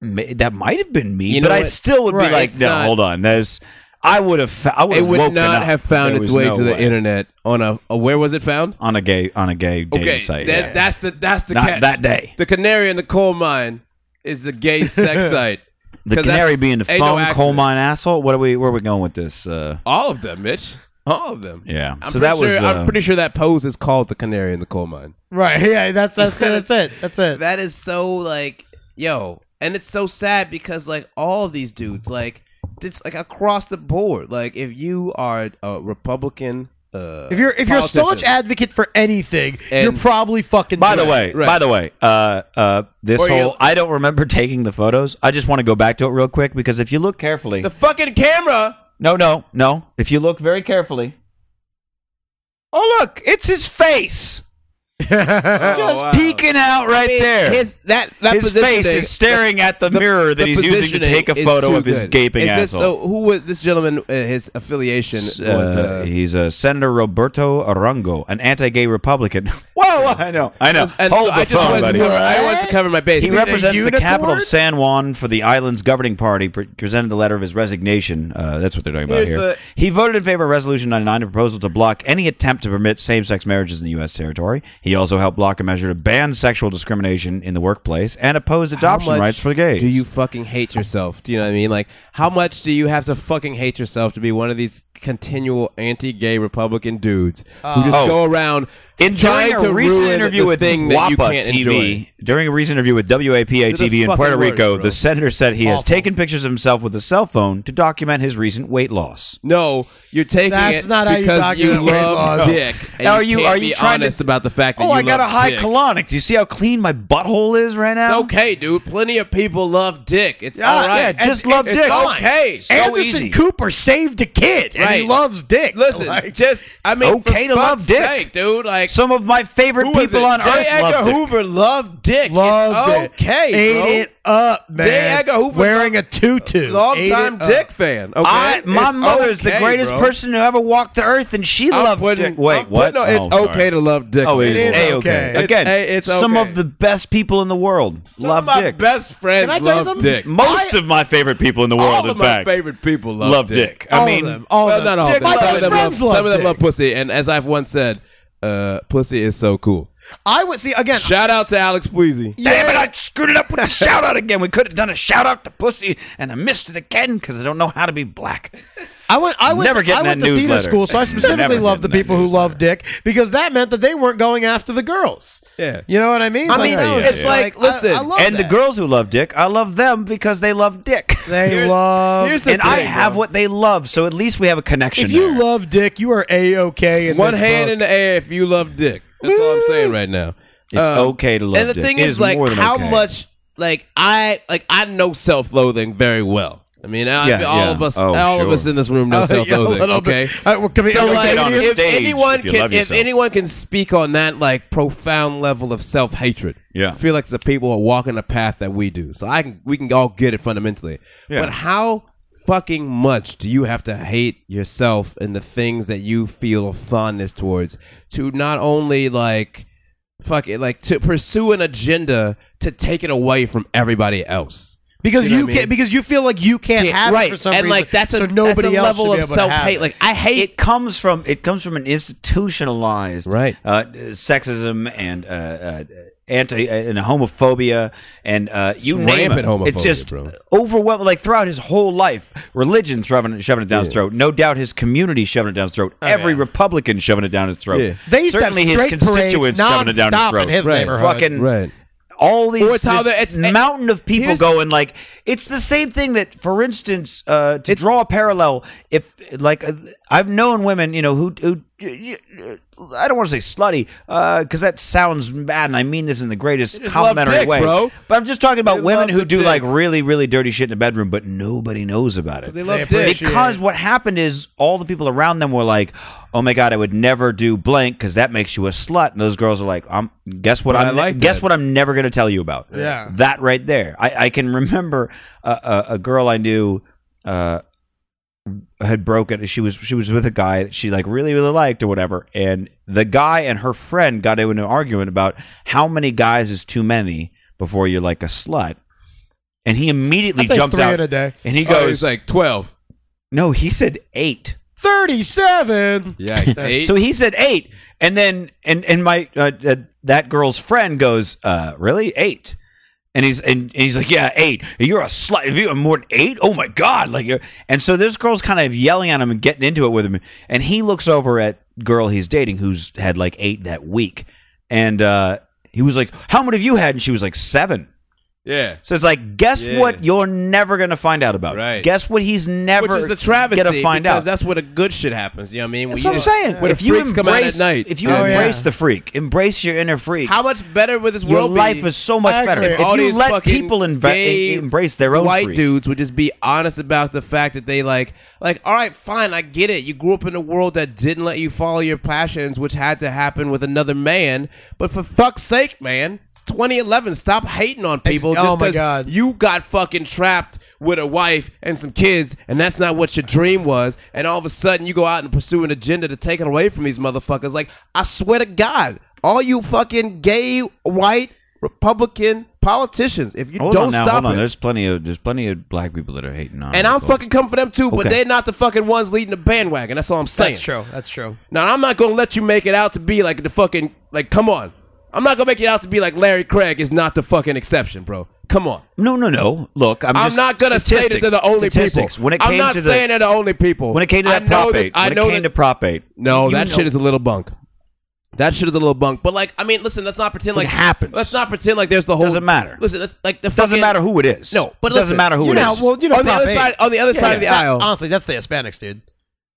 G: "Ma- "That might have been me,"
B: You
G: but
B: know
G: I
B: what?
G: still would
B: Right,
G: be like,
B: it's
G: "No,
B: not-
G: hold on, there's." I would have. fa- I would
B: It
G: have
B: would
G: woken
B: not
G: up.
B: have found
G: There
B: its
G: was
B: way
G: no
B: to the
G: way.
B: internet on a, a where was it found?
G: on a gay on a gay dating
B: Okay,
G: site.
B: that,
G: yeah.
B: that's the that's the
G: Not
B: cat.
G: that day.
B: The canary in the coal mine is the gay
G: (laughs)
B: sex site.
G: the
B: 'Cause
G: canary
B: that's-
G: being the phone
B: ain't no
G: coal
B: accident.
G: mine asshole. What are we? Where are we going with this? Uh,
B: All of them, Mitch. All of them.
G: yeah.
B: I'm pretty
G: so that was.
B: Sure,
G: uh,
B: I'm pretty sure that pose is called the canary in the coal mine.
H: right. (laughs) Yeah. That's that's it. That's it. That's it.
B: That is so like, yo, and it's so sad because like all of these dudes, like it's like across the board. Like if you are a Republican, uh,
H: If you're if you're a staunch
B: politician,
H: advocate for anything,
B: And-
H: you're probably fucking.
G: By the
H: dead.
G: way,
B: right.
G: by the way, uh, uh, this
B: Or you-
G: whole I don't remember taking the photos. I just want to go back to it real quick because if you look carefully,
B: the fucking camera.
G: no, no, no. If you look very carefully, oh look, it's his face just peeking out right there. His,
B: His that that
G: face
B: positioning-
G: is staring at the,
B: the-
G: mirror that
B: the
G: he's using to
B: positioning
G: take a
B: is
G: photo
B: too
G: of his
B: good.
G: gaping
B: Is this,
G: asshole.
B: So who was this gentleman? Uh, his affiliation was.
G: Uh,
B: Uh,
G: he's uh, Senator Roberto Arango, an anti-gay Republican. (laughs) Whoa, whoa, I know, I know.
B: and
G: Hold
B: so
G: the
B: I just
G: phone,
B: wanted
G: buddy.
B: to cover, I wanted to cover my base.
G: He represents the capital of San Juan for the island's governing party. Pre- presented the letter of his resignation. Uh, that's what they're talking about
B: Here's
G: here.
B: the-
G: he voted in favor of Resolution 99, a proposal to block any attempt to permit same-sex marriages in the U.S. territory. He also helped block a measure to ban sexual discrimination in the workplace and oppose adoption
B: much
G: rights for gays.
B: Do you fucking hate yourself? Do you know what I mean? Like, how much do you have to fucking hate yourself to be one of these continual anti-gay Republican dudes who just
G: Oh.
B: go around
G: In
B: trying
G: during a
B: to
G: recent
B: ruin
G: interview
B: the
G: with
B: thing that
G: WAPA
B: you can't
G: TV,
B: enjoy?
G: during a recent interview with WAPA
B: They're the
G: TV in
B: fucking
G: Puerto
B: worst,
G: Rico,
B: bro.
G: the senator said he has
H: Awful.
G: taken pictures of himself with a cell phone to document his recent weight loss.
B: No, you're taking
H: That's
B: it
H: not how you
B: because you,
H: document weight
B: love
H: loss.
B: dick. And
G: Are
B: you,
G: you-
B: can't
G: are you
B: be
G: trying to-
B: honest about the fact that
G: Oh,
B: you
G: I got a
B: love
G: high
B: dick.
G: colonic. Do you see how clean my butthole is right
B: It's
G: now?
B: okay, dude. Plenty of people love dick. It's
G: Yeah,
B: all right.
G: yeah, just love
B: it's
G: dick.
B: Okay.
G: So
H: Anderson
G: easy.
H: Cooper saved a kid, and he
B: Right.
H: loves dick.
B: Listen,
H: Like-
B: just I mean,
G: okay
B: for
G: to love
B: fuck's
G: dick.
B: sake, dude. Like
G: Some of my favorite
B: who was
G: people
B: it?
G: on
B: J.
G: earth
B: Edgar
G: love dick.
B: Hoover loved dick.
H: Loved
B: it's okay,
H: it.
B: bro.
H: Ate it up, man.
B: Edgar Hoover
H: wearing
B: loved-
H: a tutu.
B: Long
H: Ate
B: time
H: it up.
B: dick fan. Okay,
G: I, my
B: It's
G: mother is the
B: okay,
G: greatest
B: bro.
G: person who ever walked the earth, and she
B: I'm
G: loved
B: putting-
G: dick. Wait,
B: I'm
G: what?
B: putting- it's
G: Oh, sorry.
B: okay to love dick.
G: Oh, it
H: It
G: is,
H: is
G: a okay.
H: okay.
G: Again,
B: It's- hey, it's
G: some
B: okay.
G: of the best people in the world
B: Some
G: love
B: of my
G: dick.
B: best friends
H: Can I tell you
B: love
H: something?
B: dick.
G: Most of my favorite people in the world,
B: all
G: in
B: of my
G: fact,
B: favorite people love,
G: love
B: dick.
G: dick. I
H: All
G: mean,
H: of them. All
B: well,
H: of
B: not
H: them.
B: all of
H: My
B: them. Some
H: best
B: of them love,
H: friends love
B: some of them love
H: dick.
B: pussy, and as I've once said, uh, pussy is so cool.
H: I would see again.
B: Shout out to Alex Pleasy.
G: Damn it, I screwed it up with the shout out again. We could have done a shout out to Pussy, and I missed it again because I don't know how to be black.
H: I went. I went.
G: Never
H: I
G: getting
H: went
G: that
H: to theater
G: newsletter.
H: school, so
G: (laughs)
H: I
G: Never
H: specifically
G: getting
H: loved the
G: that
H: people who loved dick because that meant that they weren't going after the girls.
B: Yeah.
H: You know what I mean?
G: I mean,
H: that was
G: it's
H: just
G: like,
H: I-
G: listen,
H: I, love
G: and the
H: that.
G: girls who love dick, I love them because they love dick.
H: They love.
G: and I have what they love, so at least we have a connection.
H: If you
G: there.
H: love dick, you are a okay.
B: One hand in the air if you love dick. That's all I'm saying right now. Um,
G: It's okay to love
B: And the
G: dick.
B: thing
G: It
B: is,
G: is
B: like,
G: more than
B: how
G: okay.
B: much, like, I, like, I know self-loathing very well. I mean, I,
G: Yeah,
B: all
G: yeah.
B: of us,
G: Oh,
B: all of
G: sure.
B: us in this
G: (laughs)
B: room know
H: Uh, (laughs) yeah, a
B: self-loathing.
H: little bit.
B: okay,
H: Uh, well, come here,
B: so
H: come
B: like,
H: here, come here.
B: if anyone
G: if you
B: can,
G: love
B: if
G: yourself.
B: anyone can speak on that like profound level of self-hatred,
G: Yeah.
B: I feel like the people are walking the path that we do. So I can, we can all get it fundamentally.
G: Yeah.
B: But how fucking much do you have to hate yourself and the things that you feel fondness towards to not only like fuck it, like to pursue an agenda to take it away from everybody else?
H: because
B: know what
H: you
B: I mean?
H: can't because you feel like you can't
B: Yeah,
H: have
B: right,
H: it for some
B: and
H: reason,
B: like that's a,
H: so
B: that's a
H: nobody else
B: level
H: should be
B: of
H: able to have
B: self-hate.
H: it.
B: Like I hate
G: it comes from it comes from an institutionalized
B: Right.
G: uh, sexism and uh, uh, anti and homophobia and uh, you name it.
B: rampant
G: It's
B: homophobia,
G: just
B: bro.
G: overwhelming. Like throughout his whole life, religion shoving it, shoving it down his throat. No doubt, his community shoving it down his throat. Every Republican shoving it down his throat.
B: Yeah.
H: Oh, They used to have
G: certainly his
H: straight
G: constituents
H: parades
G: shoving it down his
H: nonstop
G: throat.
H: in his Right. neighborhood.
G: Fucking all these
B: Or it's how
G: this
B: the- it's-
G: mountain of people
B: here's-
G: going like it's the same thing that for instance uh, to draw a parallel if like uh, I've known women you know who, who I don't want to say slutty because that sounds bad and I mean this in the greatest
B: just
G: complimentary
B: love dick,
G: way
B: bro.
G: but I'm just talking about
B: They
G: women
B: love
G: who
B: the
G: do
B: dick.
G: like really really dirty shit in the bedroom but nobody knows about it
B: They love dick.
H: appreciate
G: because what happened is all the people around them were like, "Oh my god, I would never do blank because that makes you a slut." And those girls are like, "I'm guess what
B: But I
G: I'm
B: like
G: guess
B: that."
G: what I'm never going to tell you about."
H: Yeah.
G: that right there. I, I can remember a, a, a girl I knew uh, had broken. She was she was with a guy that she like really really liked or whatever, and the guy and her friend got into an argument about how many guys is too many before you're like a slut. And he immediately
H: I'd say
G: jumps
H: three
G: out
H: in a day.
G: and
B: He
G: he
B: goes
G: goes,
B: Oh, like twelve.
G: "No, he said eight.
H: Thirty-seven.
B: Yeah, he's eight.
G: (laughs) So he said eight, and then and and my uh, uh, that girl's friend goes, uh, "Really eight? And he's and, and he's like, "Yeah, eight. You're a slut. If you have more than eight, oh my god!" Like, you're, and so this girl's kind of yelling at him and getting into it with him, and he looks over at girl he's dating who's had like eight that week, and uh, he was like, "How many have you had?" And she was like, seven.
B: yeah.
G: So it's like, guess
B: Yeah.
G: what? You're never gonna find out about.
B: Right.
G: Guess what? He's never
B: Which is the travesty
G: gonna find
B: because
G: out.
B: that's where the good shit happens. You know what I mean?
G: That's
B: When
G: what I'm
B: you just-
G: saying.
B: When
G: if
B: the
G: you
B: freaks
G: embrace,
B: come out at night,
G: if you
H: Oh, yeah.
G: embrace the freak, embrace your inner freak.
B: how much better would this
G: your
B: world
G: life
B: be?
G: is so much
H: Actually,
G: better. If
B: all
G: you
B: these
G: let
B: fucking
G: people inve-
B: gay
G: embrace their own
B: white
G: freak.
B: dudes would just be honest about the fact that they like like all right fine i get it you grew up in a world that didn't let you follow your passions which had to happen with another man but for fuck's sake man it's 2011 stop hating on people
H: Ex- oh
B: just
H: my
B: 'cause
H: God.
B: you got fucking trapped with a wife and some kids and that's not what your dream was and all of a sudden you go out and pursue an agenda to take it away from these motherfuckers like i swear to god all you fucking gay white republican politicians if you
G: Hold
B: don't
G: on now,
B: stop
G: hold on.
B: it
G: There's plenty of there's plenty of black people that are hating on.
B: and I'm
G: people.
B: fucking coming for them too, but
G: Okay.
B: they're not the fucking ones leading the bandwagon. That's all I'm saying.
H: That's true. That's true.
B: Now I'm not gonna let you make it out to be like the fucking like. Come on, I'm not gonna make it out to be like Larry Craig is not the fucking exception, bro. Come on,
G: No, no, no. Look, I'm,
B: I'm
G: just-
B: not gonna say that
G: statistics,
B: they're the only
G: statistics.
B: people.
G: When it
B: I'm
G: came
B: not
G: to the
B: saying they're the only people.
G: when it came to
B: I
G: that
B: know
G: prop eight,
B: I
G: when it
B: know
G: came
B: that-
G: to prop eight,
B: (laughs) no,
G: you
B: that
G: know-
B: shit is a little bunk. That shit is a little bunk. But like, I mean, listen, let's not pretend
G: It
B: like
G: happens.
B: Let's not pretend like there's the whole.
G: Doesn't matter.
B: Listen, that's like the
G: doesn't
B: fucking-
G: matter who it is.
B: No, but
G: it doesn't
B: listen,
G: matter who
B: you
G: it
B: know-
G: is.
H: well, you know,
B: on the
H: Prop
B: other
H: eight.
B: side, on the other side of the
H: That-
B: aisle.
H: honestly, that's the Hispanics, dude.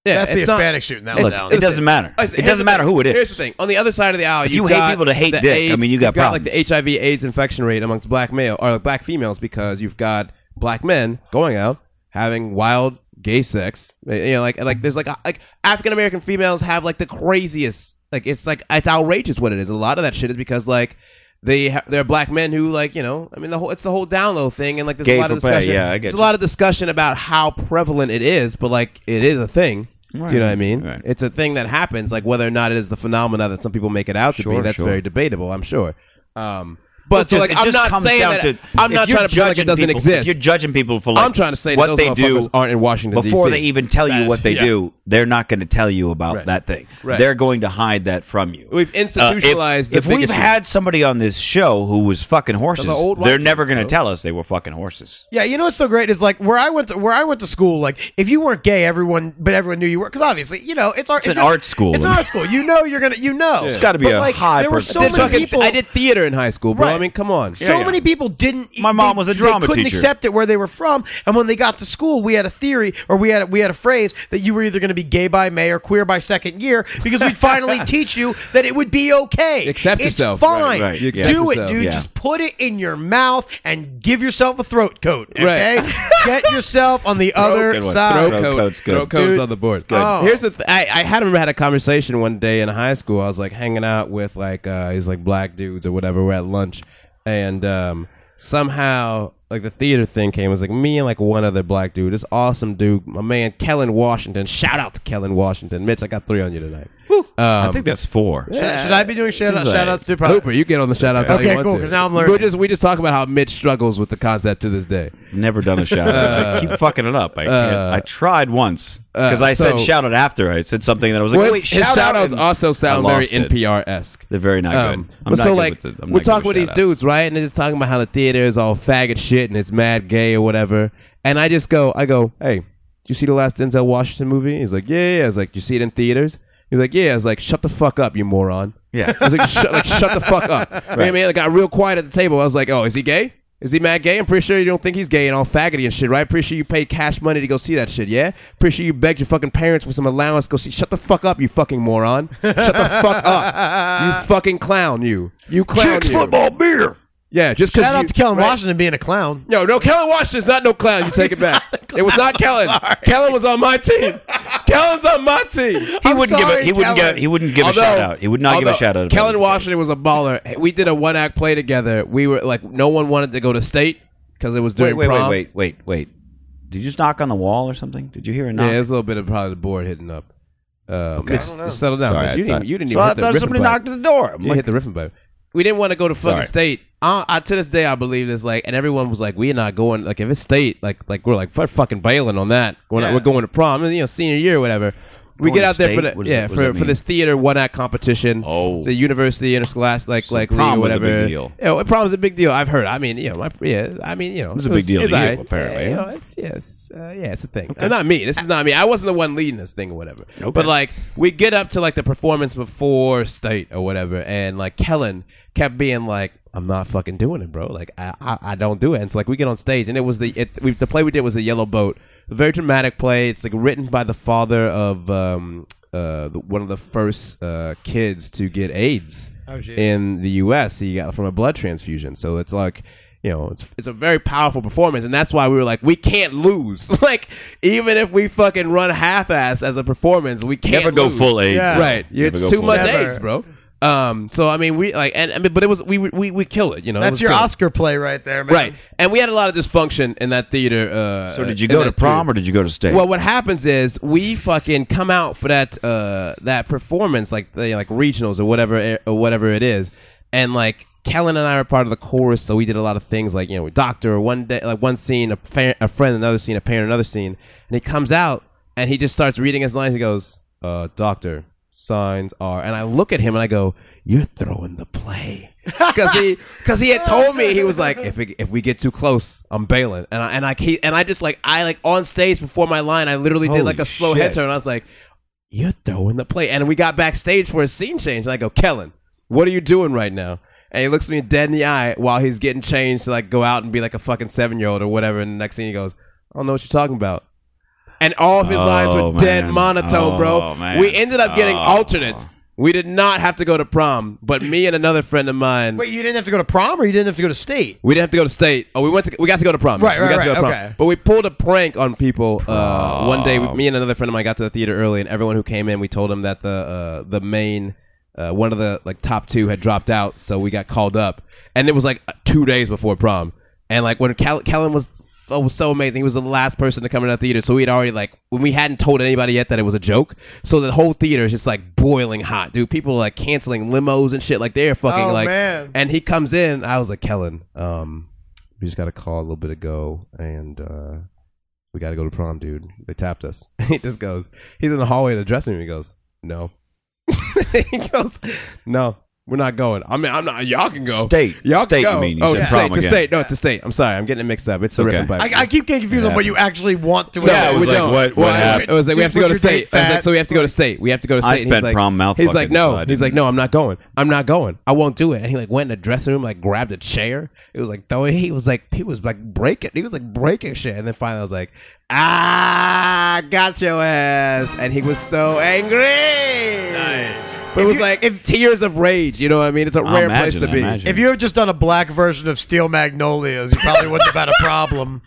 B: Yeah,
H: That's the
B: it's not-
H: Hispanic shooting that
B: it's-
H: one
G: Listen,
H: down.
G: it doesn't matter.
B: Listen,
G: It
B: Oh, here's
G: doesn't
B: the
G: matter
B: thing.
G: who it
B: Here's
G: is.
B: the thing. On the other side of the aisle,
G: If
B: you've
G: you hate
B: got
G: people to hate
B: the
G: dick, I
B: AIDS-
G: mean, you got
B: you've like
G: problems.
B: the HIV AIDS infection rate amongst black male or like black females because you've got black men going out having wild gay sex. You know, like like there's like a, like African American females have like the craziest. Like it's like it's outrageous what it is. A lot of that shit is because like. They ha- they're black men who like you know I mean the whole it's the whole down low thing and like there's
G: Gay
B: a lot of
G: for pay,
B: discussion
G: yeah, I get
B: there's a
G: you.
B: lot of discussion about how prevalent it is but like it is a thing do you know what I mean
G: right.
B: it's a thing that happens like whether or not it is the phenomena that some people make it out to
G: Sure,
B: be that's
G: sure.
B: very debatable i'm sure um, But
G: It
B: so,
G: just-
B: like,
G: it
B: I'm
G: just
B: not
G: comes
B: saying
G: down
B: that-
G: to-
B: I'm
G: if
B: not
G: you're
B: trying to pretend like it
G: judging
B: doesn't
G: people- if
B: exist.
G: you're judging people for like
B: I'm trying to say that
G: what
B: those
G: they do
B: motherfuckers aren't in Washington,
G: before
B: D.C..
G: they even tell you
B: That's-
G: what they
B: yeah.
G: do. They're not going to tell you about
B: Right.
G: that thing.
B: Right.
G: They're going to hide that from you.
B: We've institutionalized
G: Uh, if
B: the
G: if we've
B: bigotry.
G: had somebody on this show who was fucking horses,
H: Those are old white
G: they're never going to
H: dudes,
G: tell us they were fucking horses.
H: Yeah, you know what's so great is like where I went to where I went to school. Like if you weren't gay, everyone but everyone knew you were because obviously you know it's art.
G: It's
H: if
G: an
H: you're-
G: art school.
H: It's an art school. You know you're gonna you know.
B: It's gotta be
H: But,
B: a
H: like,
B: high
H: There were
B: person.
H: so
B: Did
H: many
B: fucking-
H: people.
B: I did theater in high school, bro. I mean, come on.
H: So many people didn't. My
G: mom was a drama
H: they couldn't
G: teacher.
H: accept it where they were from, and when they got to school, we had a theory or we had we had a phrase that you were either going to be gay by May or queer by second year because
G: (laughs)
H: we'd finally teach you that it would be okay.
B: Accept
H: it's
B: yourself. Right,
H: Fine.
B: right. You accept
H: Do it,
B: yourself.
H: dude.
B: Yeah.
H: Just put it in your mouth and give yourself a throat coat. Okay.
B: Right. (laughs)
H: Get yourself on the other
B: Good one.
H: side.
B: Throat coat. Throat coat's on the board.
H: Good. Oh.
B: Here's the. Th- I, I had him had a conversation one day in high school. I was like hanging out with like uh, these like black dudes or whatever. We're at lunch, and um, somehow like the theater thing came. It was like me and like one other black dude. This awesome dude, my man Kellen Washington. Shout out to Kellen Washington. Mitch, I got three on you tonight. Woo.
G: I think that's four.
H: Should, should I be doing shout,
B: Seems
H: out,
B: like-
H: shout outs to
B: Hooper, you get on the shout outs.
H: Okay,
B: all you want
H: cool,
B: to.
H: 'cause now I'm learning.
B: We just we just talk about how Mitch struggles with the concept to this day.
G: Never done a shout out. I keep fucking it up. I, can't-
B: uh,
G: I tried once because
B: uh,
G: I said
B: so-
G: shout out after. I said something that I was like,
B: Well,
G: oh, wait,
B: his- his
G: shout,
B: shout outs
G: and
B: also sound
G: I
B: very
G: lost it.
B: NPR esque.
G: They're very not good.
B: Um,
G: I'm
B: but
G: not
B: so
G: good
B: like
G: with the- I'm
B: we're
G: not good
B: talking with these
G: shout-outs.
B: dudes, right? And they're just talking about how the theater is all faggot shit and it's mad gay or whatever. And I just go, I go, hey, did you see the last Denzel Washington movie? He's like, yeah, yeah. yeah." I was like, did you see it in theaters? He's like, yeah. I was like, shut the fuck up, you moron.
G: Yeah.
B: I was like, shut, like, shut the fuck
G: (laughs)
B: up. You know what I
G: Right.
B: mean? Like, I got real quiet at the table. I was like, oh, is he gay? Is he mad gay? I'm pretty sure you don't think he's gay and all faggoty and shit, right? Pretty sure you paid cash money to go see that shit, yeah? Pretty sure you begged your fucking parents for some allowance to go see. Shut the fuck up, you fucking moron. Shut the fuck
G: (laughs)
B: up. You fucking clown, you. You clown.
A: Chicks
B: you.
A: football beer.
B: Yeah, just because.
H: Shout out to Kellen Washington being a clown.
B: No, no, Kellen Washington's not no clown. You take it back. It was not Kellen. Kellen was on my
G: (laughs)
B: team. Kellen's on my team. He
G: He wouldn't give a, he wouldn't give he wouldn't give
B: Although-
G: a shout out. He would not give a
B: although
G: shout out. if I was
B: Kellen Washington was a baller. We did a one act play together. We were like, no one wanted to go to state because it was
G: Wait,
B: during
G: wait, wait,
B: prom.
G: wait, wait, wait. Did you just knock on the wall or something? Did you hear a knock?
B: Yeah, there's a little bit of probably the board hitting up. Um, Mitch,
G: I don't
B: just settle down.
G: Sorry,
B: Mitch.
G: I
B: you, didn't,
G: thought-
B: you didn't
G: So
B: even
G: I
B: hit the
G: thought
B: ribbon
G: somebody
B: button.
G: knocked at the door. I'm
B: You
G: like-
B: hit the ribbon button. We didn't want to go to fucking
G: Sorry.
B: state. I, I to this day I believe this. Like, and everyone was like, "We're not going." Like, if it's state, like, like we're like, we're fucking bailing on that. We're not. We're going to prom. You know, senior year, or whatever. We
G: Going
B: get
G: to
B: out there for
G: state?
B: the
G: What does
B: yeah
G: that- what does
B: for,
G: that
B: for this theater one act competition.
G: Oh.
B: it's a university interscholastic
G: So
B: like league
G: prom
B: or
G: was a big
B: whatever.
G: deal.
B: Yeah, well, prom's a big deal. I've heard. I mean, you know, my, yeah. I mean, you know,
G: It was a big deal
B: it's
G: to you,
B: all right.
G: apparently,
B: Yeah, you
G: huh?
B: know, it's yes, uh, yeah, it's a thing. Uh, not me. This is not me. I wasn't the one leading this thing or whatever. But like, we get up to like the performance before state or whatever, and like Kellen kept being like, "I'm not fucking doing it, bro. Like, I I, I don't do it." And it's like we get on stage, and it was the it, we, the play we did was the Yellow Boat. It's a very dramatic play. It's like written by the father of um uh the, one of the first uh kids to get AIDS
H: Oh, jeez.
B: in the U.S. He got from a blood transfusion. So it's like, you know, it's it's a very powerful performance, and that's why we were like, we can't lose. (laughs) like, even if we fucking run half-ass as a performance, we can't
G: Never go
B: lose.
G: full AIDS. Yeah.
B: right?
G: Never
B: it's
G: go
B: too
G: full
B: much
H: AIDS.
B: AIDS, bro. Um, so I mean, we like, and I mean, but it was we we we kill it, you know. it
H: That's
B: was
H: your
B: kill it.
H: Oscar play right there, man.
B: Right, and we had a lot of dysfunction in that theater. Uh,
G: So did you
B: in
G: go
B: that
G: to prom
B: theater.
G: or did you go to state?
B: Well, what happens is we fucking come out for that uh, that performance, like the like regionals or whatever eh, or whatever it is, and like Kellen and I were part of the chorus, so we did a lot of things like you know doctor one day like one scene a, fa- a friend another scene a parent another scene, and he comes out and he just starts reading his lines. He goes, uh, "Doctor, signs are," and I look at him and I go, "You're throwing the
G: (laughs)
B: play." because he because he had told me he was like if it, if we get too close I'm bailing and I and I he, and I just like I like on stage before my line I literally did like
G: Holy
B: a slow
G: shit.
B: head turn I was like you're throwing the play and we got backstage for a scene change and I go Kellen what are you doing right now and he looks me dead in the eye while he's getting changed to like go out and be like a fucking seven year old or whatever and the next thing he goes I don't know what you're talking about and all of his lines
G: Oh,
B: were dead
G: man.
B: monotone, bro.
G: Oh, man.
B: We ended up getting
G: Oh.
B: alternates. We did not have to go to prom, but me and another friend of mine.
H: Wait, you didn't have to go to prom, or you didn't have to go to state.
B: We didn't have to go to state. Oh, we went to we got to go to prom.
H: Right,
B: we
H: right,
B: got to
H: right,
B: go to prom.
H: okay.
B: But we pulled a prank on people uh,
H: Oh.
B: one day. We, me and another friend of mine got to the theater early, and everyone who came in, we told them that the uh, the main uh, one of the like top two had dropped out, so we got called up, and it was like two days before prom, and like when Cal- Kellen was oh, was so amazing. He was the last person to come in the theater, so we had already like when we hadn't told anybody yet that it was a joke. So the whole theater is just like boiling hot, dude. People are like canceling limos and shit. Like they're fucking
H: Oh,
B: like.
H: man.
B: And he comes in. I was like, Kellen, um, we just got a call a little bit ago, and uh, we got to go to prom, dude. They tapped us. (laughs) he just goes. He's in the hallway of the dressing room. He goes, no. (laughs) he goes, no. We're not going. I mean, I'm not. Y'all can go.
G: State.
B: Y'all
G: State,
B: can go.
G: you mean. You
B: oh,
G: said
B: to
G: prom
B: state. To
G: again.
B: state. No, to state. I'm sorry. I'm getting it mixed up. It's the
G: Okay.
B: riffing pipe.
H: I, I keep getting confused on what you actually want to.
B: Yeah, we don't. Well, I- It was like we have to go to state. I was like, so we have to go to state. We have to go to
G: I
B: state. and
G: spent
B: he's like,
G: prom mouth
B: He's
G: fucking
B: like, no.
G: so I
B: He's like, no. I'm not going. I'm not going. I won't do it. And he like went in the dressing room, like grabbed a chair. It was like throwing. He was like, he was like breaking. He was like breaking shit. And then finally, I was like, ah, got your ass. And he was so angry. Nice. But it was like tears of rage. You know what I mean? It's a
G: I
B: rare
G: imagine,
B: place
G: I
B: to be.
G: imagine.
H: If you had just done a black version of Steel Magnolias, you probably wouldn't have had a problem.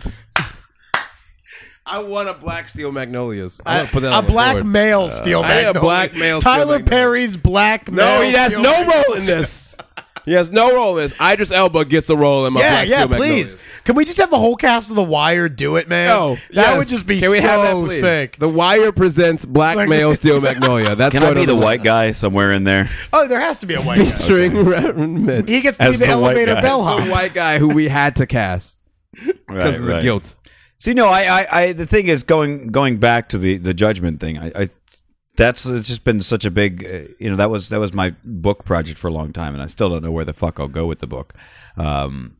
B: I want a black steel magnolias. I
H: A
B: wanna put that on the
H: black
B: board.
H: male Steel
B: I need
H: Magnolia.
B: a black male Steel
H: Tyler
B: Magnolia.
H: Perry's black male.
B: No, he has
H: Steel
B: no
H: Magnolia.
B: role in this. (laughs) He has no role in this. Idris Elba gets a role in my
H: Yeah,
B: Black
H: yeah,
B: Steel
H: please.
B: Magnolias.
H: Can we just have the whole cast of The Wire do it, man?
B: No,
H: that
B: yes.
H: would just be
B: Can we
H: so
B: have that, please?
H: sick.
B: The Wire presents Black
H: Like-
B: Male Steel Magnolia. That's
G: Can I
B: going
G: be
B: on
G: the
B: list.
G: white guy somewhere in there?
H: Oh, there has to be a
B: (laughs)
H: white guy.
B: Featuring Reverend Mitch.
H: He gets to be
G: As
H: the,
G: the white
H: elevator
G: guy.
B: the
H: bellhop.
B: white guy who we had to
G: (laughs)
B: cast because of the guilt.
G: See, no, I, I, I, the thing is going going back to the the judgment thing. I, I that's it's just been such a big, uh, you know, that was that was my book project for a long time, and I still don't know where the fuck I'll go with the book. Um,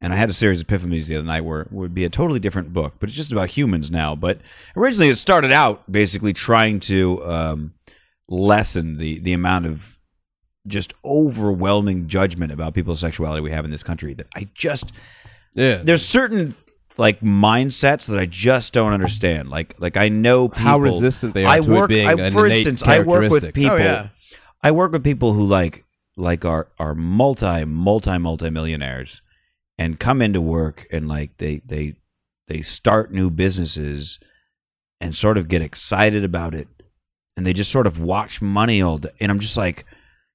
G: and I had a series of epiphanies the other night where it would be a totally different book, but it's just about humans now. But originally, it started out basically trying to um, lessen the the amount of just overwhelming judgment about people's sexuality we have in this country that I just
B: Yeah.
G: there's certain like mindsets that I just don't understand. Like like I know people,
B: How resistant they are
G: I
B: to it
G: work,
B: being
G: I,
B: an
G: for
B: innate
G: instance, I work with
B: characteristic.
G: people.
H: Oh, yeah.
G: I work with people who like like are are multi multi multi millionaires and come into work and like they they they start new businesses and sort of get excited about it and they just sort of watch money all day and I'm just like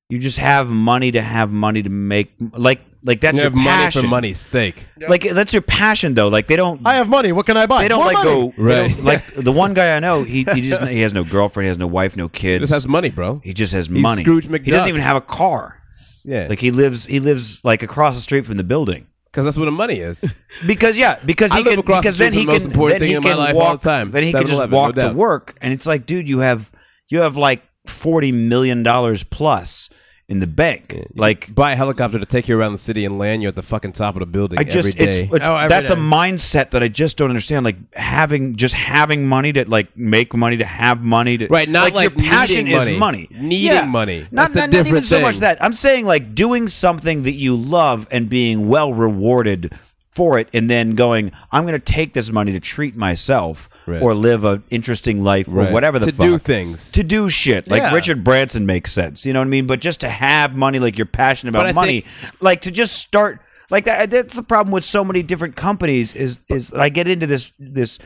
G: you just have money to have money to make like like that's
B: You
G: your
B: have money for
G: passion.
B: money's sake.
G: Like that's your passion though. Like they don't
H: I have money. What can I buy?
G: they don't
H: More
G: like
H: money.
G: go they don't-
B: Right. (laughs)
G: like the one guy I know, he he just he has no girlfriend, he has no wife, no kids.
B: He just has money, bro.
G: He just has
B: He's
G: money.
B: Scrooge
G: He doesn't
B: McDuck.
G: even have a car.
B: Yeah.
G: Like he lives he lives like across the street from the building.
B: Because that's what the money is.
G: Because yeah, because
B: I
G: he
B: live
G: can
B: across the
G: because
B: street
G: then
B: from
G: he
B: the most
G: can
B: important
G: then he
B: thing in my
G: can
B: life all
G: walk
B: the time,
G: Then he can just
B: 7-Eleven, no
G: walk to
B: doubt.
G: work, and it's like, dude, you have you have like forty million dollars plus in the bank. Like
B: Buy a helicopter to take you around the city and land you at the fucking top of the building
G: I just
B: every day.
G: it's, it's-
H: Oh, every
G: that's a
H: day.
G: mindset that I just don't understand. Like having just having money to like make money to have money to
B: Right, not like
G: your passion
B: needing money.
G: is money.
B: Needing money.
G: Not,
B: That's a
G: not, not even
B: different
G: so much
B: thing.
G: that. I'm saying like doing something that you love and being well rewarded for it and then going, I'm gonna take this money to treat myself
B: Right.
G: or live an interesting life or
B: Right.
G: whatever the
B: To
G: fuck.
B: do things.
G: To do shit. Like
H: Yeah.
G: Richard Branson makes sense. You know what I mean? But just to have money like you're passionate about
B: But I
G: money.
B: think-
G: like to just start like that that's the problem with so many different companies is is that I get into this this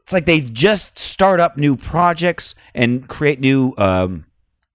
G: it's like they just start up new projects and create new um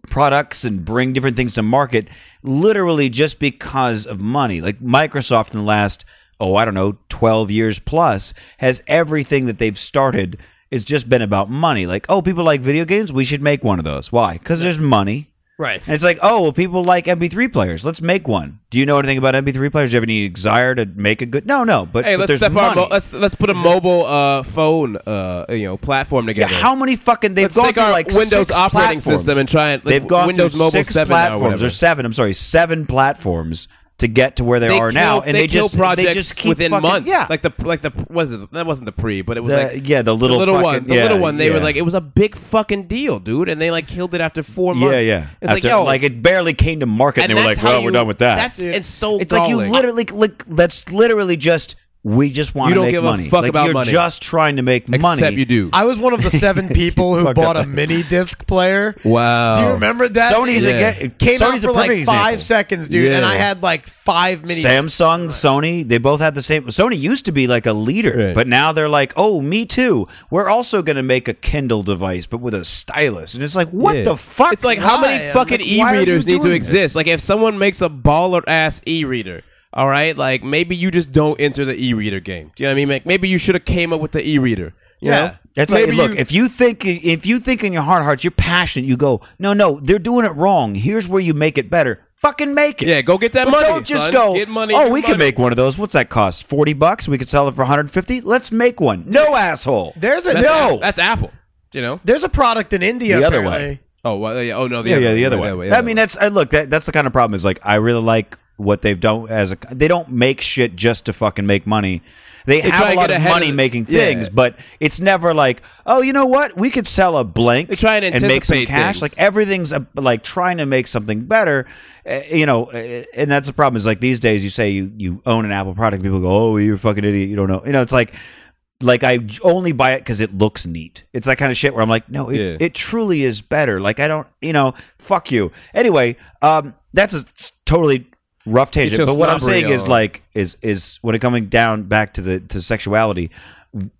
G: products and bring different things to market literally just because of money. Like Microsoft in the last, oh, I don't know, 12 years plus has everything that they've started has just been about money. Like, oh, people like video games, we should make one of those. Why? Because there's money.
H: Right.
G: And it's like, oh, well, people like MP3 players. Let's make one. Do you know anything about MP3 players? Do you have any desire to make a good? No, no. But,
B: Hey,
G: but
B: let's
G: there's
B: step our
G: money.
B: mo- let's let's put a mobile uh, phone uh, you know platform
G: Yeah,
B: together.
G: how many fucking they've
B: Let's
G: gone
B: take
G: through
B: our
G: like
B: Windows
G: six
B: operating
G: platforms.
B: system and try it- like,
G: they've gone
B: Windows
G: through
B: Mobile
G: six
B: 7 now or
G: platforms or
B: whatever.
G: seven. I'm sorry, seven platforms to get to where they,
B: they
G: are
B: kill-
G: now, and they,
B: kill
G: just
B: projects
G: they just keep
B: within
G: fucking-
B: months.
G: Yeah,
B: like the like the was it that wasn't the pre, but it was
G: The-
B: like
G: yeah, the little
B: one,
G: fucking-
B: the
G: yeah,
B: little one. They were
G: yeah.
B: like it was a big fucking deal, dude, and they like killed it after four months.
G: yeah, yeah.
B: It's like
G: After-
B: yo,
G: it barely came to market, and,
B: and
G: they were
B: that's
G: like,
B: how
G: "Well, we're
B: you-
G: done with that."
B: That's it's so
G: it's like you
B: galling.
G: literally like let's literally just we just want
B: You
G: to
B: don't
G: make
B: give a
G: money.
B: fuck
G: Like,
B: about
G: you're
B: money.
G: just trying to make money.
B: except you do.
H: I was one of the seven people who
G: Fuck
H: bought
G: up.
H: a mini disc player.
B: wow.
H: Do you remember that?
G: Sony's
H: It
B: Yeah.
G: again
H: Came
G: Sony's
H: out for
G: a
H: like
G: perfect
H: five
G: example.
H: seconds, dude, and
B: Yeah.
H: I had like five mini.
G: Samsung, Sony, they both had the same. Sony used to be like a leader,
B: Right.
G: but now they're like, oh, me too. We're also going to make a Kindle device, but with a stylus. And it's like, what
B: Yeah.
G: the fuck?
B: It's like how many
H: Why?
B: fucking
H: Like, why are you
B: e-readers need to
H: doing
B: exist? Like if someone makes a baller ass e-reader, All right, like maybe you just don't enter the e-reader game. Do you know what I mean? Like, maybe you should have came up with the e-reader. You know?
I: That's like,
B: maybe
I: look, if you think if you think in your heart of hearts you're passionate, you go, no, no, they're doing it wrong. Here's where you make it better. Fucking make it.
B: Yeah, go get that
I: But
B: money,
I: Don't just
B: son.
I: go.
B: Get money,
I: oh,
B: get
I: we can
B: money."
I: make one of those. What's that cost? Forty bucks. We could sell it for 150. Let's make one. No asshole.
H: There's a
I: no.
B: Apple. that's Apple. You know,
H: there's a product in India
I: The other
H: apparently.
I: way.
B: Oh, well, yeah. Oh no, the
I: yeah,
B: other
I: yeah, the other way. I mean, that's I look. That that's the kind of problem. Is like I really like what they've done as a. They don't make shit just to fucking make money. They,
B: They try
I: have a
B: and
I: lot
B: get
I: of
B: ahead of
I: money
B: the-
I: making
B: yeah.
I: things, but it's never like, oh, you know what? We could sell a blank
B: They try and
I: make some
B: anticipate
I: cash.
B: things.
I: Like everything's a, like trying to make something better. uh, you know, uh, and that's the problem. Is like these days you say you you own an Apple product, people go, oh, you're a fucking idiot. You don't know. You know, it's like. Like I j- only buy it because it looks neat. It's that kind of shit where I'm like, no, it,
B: Yeah.
I: it it truly is better. Like I don't, you know, fuck you. Anyway, um, that's a s- totally rough
B: Get
I: tangent.
B: your
I: But what I'm
B: snobbery
I: saying is
B: on.
I: like is is when it coming down back to the to sexuality.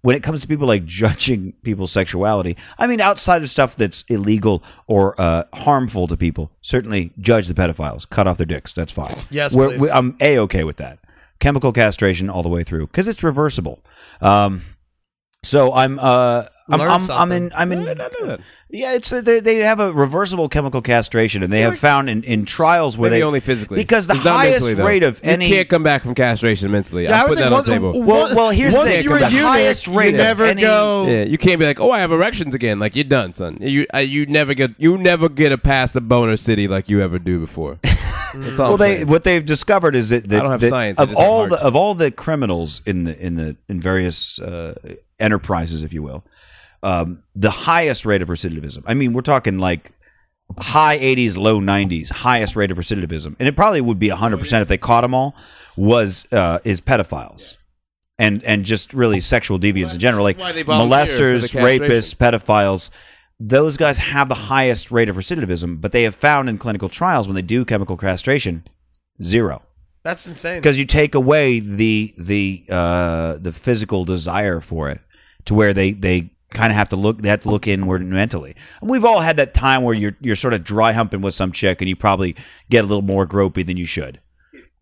I: When it comes to people like judging people's sexuality, I mean, outside of stuff that's illegal or uh, harmful to people, certainly judge the pedophiles, cut off their dicks. That's fine.
H: Yes,
I: We're-
H: please.
I: we- I'm a okay with that. Chemical castration all the way through because it's reversible. Um, so I'm uh, I'm
H: Learn
I: I'm, I'm
H: something.
I: in I'm in yeah, it's they they have a reversible chemical castration, and they have found in, in trials where
B: Maybe
I: they
B: only physically
I: because the
B: It's not
I: highest
B: mentally, though.
I: rate of
B: You
I: any
B: can't come back from castration mentally.
H: Yeah, I
B: I'm
H: would
B: putting that
H: think
B: on the
H: once-
B: table.
I: well well here's
H: Once
I: the thing:
H: you're a
I: the
H: eunuch,
I: highest
H: you
I: rate
H: never
I: of any,
H: go-
B: Yeah, you can't be like, oh, I have erections again. Like you're done, son. You I, you never get you never get a past the boner city like you ever do before. That's all.
I: Well,
B: I'm
I: they
B: saying.
I: what they've discovered is that, that,
B: I don't have
I: that
B: science, I
I: of
B: just have
I: all
B: heart.
I: the of all the criminals in the in the in various uh, enterprises, if you will, um, the highest rate of recidivism. I mean, we're talking like high 80s, low 90s, highest rate of recidivism, and it probably would be 100 percent if they caught them all. Was uh, is pedophiles. And, and just really sexual deviants in general, like
B: why they volunteer for
I: molesters,
B: the
I: rapists, pedophiles, those guys have the highest rate of recidivism, but they have found in clinical trials when they do chemical castration, zero.
H: That's insane.
I: Because you take away the the uh, the physical desire for it to where they, they kind of have to look they have to look inward mentally. And we've all had that time where you're you're sort of dry humping with some chick and you probably get a little more gropey than you should.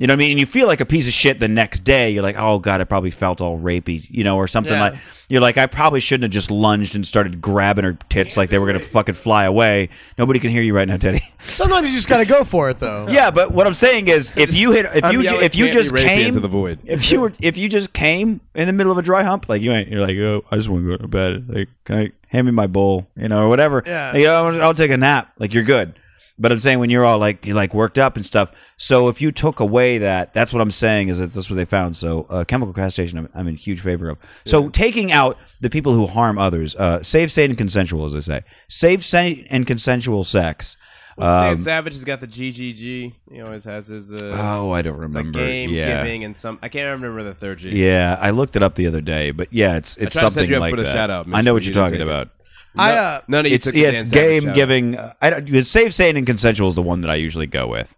I: You know what I mean? And you feel like a piece of shit the next day. You're like, oh god, I probably felt all rapey, you know, or something
H: Yeah.
I: like. You're like, I probably shouldn't have just lunged and started grabbing her tits like they were gonna fucking fly away. Nobody can hear you right now, Teddy.
H: Sometimes you just gotta go for it though.
I: Yeah, but what I'm saying is, if you hit, if you
B: Yeah,
I: ju-
B: it
I: if you
B: can't be
I: just
B: rapey
I: came
B: into the void.
I: if you were if you just came in the middle of a dry hump, like you ain't, you're like, oh, I just want to go to bed. Like, can I hand me my bowl, you know, or whatever.
H: Yeah.
I: Like, oh, I'll, I'll take a nap. Like, you're good. But I'm saying when you're all like you like worked up and stuff. So if you took away that, that's what I'm saying is that that's what they found. So uh, chemical castration, I'm, I'm in huge favor of. So taking out the people who harm others, uh, safe, sane, and consensual, as they say, safe, sane, and consensual sex.
B: Dan (laughs)
I: Um,
B: Savage has got the GGG. He always has his. Uh,
I: oh, I don't
B: it's like
I: remember.
B: game
I: yeah.
B: giving and some. I can't remember the third G.
I: Yeah, I looked it up the other day, but yeah, it's it's
B: tried to set
I: something
B: you up
I: like
B: for the
I: that.
B: shout-out, Mitch,
I: I know
B: but
I: what
B: you
I: you're
B: didn't
I: talking
B: take it.
I: about.
H: I uh,
B: None of you
I: It's
B: took
I: yeah,
B: the Dan
I: it's
B: Savage
I: game
B: shout-out.
I: giving. uh, I don't. it's Safe, sane, and consensual is the one that I usually go with,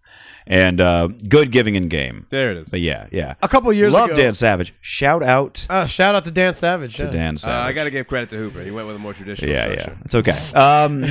I: and uh, good giving and game.
B: There it is.
I: But yeah, yeah.
H: a couple years
I: Love
H: ago.
I: Dan Savage. Shout out
H: Uh, shout out to Dan Savage.
I: to
H: yeah.
I: Dan
B: Uh, I
I: Savage.
B: got to give credit to Hooper. He went with a more traditional
I: yeah,
B: structure.
I: yeah. It's okay. Um,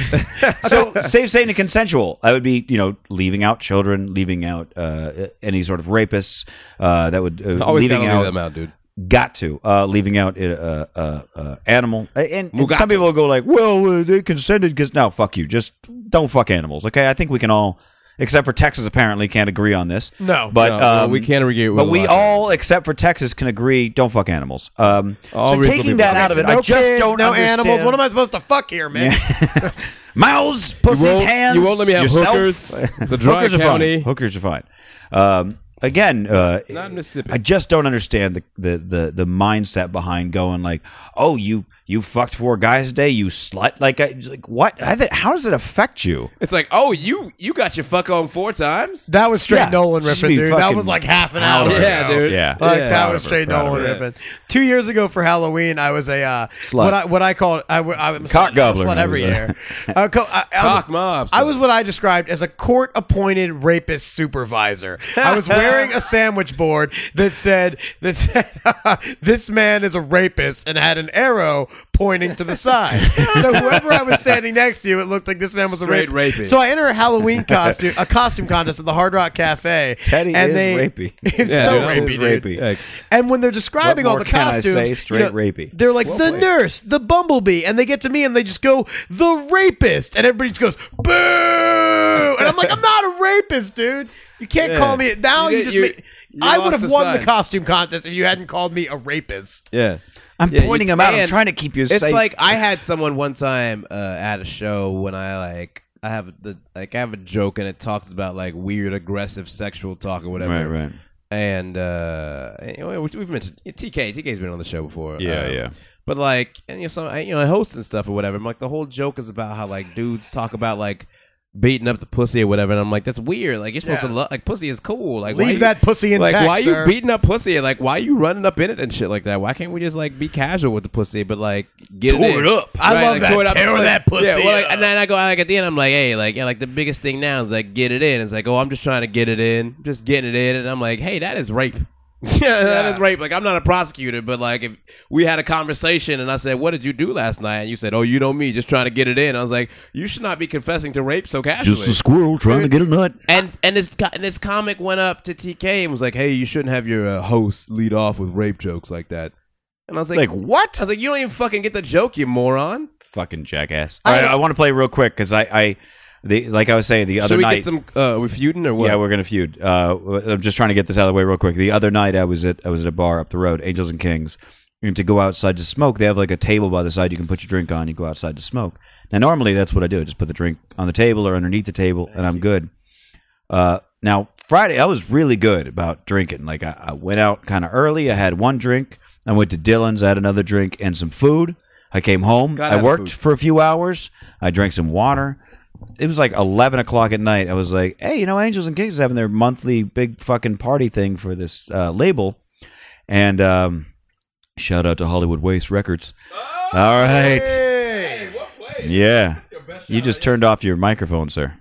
B: (laughs)
I: so safe, sane, and consensual. I would be, you know, leaving out children, leaving out uh, any sort of rapists. Uh, that would uh,
B: Always
I: leaving
B: gotta
I: out
B: leave them out, dude.
I: got to uh, leaving out uh, uh, uh, animal and, and
B: Mugato.
I: some people go like well uh, they consented because no fuck you just don't fuck animals okay i think we can all except for texas apparently can't agree on this
H: No.
I: but
B: No, well,
I: um,
B: we can't agree with
I: but
B: a
I: we
B: lot.
I: all except for texas can agree don't fuck animals um,
B: All
I: so
B: reasonable
I: taking that
B: people.
I: out of it
H: No
I: i just
H: kids,
I: don't
H: no
I: understand.
H: animals. What am I supposed to fuck here, man? (laughs)
I: (laughs) mouths pussies
B: won't-
I: hands
B: you won't let me have
I: yourself.
B: hookers.
I: (laughs)
B: It's a dry
I: hookers are
B: county.
I: fine hookers are fine um, again uh,
B: Not Mississippi.
I: I just don't understand the, the the the mindset behind going like, oh, you you fucked four guys today, you slut. Like, I, like what? I th- how does it affect you?
B: It's like, oh, you you got your fuck on four times.
H: That was straight
I: Yeah.
H: Nolan
I: Should
H: riffing,
I: be
H: dude. That
I: fucking
H: was like half an hour.
I: out of it.
B: Yeah,
H: ago.
B: dude.
I: Yeah.
H: Like
B: Yeah.
H: that
I: Proud
H: was
I: of her,
H: straight
I: proud of
H: Nolan
B: her.
H: riffing. Two years ago for Halloween, I was a uh,
I: Slut.
H: What I, what I called I, w- I was
I: Cock
H: slut-
I: gobbler,
H: Slut
I: I
H: every
I: was a- (laughs)
H: year. Uh, co- I, I
B: Cock
H: was,
B: mob.
H: I was what I described as a court appointed rapist supervisor. I was wearing (laughs) a sandwich (laughs) board that said that said, this man is a rapist and had an arrow pointing to the side. so whoever I was standing next to, it looked like this man was
C: Straight
H: a rape.
C: rapey.
H: So I enter a Halloween costume, a costume contest at the Hard Rock Cafe.
I: Teddy
H: and
I: is
H: they,
I: rapey.
H: (laughs) It's
I: Yeah,
H: so
I: dude,
H: rapey,
I: this is
H: dude.
I: rapey.
H: And when they're describing
I: What
H: all
I: more
H: the
I: can I say?
H: costumes, you
I: Straight
H: know,
I: rapey.
H: They're like the nurse, the bumblebee, and they get to me and they just go the rapist, and everybody just goes boo, and I'm like, I'm not a rapist, dude. You can't
C: Yeah.
H: call me now.
C: You
H: You,
C: did-
H: just
C: you-
H: make,
C: you
H: I
C: lost
H: would have
C: the
H: won the
C: sign.
H: costume contest if you hadn't called me a rapist.
C: Yeah.
I: I'm
C: Yeah,
I: pointing
C: you-
I: him out. I'm
C: and
I: trying to keep you
C: it's
I: safe.
C: like I had someone one time uh, at a show when I like I have the like I have a joke and it talks about like weird aggressive sexual talk or whatever.
I: Right, right.
C: And uh, you know, we- we've mentioned TK. TK's been on the show before. um,
I: Yeah, yeah.
C: But like, and you know, some, I, you know, I host and stuff or whatever. I'm like, the whole joke is about how like dudes talk about like beating up the pussy or whatever, and I'm like, that's weird. Like you're supposed to love like pussy is cool. Like why
H: Leave
C: you-
H: that pussy
C: Like
H: intact,
C: why are
H: sir.
C: you beating up pussy? Like why are you running up in it and shit like that? Why can't we just like be casual with the pussy? But like get
L: Tore
C: it, in.
L: it up. I love
C: like,
L: that.
C: tore it up.
L: Tear
C: It's like-
L: that pussy
C: Yeah, well, like,
L: up.
C: and then I go like at the end, I'm like, hey, like yeah, like the biggest thing now is like get it in. It's like oh, I'm just trying to get it in, just getting it in, and I'm like, hey, that is rape. (laughs) yeah, that is rape. Like I'm not a prosecutor, but like if we had a conversation and I said, "What did you do last night?" and you said, "Oh, you know me, just trying to get it in," I was like, "You should not be confessing to rape so casually."
I: squirrel trying to get a nut.
C: And and this co- and this comic went up to TK and was like, "Hey, you shouldn't have your uh, host lead off with rape jokes like that." And I was like,
I: Like, what?
C: I was like, "You don't even fucking get the joke, you moron."
I: Fucking jackass. All right, I, want to play real quick because I, I, the like I was saying the other
C: Should we
I: night.
C: get some? Uh, we feuding or what?
I: Yeah, we're gonna feud. Uh, I'm just trying to get this out of the way real quick. The other night, I was at I was at a bar up the road, Angels and Kings, and to go outside to smoke, they have like a table by the side you can put your drink on. You go outside to smoke. Now, normally that's what I do. I just put the drink on the table or underneath the table, and I'm good. Uh, now Friday, I was really good about drinking. Like I, I went out kind of early. I had one drink. I went to Dylan's, I had another drink and some food. I came home.
M: Got out
I: I
M: of
I: worked
M: food.
I: for a few hours. I drank some water. It was like eleven o'clock at night. I was like, "Hey, you know, Angels and Kings is having their monthly big fucking party thing for this uh, label." And um, shout out to Hollywood Waste Records. All right. yeah. You just turned off your microphone, sir.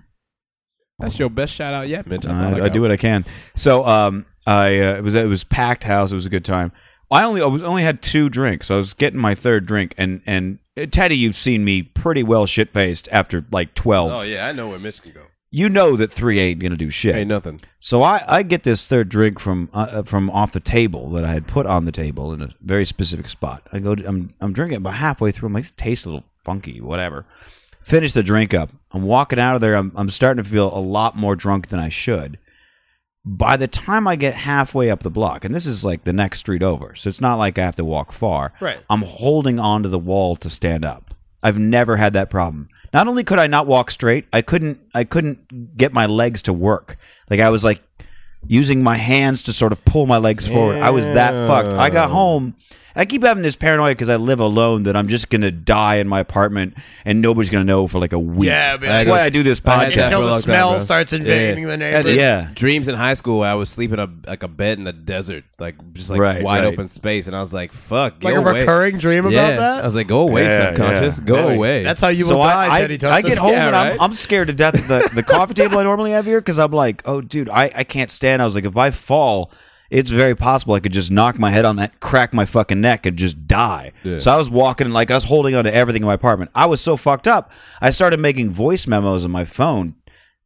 C: That's your best shout out yet, Mitch.
I: I, I do what I can. So um, I uh, it was it was packed house. It was a good time. I only I was only had two drinks. I was getting my third drink, and and uh, Teddy, you've seen me pretty well shit faced after like twelve.
C: Oh yeah, I know where Mitch can go.
I: You know that three ain't gonna do shit.
C: Ain't nothing.
I: So I, I get this third drink from uh, uh, from off the table that I had put on the table in a very specific spot. I go, to, I'm I'm drinking it, but halfway through, I'm like, it tastes a little funky, whatever. Finish the drink up. I'm walking out of there. I'm I'm starting to feel a lot more drunk than I should. By the time I get halfway up the block, and this is like the next street over, so it's not like I have to walk far.
H: Right.
I: I'm holding onto the wall to stand up. I've never had that problem. Not only could I not walk straight, I couldn't I couldn't get my legs to work. Like I was like using my hands to sort of pull my legs forward. I was that fucked. I got home. I keep having this paranoia because I live alone that I'm just gonna die in my apartment and nobody's gonna know for like a week.
H: Yeah, man.
I: that's why I do this
C: I had
I: podcast.
C: that for a
H: the
C: long
H: smell
C: time, bro.
H: starts invading the neighborhood.
C: I had
I: Yeah.
C: Dreams in high school, I was sleeping a, like a bed in the desert, like just like
I: Right,
C: wide
I: right.
C: open space, and I was like, "Fuck,
H: Like
C: go
H: a
C: away.
H: recurring dream about
C: Yeah.
H: that?
C: I was like, "Go away,
I: Yeah,
C: subconscious,
I: yeah.
C: go
I: Yeah.
C: away."
H: That's how you
I: so
H: will
I: I,
H: die,
I: I,
H: Teddy
I: I
H: Tuxton.
I: get home
C: Yeah,
I: and
C: right?
I: I'm, I'm scared to death of the,
C: (laughs)
I: the coffee table I normally have here because I'm like, oh, dude, I, I can't stand. I was like, if I fall, it's very possible I could just knock my head on that, crack my fucking neck, and just die. So I was walking, like, I was holding on to everything in my apartment. I was so fucked up. I started making voice memos on my phone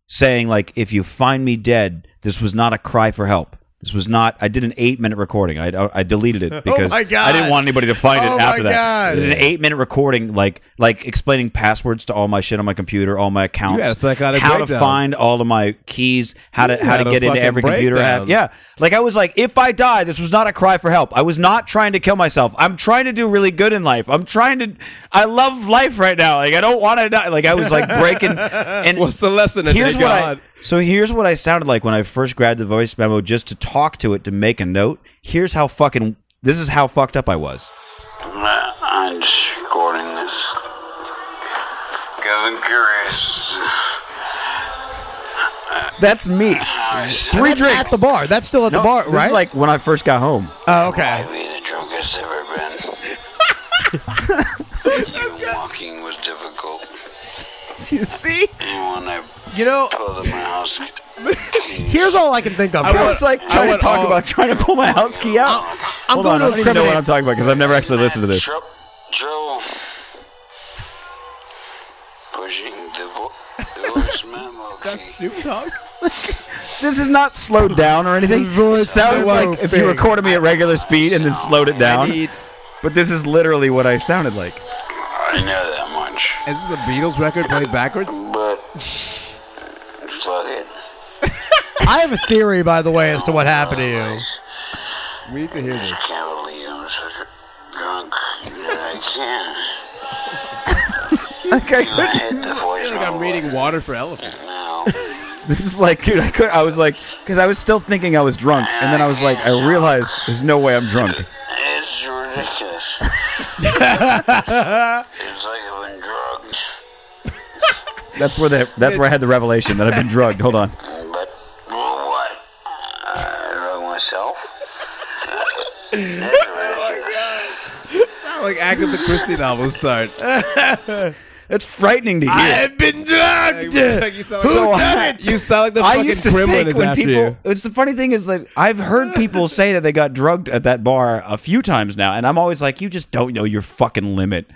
I: saying, like, if you find me dead, this was not a cry for help. This was not. I did an eight-minute recording. I, I deleted
C: (laughs) Oh
G: (laughs)
I: it because
H: my God.
I: I didn't want anybody to find
H: Oh
I: it
H: my
I: after that.
H: God.
I: I did an eight-minute recording, like like explaining passwords to all my shit on my computer, all my accounts,
C: You had a psychotic
I: how to
C: breakdown.
I: find all of my keys, how to
C: You
I: how
C: had
I: to
C: a
I: get into
C: fucking
I: every computer I have.
C: breakdown.
I: Yeah, like I was like, if I die, this was not a cry for help. I was not trying to kill myself. I'm trying to do really good in life. I'm trying to. I love life right now. Like I don't want to die. Like I was like
C: (laughs)
I: breaking and
C: What's the lesson? Today,
I: here's what
C: God?
I: I, so here's what I sounded like when I first grabbed the voice memo just to talk to it to make a note. Here's how fucking this is how fucked up I was.
K: I'm just recording this because I'm curious.
I: That's me. Three
H: That's
I: drinks
H: at the bar. That's still at
I: No,
H: the bar,
I: this
H: right?
I: Is like when I first got home.
H: oh, okay.
K: Maybe the drunkest I've ever been. Even walking was difficult.
I: (laughs) You see?
K: And when I
H: You know,
K: pulled up
I: (laughs)
K: my house,
H: here's all I can think of.
I: I, oh. was like trying to
C: want
I: talk
C: all-
I: about trying to pull my house key out.
H: I'm
I: Hold
H: going
I: on, I
H: to
I: don't even know
H: incriminate-
I: what I'm talking about because I've never actually listened to this.
K: Joe, Joe
N: voice memo
F: That's Snoop Dogg.
I: This is not slowed down or anything. It sounds like if you recorded me at regular speed and then slowed it down. But this is literally what I sounded like.
N: I know that much.
B: Is this a Beatles record played backwards?
N: But fuck it.
H: I have a theory, by the way, as to what happened to you.
B: We need to hear this.
N: I can't believe I'm such a drunk that I
B: (laughs)
N: can't.
I: Okay.
N: I hit the voice
B: like I'm
N: memo
B: reading water for elephants.
N: now.
I: This is like, dude, I could. I was like, because I was still thinking I was drunk, and then I was like, I realized there's no way I'm drunk.
N: It's ridiculous. it's like I've been drugged.
I: That's where the that's where I had the revelation that I've been drugged. Hold on.
N: But well, what? I drug myself? That's ridiculous.
B: Sound like Agatha Christie novel (laughs) start.
I: That's frightening to hear.
B: I've been drugged. you sound like, Who
I: So I-
B: done it? You sound like the (laughs)
I: I
B: fucking
I: used to
B: gremlin
I: think
B: is
I: when
B: after
I: people.
B: you.
I: It's the funny thing is that I've heard
B: (laughs)
I: people say that they got drugged at that bar a few times now, and I'm always like, you just don't know your fucking limit.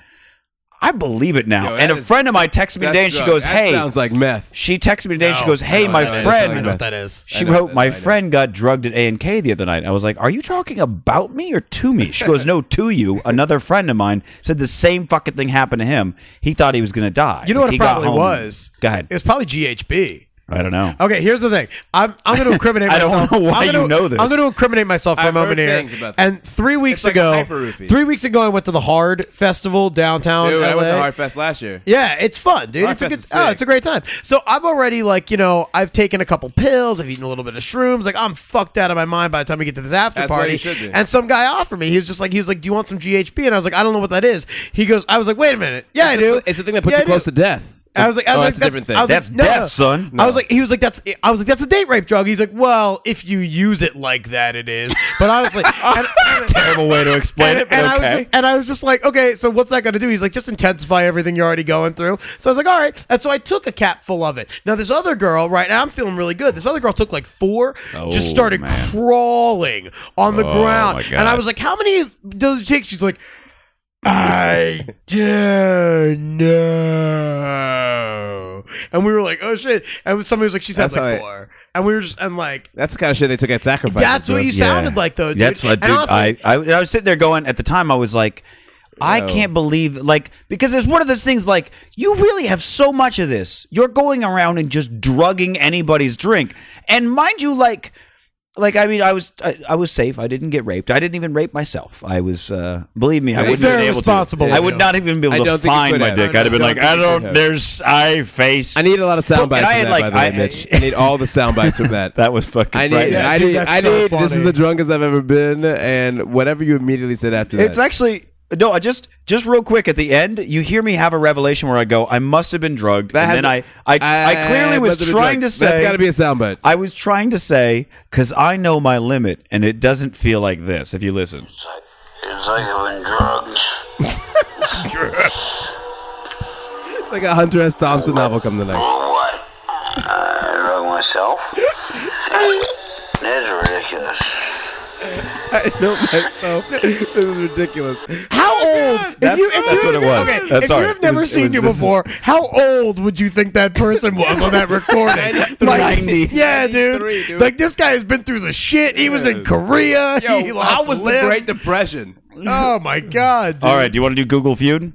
I: I believe it now.
B: Yo,
I: and
B: that
I: a
B: is-
I: friend of mine texted me
B: That's
I: today, and she
B: drug.
I: goes,
B: That
I: "Hey."
B: sounds like (laughs) meth.
I: She texted me today. and She goes, "Hey,
B: no,
I: my
B: no, no,
I: friend."
B: no, no, no.
H: is.
I: She wrote, "My friend got drugged at A and K the other night." I was like, "Are you talking about me or to me?" She goes, "No, to
H: (laughs)
I: you." Another friend of mine said the same fucking thing happened to him. He thought he was going to die.
H: You know what
I: He
H: it
I: got
H: probably
I: home.
H: was?
I: Go ahead.
H: It was probably GHB.
I: I don't know.
H: Okay, here's the thing. I'm I'm
I: (laughs)
H: going to incriminate
I: I
H: myself.
I: don't know why
H: I'm gonna,
I: you know this.
H: I'm going to incriminate myself for
B: I've
H: a moment
B: heard
H: here.
B: things about this.
H: And three weeks
B: It's like a
H: ago,
B: hyper-roofie.
H: three weeks ago, I went to the Hard Festival downtown.
B: Dude, I went to
H: LA.
B: Hard Fest last year.
H: Yeah, it's fun, dude.
B: Rock
H: it's a
B: Fest
H: good.
B: is
H: Oh,
B: sick.
H: it's a great time. So I've already like you know I've taken a couple pills. I've eaten a little bit of shrooms. Like I'm fucked out of my mind by the time we get to this after
B: That's what
H: party.
B: you should do.
H: And some guy offered me. He was just like he was like, "Do you want some GHB?" And I was like, "I don't know what that is." He goes, "I was like, wait a minute. Yeah, I do.
B: It's the thing that puts
H: Yeah, I
B: you
H: do."
B: close to death.
H: I was like, I was
B: Oh,
H: like
B: that's a different thing.
H: I was like,
I: That's
H: no,
I: death,
H: no.
I: son.
H: I was like, he was like, that's. I was like, that's a date rape drug. He's like, well, if you use it like that, it is. But I was
I: (laughs)
H: like, and, and-
I: Terrible way to explain
H: and,
I: it, but
H: and I was
I: okay.
H: just, and I was just like, okay, so what's that going to do? He's like, just intensify everything you're already going through. So I was like, all right. And so I took a cap full of it. Now this other girl, right? And I'm feeling really good. This other girl took like four, just
I: Oh,
H: started
I: man.
H: crawling on the
I: Oh,
H: ground,
I: my
H: and I
I: God.
H: was like, how many does it take? She's like. I don't know. And we were like, oh shit. And somebody was like, she's had
B: That's how
H: like
B: I-
H: four. And we were just, and like,
B: That's the kind of shit they took at sacrifice.
H: that's what you sounded like though. Dude.
I: That's what,
H: And
I: dude.
H: honestly,
I: I, I I was sitting there going at the time. I was like, I can't believe like because it's one of those things like you really have so much of this. You're going around and just drugging anybody's drink, and mind you, like. Like I mean, I was I, I was safe. I didn't get raped. I didn't even rape myself. I was uh, believe me, I
B: That's
I: wouldn't have
H: very
I: been able
H: responsible
I: to.
H: of
I: I would
H: you.
I: not even be
B: I
I: able to
B: don't think you
I: find
B: could
I: my
B: have.
I: dick.
B: I
I: I'd have been
B: don't
I: like,
B: think
I: I
B: you could
I: don't.
B: have.
I: There's I face.
B: I need a lot of sound
I: Well,
B: bites from
I: and I had,
B: that,
I: like,
B: by the way,
I: I-
B: Mitch. I need all the sound bites from (laughs) that.
I: that was fucking.
B: I need,
I: frightening.
B: I
H: dude,
B: need,
H: that's
B: I
H: so
B: need. This is
H: funny.
B: the drunkest I've ever been, and whatever you immediately said after that.
I: It's actually no. I just just real quick at the end, you hear me have a revelation where I go, I must have been drugged,
B: That
I: and then I
B: has-
I: I, I, clearly was
B: must have been
I: trying
B: drunk.
I: to
B: That's
I: say
B: got to be a soundbite.
I: I was trying to say because I know my limit, and it doesn't feel like this. If you (laughs) listen,
N: It's like, it's like I've been drugged.
B: It's like a Hunter S. Thompson novel come tonight.
N: Well, what? I drug myself? That's ridiculous.
B: I know myself. this is ridiculous.
H: How old? if
I: Oh That's-
H: you- if
I: that's
H: you-
I: what it was.
H: Okay,
I: That's
H: if
I: all
H: you
I: right.
H: have
I: It
H: never
I: was- it
H: seen
I: was-
H: you
I: this is-
H: before, how old would you think that person was on
B: (laughs)
H: that recording? like,
I: 90.
H: yeah, dude.
B: 93, dude.
H: Like this guy has been through the shit. He was in
B: (laughs)
H: Korea. he lost
B: how was
H: a
B: the
H: limb.
B: Great Depression?
H: Oh
B: (laughs)
H: my god. Dude.
I: all right, do you want to do Google Feud,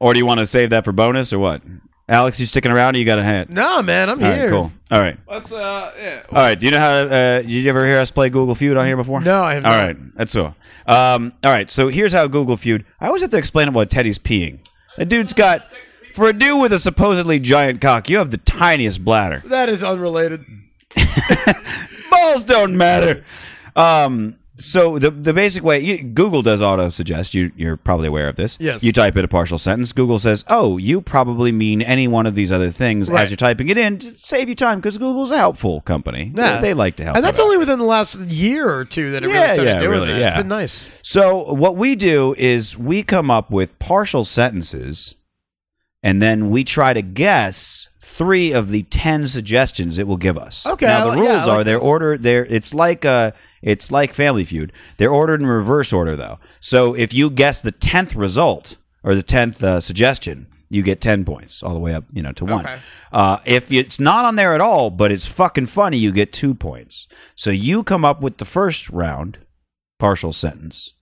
I: or do you want to save that for bonus, or what? Alex, you sticking around? or You got a hat?
H: Nah, man, I'm
I: All right,
H: here.
I: cool. All right.
B: Let's uh, yeah.
I: All right. Do you know how? Uh, did you ever hear us play Google Feud on here before?
H: No, I have
I: All
H: not.
I: right. That's all. Um, all right. So here's how Google Feud. I always have to explain it while Teddy's peeing. The dude's got for a dude with a supposedly giant cock, you have the tiniest bladder.
H: That is unrelated.
I: Balls don't matter. Um, so the the basic way you, Google does auto suggest you you're probably aware of this.
H: Yes.
I: You type in a partial sentence. Google says, "Oh, you probably mean any one of these other things."
H: Right.
I: As you're typing it in to save you time because Google's a helpful company.
H: Yeah.
I: They, they like to help.
H: And that's
I: out.
H: only within the last year or two that it
I: Yeah,
H: really started
I: yeah,
H: doing
I: really,
H: that. It's
I: yeah.
H: been nice.
I: So what we do is we come up with partial sentences, and then we try to guess three of the ten suggestions it will give us.
H: Okay,
I: Now
H: I
I: the
H: li- yeah, I
I: rules
H: like
I: are they're
H: this.
I: ordered. They're it's like uh it's like Family Feud. They're ordered in reverse order though. So if you guess the tenth result or the tenth uh, suggestion, you get 10 points all the way up, you know, to 1. Uh, if it's not on there at all, but it's fucking funny, you get 2 points. So you come up with the first round partial sentence.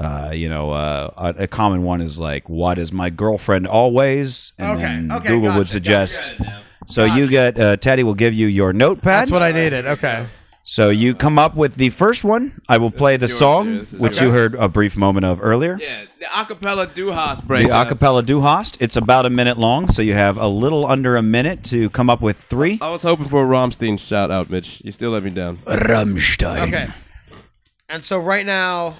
I: Uh, you know, uh, a, a common one is like, "What is my girlfriend always?" And
H: Okay,
I: then
H: okay,
I: Google
H: gotcha,
I: would
H: gotcha.
I: suggest. So you get uh, Teddy will give you your notepad.
H: That's what I needed. Okay.
I: So you come up with the first one. I will play the song, which you heard a brief moment of earlier.
B: Yeah, the acapella duhas
I: The
B: break.
I: acapella do host. It's about a minute long, so you have a little under a minute to come up with three.
B: I was hoping for a Romstein shout out, Mitch. You still let me down.
I: Rammstein.
H: Okay. And so right now,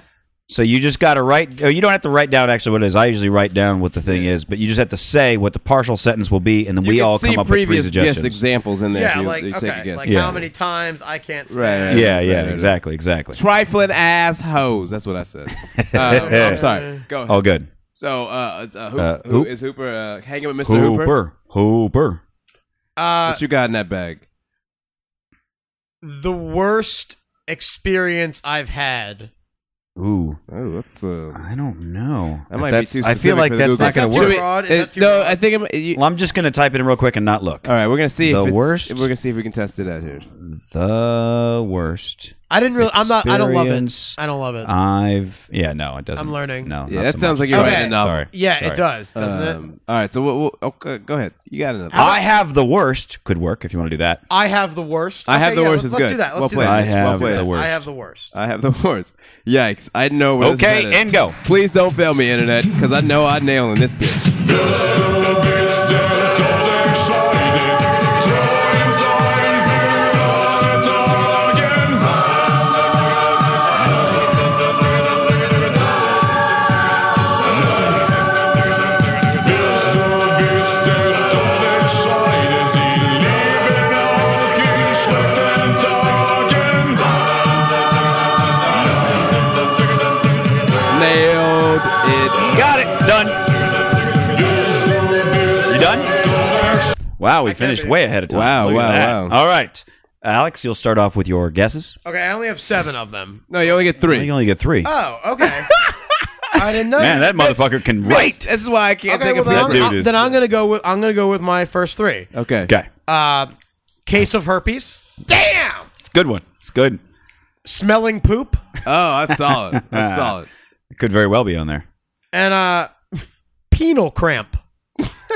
I: So you just got to write. Or you don't have to write down actually what it is. I usually write down what the thing is, but you just have to say what the partial sentence will be, and then we
B: can
I: all
B: see
I: come up with three
B: previous
I: suggestions.
B: guess examples in there. if
H: yeah,
B: you,
H: like
B: you take a
H: okay,
B: guess.
H: like how many times I can't
B: Right, right,
H: stand.
B: right,
I: yeah, yeah,
B: right, right.
I: exactly, exactly.
B: Trifling assholes. That's what I
I: (laughs)
B: said. Uh, I'm sorry. Go ahead.
I: All good.
B: So, uh, it's, uh, Hoop,
I: Uh,
B: who
I: Hoop.
B: is Hooper uh, hanging with Mr. Hooper?
I: Hooper, Hooper.
H: Uh,
B: What you got in that bag?
H: the worst experience I've had.
I: Ooh.
B: Oh, that's. Uh,
I: I don't know.
B: That might be
I: That's-
B: too
I: I feel
B: specific
I: like
B: for the
I: that's
B: Google.
I: not going
B: Is
I: to
B: that too
I: work.
H: broad? Is
B: It-
H: that too
B: no,
H: broad?
B: I think it, you,
I: Well, I'm just going to type it in real quick and not look.
B: All right, we're gonna see
I: The
B: if it's,
I: worst?
B: We're gonna see if we can test it out here.
I: The worst.
H: I didn't really. I'm not. I don't love it.
I: Experience
H: I don't love
B: Uh,
H: it.
I: I've yeah no it doesn't.
H: I'm learning.
I: No,
B: Yeah,
I: not
B: that
I: so
B: sounds
I: much.
B: like you're
H: Okay.
B: writing a novel.
I: Sorry.
H: yeah,
I: Sorry.
H: it does, doesn't it?
B: Um, All right, so we'll, we'll, okay, go ahead. You got another.
I: I have the worst could work if you want to do that.
H: I have the worst.
B: I have
H: Okay,
B: the
H: yeah,
B: worst
H: Let's,
B: is
H: let's
B: good.
H: do that. Let's
B: well
H: do
B: played.
H: that.
I: I
B: Mitch.
I: have
B: well played.
I: the worst.
H: I have the worst.
B: I have the (laughs) worst. Yikes! I know where. this is
I: Okay,
B: headed.
I: and go.
B: Please don't fail me, internet, because I know I'm nailing this bitch. Nailed it.
I: Got it. Done. You done? Wow, we finished way ahead of time.
B: Wow,
I: Look at
B: wow,
I: that.
B: wow.
I: All right. Alex, you'll start off with your guesses.
H: Okay, I only have seven of them.
B: No, you only get
I: You
B: three.
I: only get three.
H: Oh, (laughs) okay. I didn't know.
I: Man, that motherfucker can
H: (laughs)
I: write.
B: This is why I can't
H: Okay,
B: take a
H: well, then,
I: that
H: I'm,
I: dude
H: I'm-
I: is-
B: uh,
H: then I'm gonna go with I'm gonna go with my first three.
B: Okay.
I: Okay.
H: Uh, case of herpes. Damn.
I: It's a good one. It's good.
H: Smelling poop.
B: Oh, that's
I: (laughs)
B: solid. That's solid.
I: It could very well be on there.
H: And uh, (laughs) penal cramp.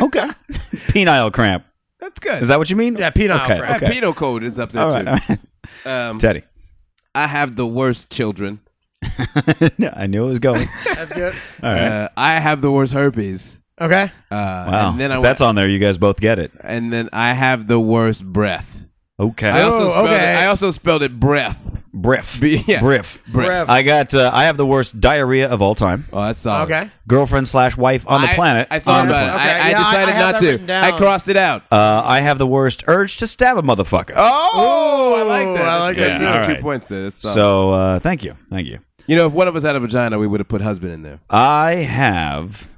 I: Okay. (laughs) Penile cramp.
B: That's good.
I: Is that what you mean?
H: Yeah, penile
I: Okay,
H: cramp.
I: okay.
B: Penal code is up there
I: All right.
B: too.
I: all right. (laughs)
B: Um,
I: Teddy. (laughs)
B: I have the worst children.
I: I knew it
B: (laughs)
I: was going.
H: That's good.
I: All right.
B: Uh, I have the worst herpes.
H: Okay.
B: Uh,
I: wow.
B: And then I
I: If that's
B: wa-
I: on there. You guys both get it.
B: And then I have the worst breath.
I: Okay.
B: I also
H: Oh,
B: spelled
H: okay.
B: it, I also spelled it breath.
I: Briff.
B: B- yeah.
I: Briff.
B: Breath.
I: I got. Uh, I have the worst diarrhea of all time.
B: Oh, that's solid.
H: Okay.
I: Girlfriend slash wife on the
B: I-
I: planet.
B: I, thought
I: on the
B: about it.
I: planet.
H: Okay,
B: I, I
H: yeah, I-
B: decided
H: I have
B: not
H: that
B: to.
H: written down.
B: I crossed it out.
I: Uh, I have the worst urge to stab a motherfucker.
B: Oh, I like that.
H: I
B: That's
I: that
H: like
B: good.
I: too.
B: Two
I: Alright.
B: points there. That's solid.
I: So uh, thank you, thank you.
B: you know, if one of us had a vagina, we would have put husband in there.
I: I have.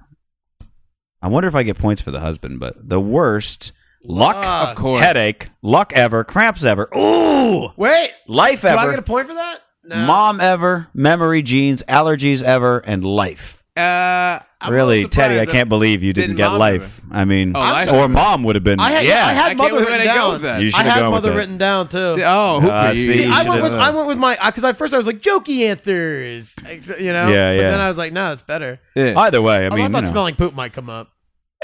I: I wonder if I get points for the husband, but the worst luck,
H: Luck. Ah, Of
B: course.
I: headache, luck ever, cramps ever, ooh,
H: Wait.
I: life
H: Do I
I: ever,
H: get a point for that? No.
I: mom ever, memory genes, allergies ever, and life.
B: Uh, I'm
I: really,
B: not surprised
I: Teddy, I
B: that-
I: can't believe you didn't,
B: didn't
I: get
B: mom
I: life. I mean,
B: Oh, life
I: or
B: ever.
I: mom would have been.
H: I had,
I: yeah,
H: I
B: I
H: had
B: can't
H: mother
B: believe I
H: written
B: didn't go with
H: down.
B: that.
I: you should
H: I
I: have
H: had
I: gone with
H: mother
I: that.
H: written down too.
B: Oh,
I: Ah,
B: okay.
I: see,
H: See,
I: you
H: I
I: should've
H: went with
I: done
H: I
I: that.
H: went with my because at first I was like jokey anthers, ex- you know.
I: Yeah,
H: But
I: yeah.
H: then I was like, no, it's better.
B: Yeah.
I: Either way, I
H: Although
I: mean,
H: Oh, I thought
I: you know,
H: smelling poop might come up.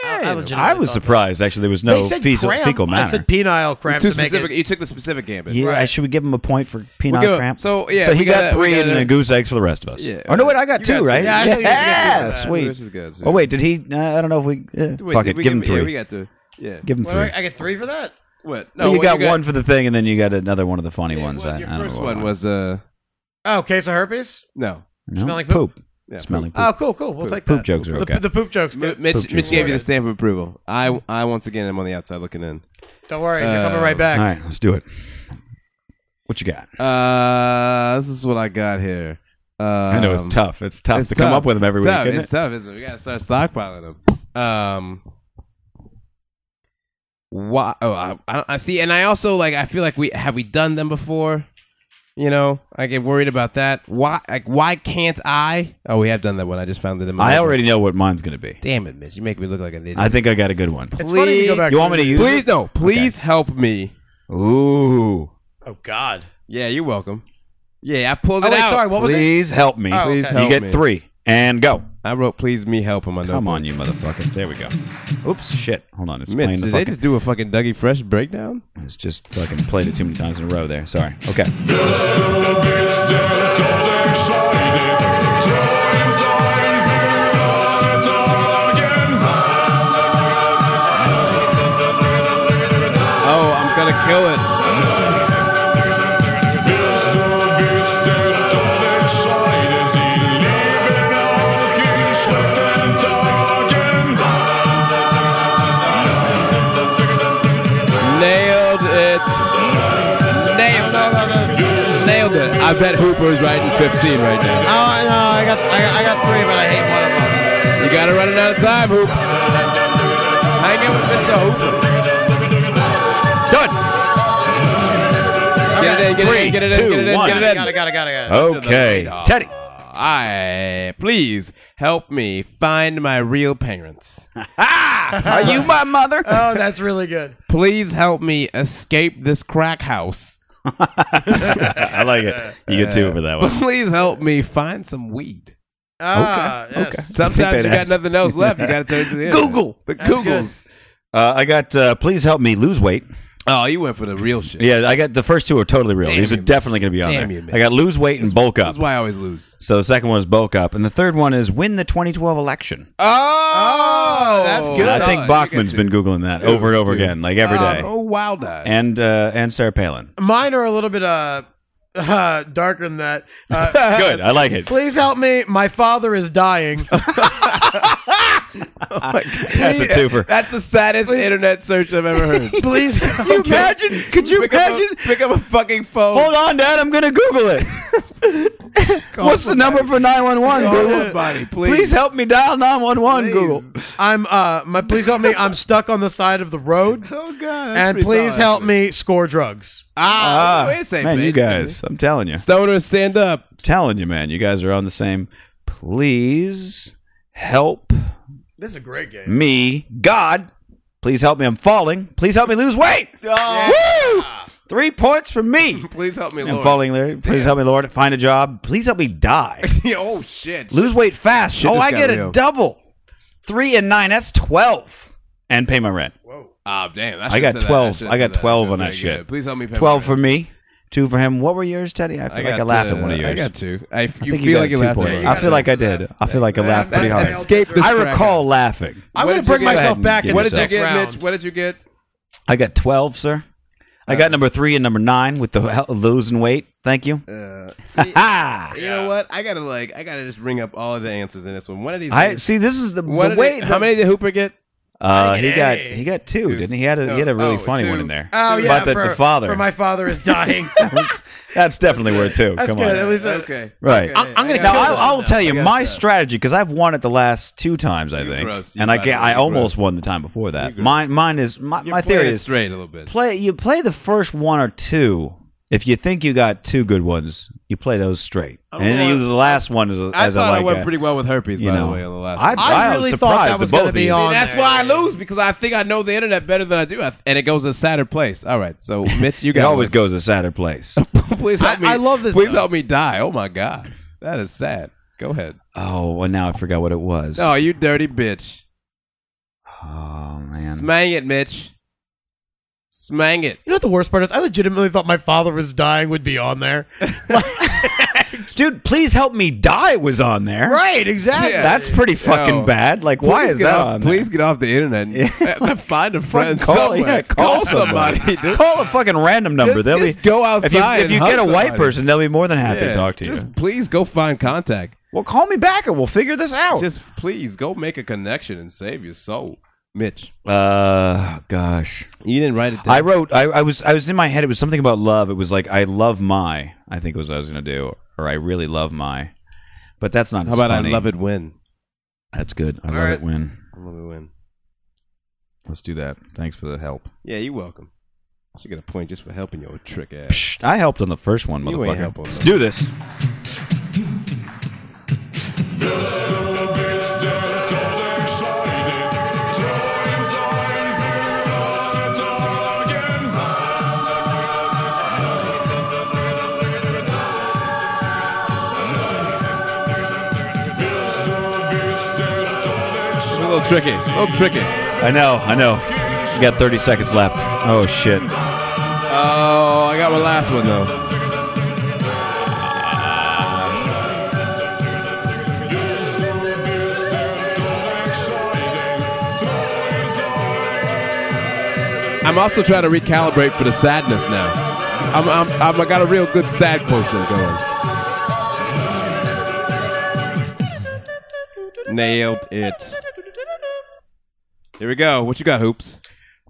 H: I- I, legitimately
I: I was
H: thought that.
I: surprised actually. There was
H: They
I: no
H: said
I: fecal,
H: cramp.
I: fecal matter.
H: I said penile cramp
B: Too
H: to make
B: specific.
H: it.
B: You took the specific gambit.
I: Yeah,
H: Right.
I: should we give him a point for
B: We'll
I: peanut
B: give it-
I: cramp?
B: So yeah,
I: so he
B: we
I: got,
B: a- we
I: three
B: got
I: and a goose eggs for the rest of us.
B: Yeah.
I: Oh no, wait, I got
B: You
I: two,
B: got
I: right?
B: two. Yeah, I
I: yeah,
B: think you got two.
I: sweet.
B: This is good.
I: Oh wait, did he? Uh, I don't know if we. Uh,
B: Wait,
I: fuck
B: did
I: it,
B: we
I: give him three.
B: Yeah, we got to. Yeah.
I: give him
H: What,
I: three.
H: I get three for that.
B: What?
I: Well, you,
B: what
I: got one for the thing, and then you got another one of the funny
B: Yeah,
I: ones.
B: well,
I: I,
B: your
I: I don't
B: first
I: know
B: one was uh
H: Oh, case of herpes.
B: no.
I: no?
H: smelling
I: poop.
H: poop.
B: Yeah,
I: Smelling poop.
H: Oh, cool, cool. We'll
B: Poop.
H: take
I: Poop
H: that.
I: jokes are
H: The,
I: okay.
H: the poop jokes.
B: M-
H: Good.
B: Mitch,
I: Poop
B: Mitch
I: juice.
B: gave you the stamp of approval. I, I once again am on the outside looking in.
H: Don't worry, they're
B: Uh,
H: coming right
I: All
H: back.
I: right, let's do it. What you got?
B: Uh, this is what I got here. Um,
I: I know it's tough. It's tough
B: it's
I: to come up with them every
B: it's
I: week.
B: tough,
I: isn't
B: It's
I: it?
B: tough, isn't it? We gotta start stockpiling them. Um, why? Oh, I, I, don't- I see. And I also like. I feel like we have we done them before. You know, I get worried about that. Why? Like, why can't I? Oh, we have done that one. I just found it in my.
G: I already know what mine's going to be.
B: Damn it, Miss! You make me look like an idiot.
G: I think I got a good one.
B: Please, You want me to use? Please
G: it?
B: no. Please help me. Ooh.
H: Oh God.
B: Yeah, you're welcome. Yeah, I pulled
H: Oh,
B: it
H: wait,
B: out.
H: sorry, what was it?
G: Please help me.
B: Oh,
G: Please
B: okay.
G: help You get
B: me.
G: three and go.
B: I wrote "Please me help" on my notebook.
G: Come on, you motherfucker. There we go. Oops, shit. Hold on. It's
B: Mitch,
G: playing the
B: did they
G: fucking-
B: just do a fucking Dougie Fresh breakdown?
G: It's just fucking played it too many times in a row there. Sorry. Okay.
B: Oh, I'm gonna kill it. Nailed it. Nailed it. Nailed it. I bet Hooper is writing 15 right
H: Oh
B: now.
H: no, I got I got, I got three, but I hate one of them.
B: You gotta run it out of time, Hoops. Hang out with Mr. Hooper.
G: Done.
B: Get it in, get it in, get it in, get it in,
G: Three,
B: get
G: two,
B: it in.
G: one.
H: Got it, got it, got it, got it.
G: Okay.
B: (laughs)
I: (laughs)
G: Teddy.
B: I please help me find my real parents.
I: Are you my mother?
H: Oh, that's
I: (laughs)
H: really good.
B: Please help me escape this crack house.
G: I like it. You get two
B: (laughs)
G: for that one.
B: Please help me find some
G: (laughs)
B: weed.
H: Ah, yes.
G: Okay.
B: Sometimes you got
G: That's-
B: nothing else left. You got to turn to
G: (laughs)
B: the internet.
G: Google.
B: the Googles.
G: Uh, I got. Uh, please help me lose weight.
B: Oh, you went for the real shit.
G: Yeah, I got the first two are totally real.
B: Damn
G: These are
B: you, Mitch.
G: definitely going to be on
B: Damn
G: there.
B: you, Mitch.
G: I got lose weight and bulk
B: That's
G: up.
B: why I always lose.
G: So the second one is bulk up, and the third one is win the 2012 election.
B: Oh, that's
G: And I think Bachman's been googling that
B: Dude,
G: over and over
B: dude.
G: again, like every day.
B: Oh, wild eyes.
G: And uh, and
B: (laughs)
G: Sarah Palin.
H: Mine are a little bit uh, (laughs) uh darker than that. Uh,
G: Good, I like it. (laughs)
H: please help me. My father is dying.
G: That's a
B: (laughs)
G: twofer.
B: That's the saddest internet search I've ever
G: (laughs)
B: heard.
H: please help you
I: Imagine, could you
B: pick
I: imagine?
B: Up a, pick up a fucking phone.
I: Hold on, Dad. I'm gonna Google
B: (laughs)
I: it. What's the number for 911?
B: Call
I: Google.
B: somebody, please.
I: please. help me dial 911. Google.
H: I'm uh my please help me. I'm stuck on the side of the (laughs) road.
B: Oh god. that's
H: and
B: pretty
H: please
B: solid.
H: help me score drugs.
B: Ah, wait a second,
G: Man, you
B: Mitch.
G: guys, I'm telling you,
B: Stoner, stand up.
G: telling you, man, you guys are on the same. Please help
H: This is a great game.
G: me, God. Please help me. I'm falling. Please help me lose
B: (laughs)
G: weight. Woo! Three points for me.
B: Please help me,
G: I'm
B: Lord.
G: falling, Larry. Please help me, Lord. Find a job. Please help me die.
B: (laughs) oh shit.
G: Lose weight fast.
B: Shit,
G: oh,
B: this
G: I
B: got
G: get a
B: real.
G: double. Three and nine. That's twelve. And pay my rent.
B: Ah, damn.
G: I got twelve. I got twelve on that shit.
B: Please help me. pay my
G: Twelve for
B: rent.
G: me. Two for him. What were yours, Teddy? I feel like I laughed
B: uh,
G: at one of yours.
B: I got two. I,
G: I
B: you
G: think
B: feel
G: got
B: like you
G: two
B: laughed at
G: points.
B: one.
G: I feel like I did. I feel like I laughed pretty hard.
B: Escape this
G: I
B: crack.
G: recall laughing.
H: I'm gonna
B: did you
H: bring
B: get?
H: myself back
G: Get
H: in
B: What
H: the
B: did you
G: yourself.
H: next
B: get,
H: round.
B: Mitch? What did you get?
G: I got twelve, sir. I
B: Uh,
G: got number three and number nine with the (laughs) hel- losing weight. Thank you.
B: Uh,
G: (laughs) Ah.
B: You know what? I gotta like. I gotta just bring up all of the answers in this one. One of these.
G: I
B: days-
G: see. This is the, the
B: What did
G: way.
B: it-
G: the-
B: how many did Hooper get?
G: Uh, he
H: get
G: got
H: any.
G: he got two, didn't he? He had a, he had a really
B: oh,
G: funny
B: two.
G: one in there.
H: Oh yeah,
G: about the,
H: for,
G: the father.
H: for my father
G: (laughs)
H: is dying.
G: That's definitely
B: (laughs)
G: worth two.
H: That's
G: Come
H: good. At
G: on.
H: least uh,
B: Okay.
G: Right.
B: Okay.
H: I'm gonna
B: I got
G: Now
H: kill
B: one.
H: this
G: I'll, I'll tell you
B: I got
G: my
B: that.
G: strategy because I've won it the last two times I think,
B: gross. You
G: and I
B: got
G: can't.
B: it.
G: I
B: You
G: almost
B: gross.
G: won the time before that.
B: gross.
G: Mine mine is my,
B: You're
G: my
B: playing
G: theory
B: it
G: is
B: straight a little bit.
G: play you play the first one or two. If you think you got two good ones, you play those straight,
B: I'm
G: and then
B: going-
G: you use the last one as a,
B: I
G: as a
B: thought
G: like
B: I went
G: a-
B: pretty well with herpes,
G: you
B: by
G: know,
B: the way, on the last.
G: I,
B: one.
H: I
G: was
H: really thought
G: surprised
H: that
G: at
H: was
G: both
H: gonna
G: of
H: be
G: these.
H: on
B: that's
H: there.
B: why I lose because I think I know the internet better than I do, I- and it goes a sadder place. All right, so Mitch, you
G: It
B: got
G: always
B: one.
G: goes a sadder place.
B: please help
H: I-
B: me.
H: I love this
B: Please
H: stuff.
B: help me die. Oh my god, that is sad. Go ahead.
G: oh, well, now I forgot what it was.
B: Oh, you dirty bitch!
G: Oh man.
B: Smang it, Mitch. Smang it.
H: You know what the worst part is? I legitimately thought my father was dying would be on (laughs) there.
G: Dude, please help me die was on there.
H: right, exactly.
B: Yeah.
G: That's pretty fucking
B: Yo.
G: bad. Like, why
B: Please
G: is
B: get
G: that
B: off-
G: on?
B: Please get off the
G: (laughs)
B: internet. And (laughs) find a friend.
G: Fucking call,
B: somewhere.
G: yeah, (laughs) call, somebody.
B: (laughs) dude.
G: Call a fucking random number.
B: Just-
G: they'll
B: just
G: be,
B: go
G: If you,
B: outside
G: if you
B: and
G: get a
B: hug
G: white
B: somebody.
G: person, they'll be more than happy
B: Yeah,
G: to talk to you.
B: Just please go find contact.
G: well, call me back and we'll figure this
I: Oh.
G: out.
B: Just please go make a connection and save your soul, Mitch.
G: uh, gosh.
B: You didn't write it down.
G: I wrote. I, I was. I was in my head. It was something about love. It was like I love my. I think was what I was gonna do, or I really love my. But that's not.
B: How
G: as
B: about
G: funny.
B: I love it when?
G: That's good. I love
H: right.
G: it when.
B: I love it when.
G: Let's do that. Thanks for the help.
B: Yeah, you're welcome. She got a point just for helping your trick ass.
I: I helped on the first one,
B: You ain't
I: motherfucker.
B: helping
I: Let's
B: them.
I: do this.
B: It's a little tricky. A little tricky.
I: I know, I know. We got 30 seconds left. Oh, shit.
B: Oh, I got my last one though. I'm also trying to recalibrate for the sadness now. I'm, I'm, I'm I got a real good sad quotient going. Nailed it. Here we go. What you got, hoops?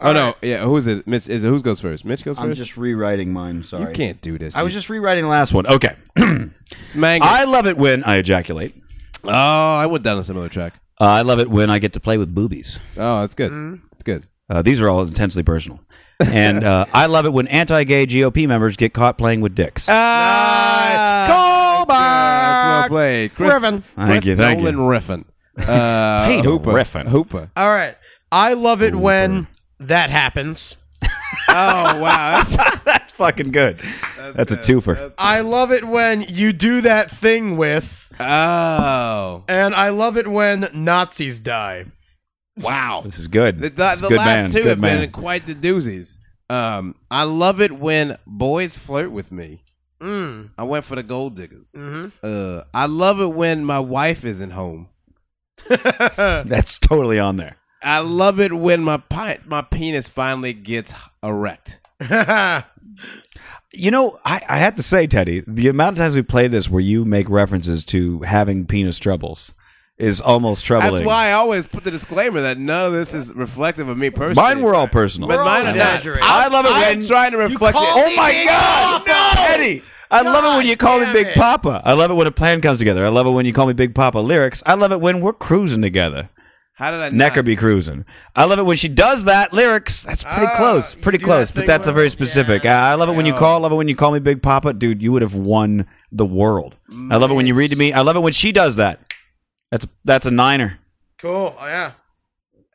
B: oh no, yeah. Who is it? Mitch, is it who goes first? Mitch goes first.
I: I'm just rewriting mine. Sorry.
B: You can't do this.
I: I was
B: You-
I: just rewriting the last one.
G: (clears throat)
I: Okay.
B: Smang.
I: I love it when I ejaculate.
B: Oh, I went down a similar track.
I: Uh, I love it when I get to play with boobies.
B: Oh, that's good. That's good.
I: Uh, these are all intensely personal. And uh, I love it when anti gay GOP members get caught playing with dicks.
B: Go Ah! That's well played. Chris,
H: Riffin.
I: Thank
B: Chris
I: you, thank you.
B: Nolan Riffin. Uh,
I: Peter
B: Hooper.
I: Riffin.
B: Hooper.
H: All right. I love it when that happens.
B: oh wow, that's,
I: that's fucking good. That's, a twofer.
H: I love it when you do that thing with,
B: Oh
H: and I love it when Nazis die.
B: wow.
I: This is good.
B: The,
I: This
B: the,
I: is
B: the
I: good
B: last
I: man.
B: two
I: good
B: have
I: man.
B: been quite the doozies. Um, I love it when boys flirt with me.
H: Mm.
B: I went for the gold diggers.
H: Mm-hmm.
B: Uh, I love it when my wife isn't home.
I: That's totally on there.
B: I love it when my pi- my penis finally gets erect.
I: You know, I, I have to say, Teddy, the amount of times we play this where you make references to having penis troubles is almost troubling.
B: That's why I always put the disclaimer that none of this is reflective of me personally.
I: Mine were all personal.
B: but mine are not.
H: exaggerating.
I: I love it
B: I'm
I: when
B: trying to reflect it.
I: Oh my God, Eddie! I love it when you call me Big Papa. I love it when a plan comes together. I love it when you call me Big Papa lyrics. I love it when we're cruising together.
B: How did I not?
I: Necker be cruising. I love it when she does that lyrics. That's pretty
H: Ah,
I: close.
H: you
I: Pretty
H: do
I: close,
H: that
I: but
H: thing
I: that's a
H: where-
I: very specific. I I love it when you call. I love it when you call me Big Papa, dude. You would have won the world. I love it when you read to me. I love it when she does that. That's that's a niner,
H: Cool. Oh, yeah.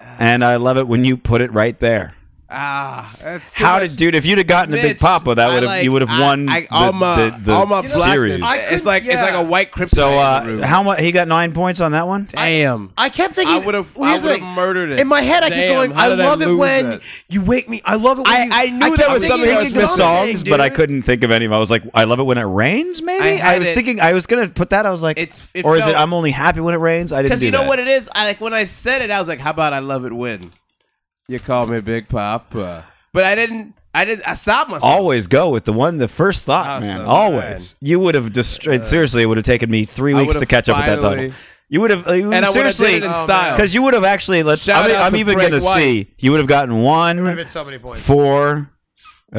I: and I love it when you put it right there.
B: Ah, that's too
I: How
B: much.
I: did dude? If you'd have gotten the Big
B: Mitch,
I: Papa, that
B: I
I: would have
B: like-
I: you would have
B: I-
I: won
B: I-
I: the,
B: all my,
I: the, the
B: all my blackness.
I: series.
H: I
B: it's like
H: couldn't-
B: it's like
H: yeah.
B: a white kryptonite.
I: So
B: in the
I: uh,
B: room.
I: how much he got nine points on that one?
B: Damn.
H: I kept thinking.
B: I would've-
H: Well,
B: I
H: here's the
B: would've
H: thing.
B: murdered it.
H: In my head, I kept
B: Damn,
H: going.
B: how
H: I
B: did I
H: love it
B: lose
H: when
B: that?
H: you wake me. I love it. When
B: I-
H: you,
B: I knew
H: kept
B: there
I: I was
H: thinking
I: something I
H: of
I: was missed
H: something,
I: songs, but I
H: dude.
I: couldn't think of any of them. I was like, I love it when it rains. Maybe
B: I
I: I, was
B: had it-
I: thinking I was gonna put that. I was like,
B: It's- it
I: or is it
B: felt-
I: I'm only happy when it rains? I didn't
B: Because
I: do
B: you know
I: that.
B: what it is. I like when I said it. I was like, "How about I love it when you call me Big Papa?" But I didn't. I didn't. I stopped myself.
I: Always go with the one, the first thought, man.
B: Awesome,
I: Always.
B: man.
I: You would have just seriously. It would have taken me three
B: I
I: weeks
B: would've
I: to catch up with that
B: finally-
I: title. You would have, uh, you would
B: and I would have
I: seriously,
B: did it in style.
I: because you would have actually. Let's.
B: Shout
I: I mean,
B: out
I: I'm
B: to
I: even
B: Frank
I: gonna
B: White.
I: see. You would have gotten
H: I've
I: one,
H: hit so many points.
I: four,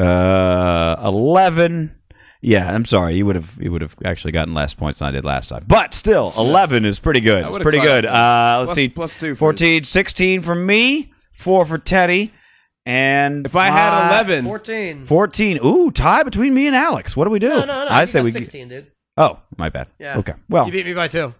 I: uh, eleven. Yeah, I'm sorry. You would have you would have actually gotten less points than I did last time. But still, eleven is pretty good. It's
B: would've
I: pretty
B: clapped.
I: good. Uh, let's
B: Plus-
I: see,
B: plus two for-
I: 14, 16 for me, four for Teddy, and
B: If I had
I: my-
B: eleven,
H: Fourteen.
I: 14. Ooh, tie between me and Alex. What do we do?
H: No, no, no.
I: I
H: you
I: say
H: got
I: we.
H: sixteen, dude.
I: Oh, my bad.
H: Yeah.
I: Okay. Well,
H: you beat me by two.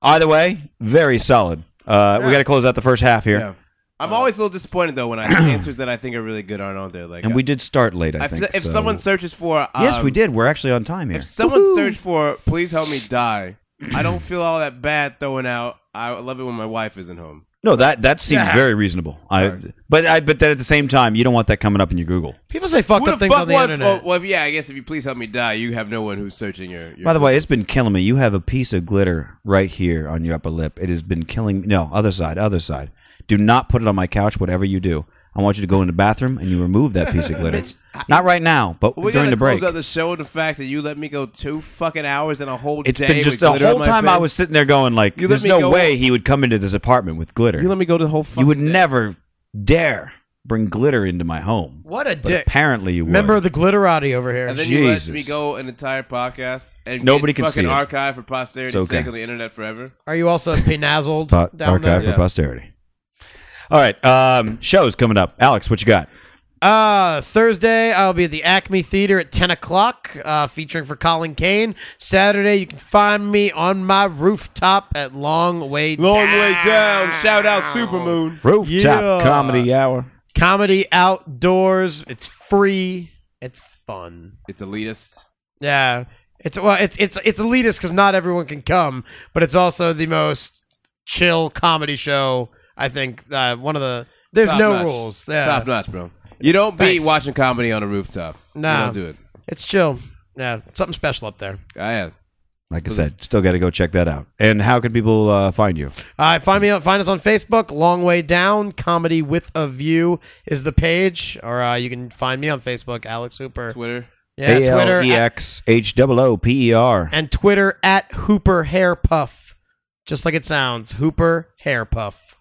I: either way, very solid. Uh, We
H: Yeah.
I: got to close out the first half here,
B: Yeah. I'm always a little disappointed though when I answers that I think are really good aren't on there. Like,
I: (clears throat) and we did start late. I
B: if,
I: think.
B: if
I: so-
B: someone searches for, um,
I: yes, we did. We're actually on time here.
B: If someone searched for, please help me die. I don't feel all that bad throwing out. I love it when my wife isn't home.
I: No, that that seems very reasonable. I, but I, but then at the same time, you don't want that coming up in your Google.
H: People say fucked
B: Who
H: up
B: the
H: things
B: fuck
H: on the
B: wants-
H: internet.
B: oh, well, yeah, I guess if you please help me die, you have no one who's searching your. your
I: By the way, it's
B: Googles.
I: been killing me. You have a piece of glitter right here on your upper lip. It has been killing me. No, other side, other side. Do not put it on my couch, whatever you do. I want you to go in the bathroom and you remove that piece of
B: (laughs)
I: glitter. not right now, but
B: We
I: during
B: gotta
I: the break.
B: close out the show with the fact that you let me go two fucking hours and a whole
I: It's
B: day.
I: been just
B: with
I: the
B: glitter on
I: whole
B: my
I: time I
B: face.
I: was sitting there going like,
B: You let
I: there's
B: me
I: no
B: go-
I: way he would come into this apartment with glitter.
B: You
I: You,
B: let me go to the whole. Fucking
I: would
B: day.
I: never dare bring glitter into my home.
H: what a
I: But
H: dick.
I: apparently you would.
H: Member of the glitterati over here.
B: And then you let
I: Jesus.
B: me go an entire podcast and
I: Nobody
B: get
I: can see
B: fucking
I: it.
B: archive for posterity's
I: It's okay.
B: sake on the internet forever.
H: Are you also penazzled (laughs)
I: Pot-
H: down
I: archive
H: there?
I: for posterity. All right, um, shows coming up. Alex, what you got?
H: Uh, Thursday, I'll be at the Acme Theater at 10 o'clock, uh, featuring for Colin Kane. Saturday, you can find me on my rooftop at Long Way Long Down. Way Down. Shout out Supermoon.
I: Rooftop comedy hour.
H: Comedy outdoors. It's free. It's fun.
B: It's elitist.
H: Yeah. It's well, it's it's it's elitist because not everyone can come, but it's also the most chill comedy show. I think uh, one of the there's
B: Top
H: no
B: notch.
H: rules. Yeah.
B: Top notch, bro. You don't be
H: Uh, Thanks.
B: watching comedy on a rooftop.
H: Nah.
B: You don't do it.
H: It's chill. Yeah, something special up there.
B: I am.
I: Like I said, still got to go check that out. And how can people uh, find you?
H: All right, find me on, find us on Facebook. Long way down, comedy with a view is the page, or uh, you can find me on Facebook, Alex Hooper.
B: Twitter,
H: yeah,
I: E
H: Twitter, at-
I: A-L-E-X-H-O-O-P-E-R.
H: and Twitter at Hooper Hair Puff, just like it sounds. Hooper Hair Puff.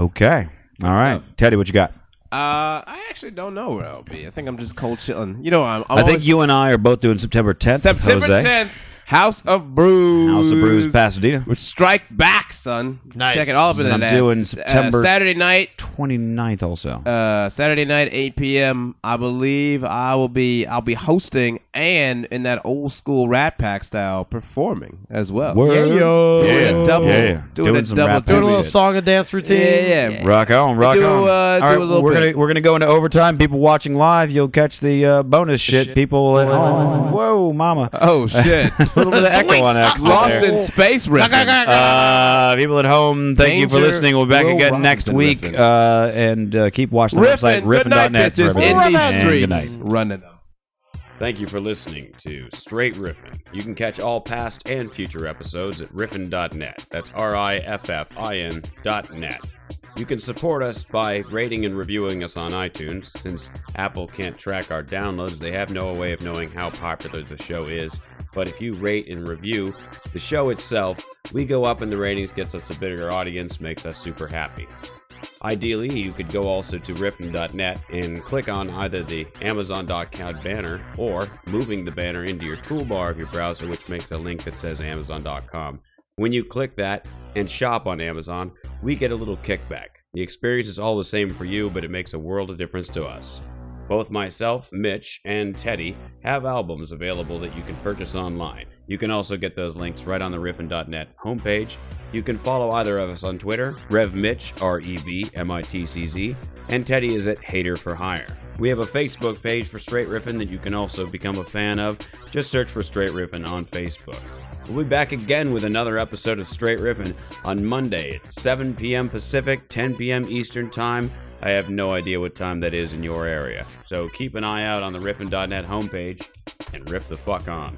I: Okay. All right. Teddy, what you got?
B: Uh, I actually don't know where I'll be. I think I'm just cold chilling. You know, I'm. I'm
I: i think
B: always-
I: you and I are both doing September 10th.
B: September
I: Jose.
B: 10th, House of Brews.
I: House of Brews, Pasadena.
B: Which strike back, son.
I: Nice.
B: Check it all up in
I: I'm
B: that
I: doing
B: ass.
I: September-
B: Uh, Saturday night.
I: 29th also.
B: Uh, Saturday night, 8 p.m. I believe I will be. I'll be hosting and in that old school Rat Pack style performing as well.
I: Word. Yeah, yo.
B: Doing
I: Yeah.
B: a double.
I: Yeah.
B: Doing,
I: Doing
B: a
I: some
B: double.
I: Rat Pack Doing a little shit.
H: song and dance routine.
B: Yeah, yeah.
I: Rock on, rock
B: Do,
I: on.
B: uh,
I: All
B: do
I: right,
B: a little
I: we're
B: bit.
I: gonna we're gonna go into overtime. People watching live, you'll catch the uh, bonus shit. People at home. Whoa, mama.
B: Oh
I: (laughs)
B: shit.
I: a little bit of echo on accident.
B: Lost
I: there.
B: in space riffing.
I: (laughs) Uh, people at home, thank you for
B: Danger
I: listening. We'll be back
B: Will
I: again
B: Robinson
I: next week.
B: riffing.
I: Uh, and uh, keep watching the website,
B: Riffin', good night,
I: riffin.net. for
B: bitches.
I: everything.
B: In these
I: And good night.
B: streets, running.
G: Thank you for listening to Straight Riffin. You can catch all past and future episodes at riffin.net. That's R I F F I N dot net. You can support us by rating and reviewing us on iTunes. Since Apple can't track our downloads, they have no way of knowing how popular the show is. But if you rate and review the show itself, we go up in the ratings, gets us a bigger audience, makes us super happy. Ideally, you could go also to riffin.net and click on either the Amazon.com banner or moving the banner into your toolbar of your browser, which makes a link that says Amazon.com. When you click that and shop on Amazon, we get a little kickback. The experience is all the same for you, but it makes a world of difference to us. Both myself, Mitch, and Teddy have albums available that you can purchase online. You can also get those links right on the riffin.net homepage. You can follow either of us on Twitter, RevMitch, R E V M I T C Z, and Teddy is at Hater for Hire. We have a Facebook page for Straight Riffin that you can also become a fan of. Just search for Straight Riffin on Facebook. We'll be back again with another episode of Straight Riffin on Monday at 7 p.m. Pacific, 10 p.m. Eastern Time. I have no idea what time that is in your area, so keep an eye out on the riffin.net homepage and riff the fuck on.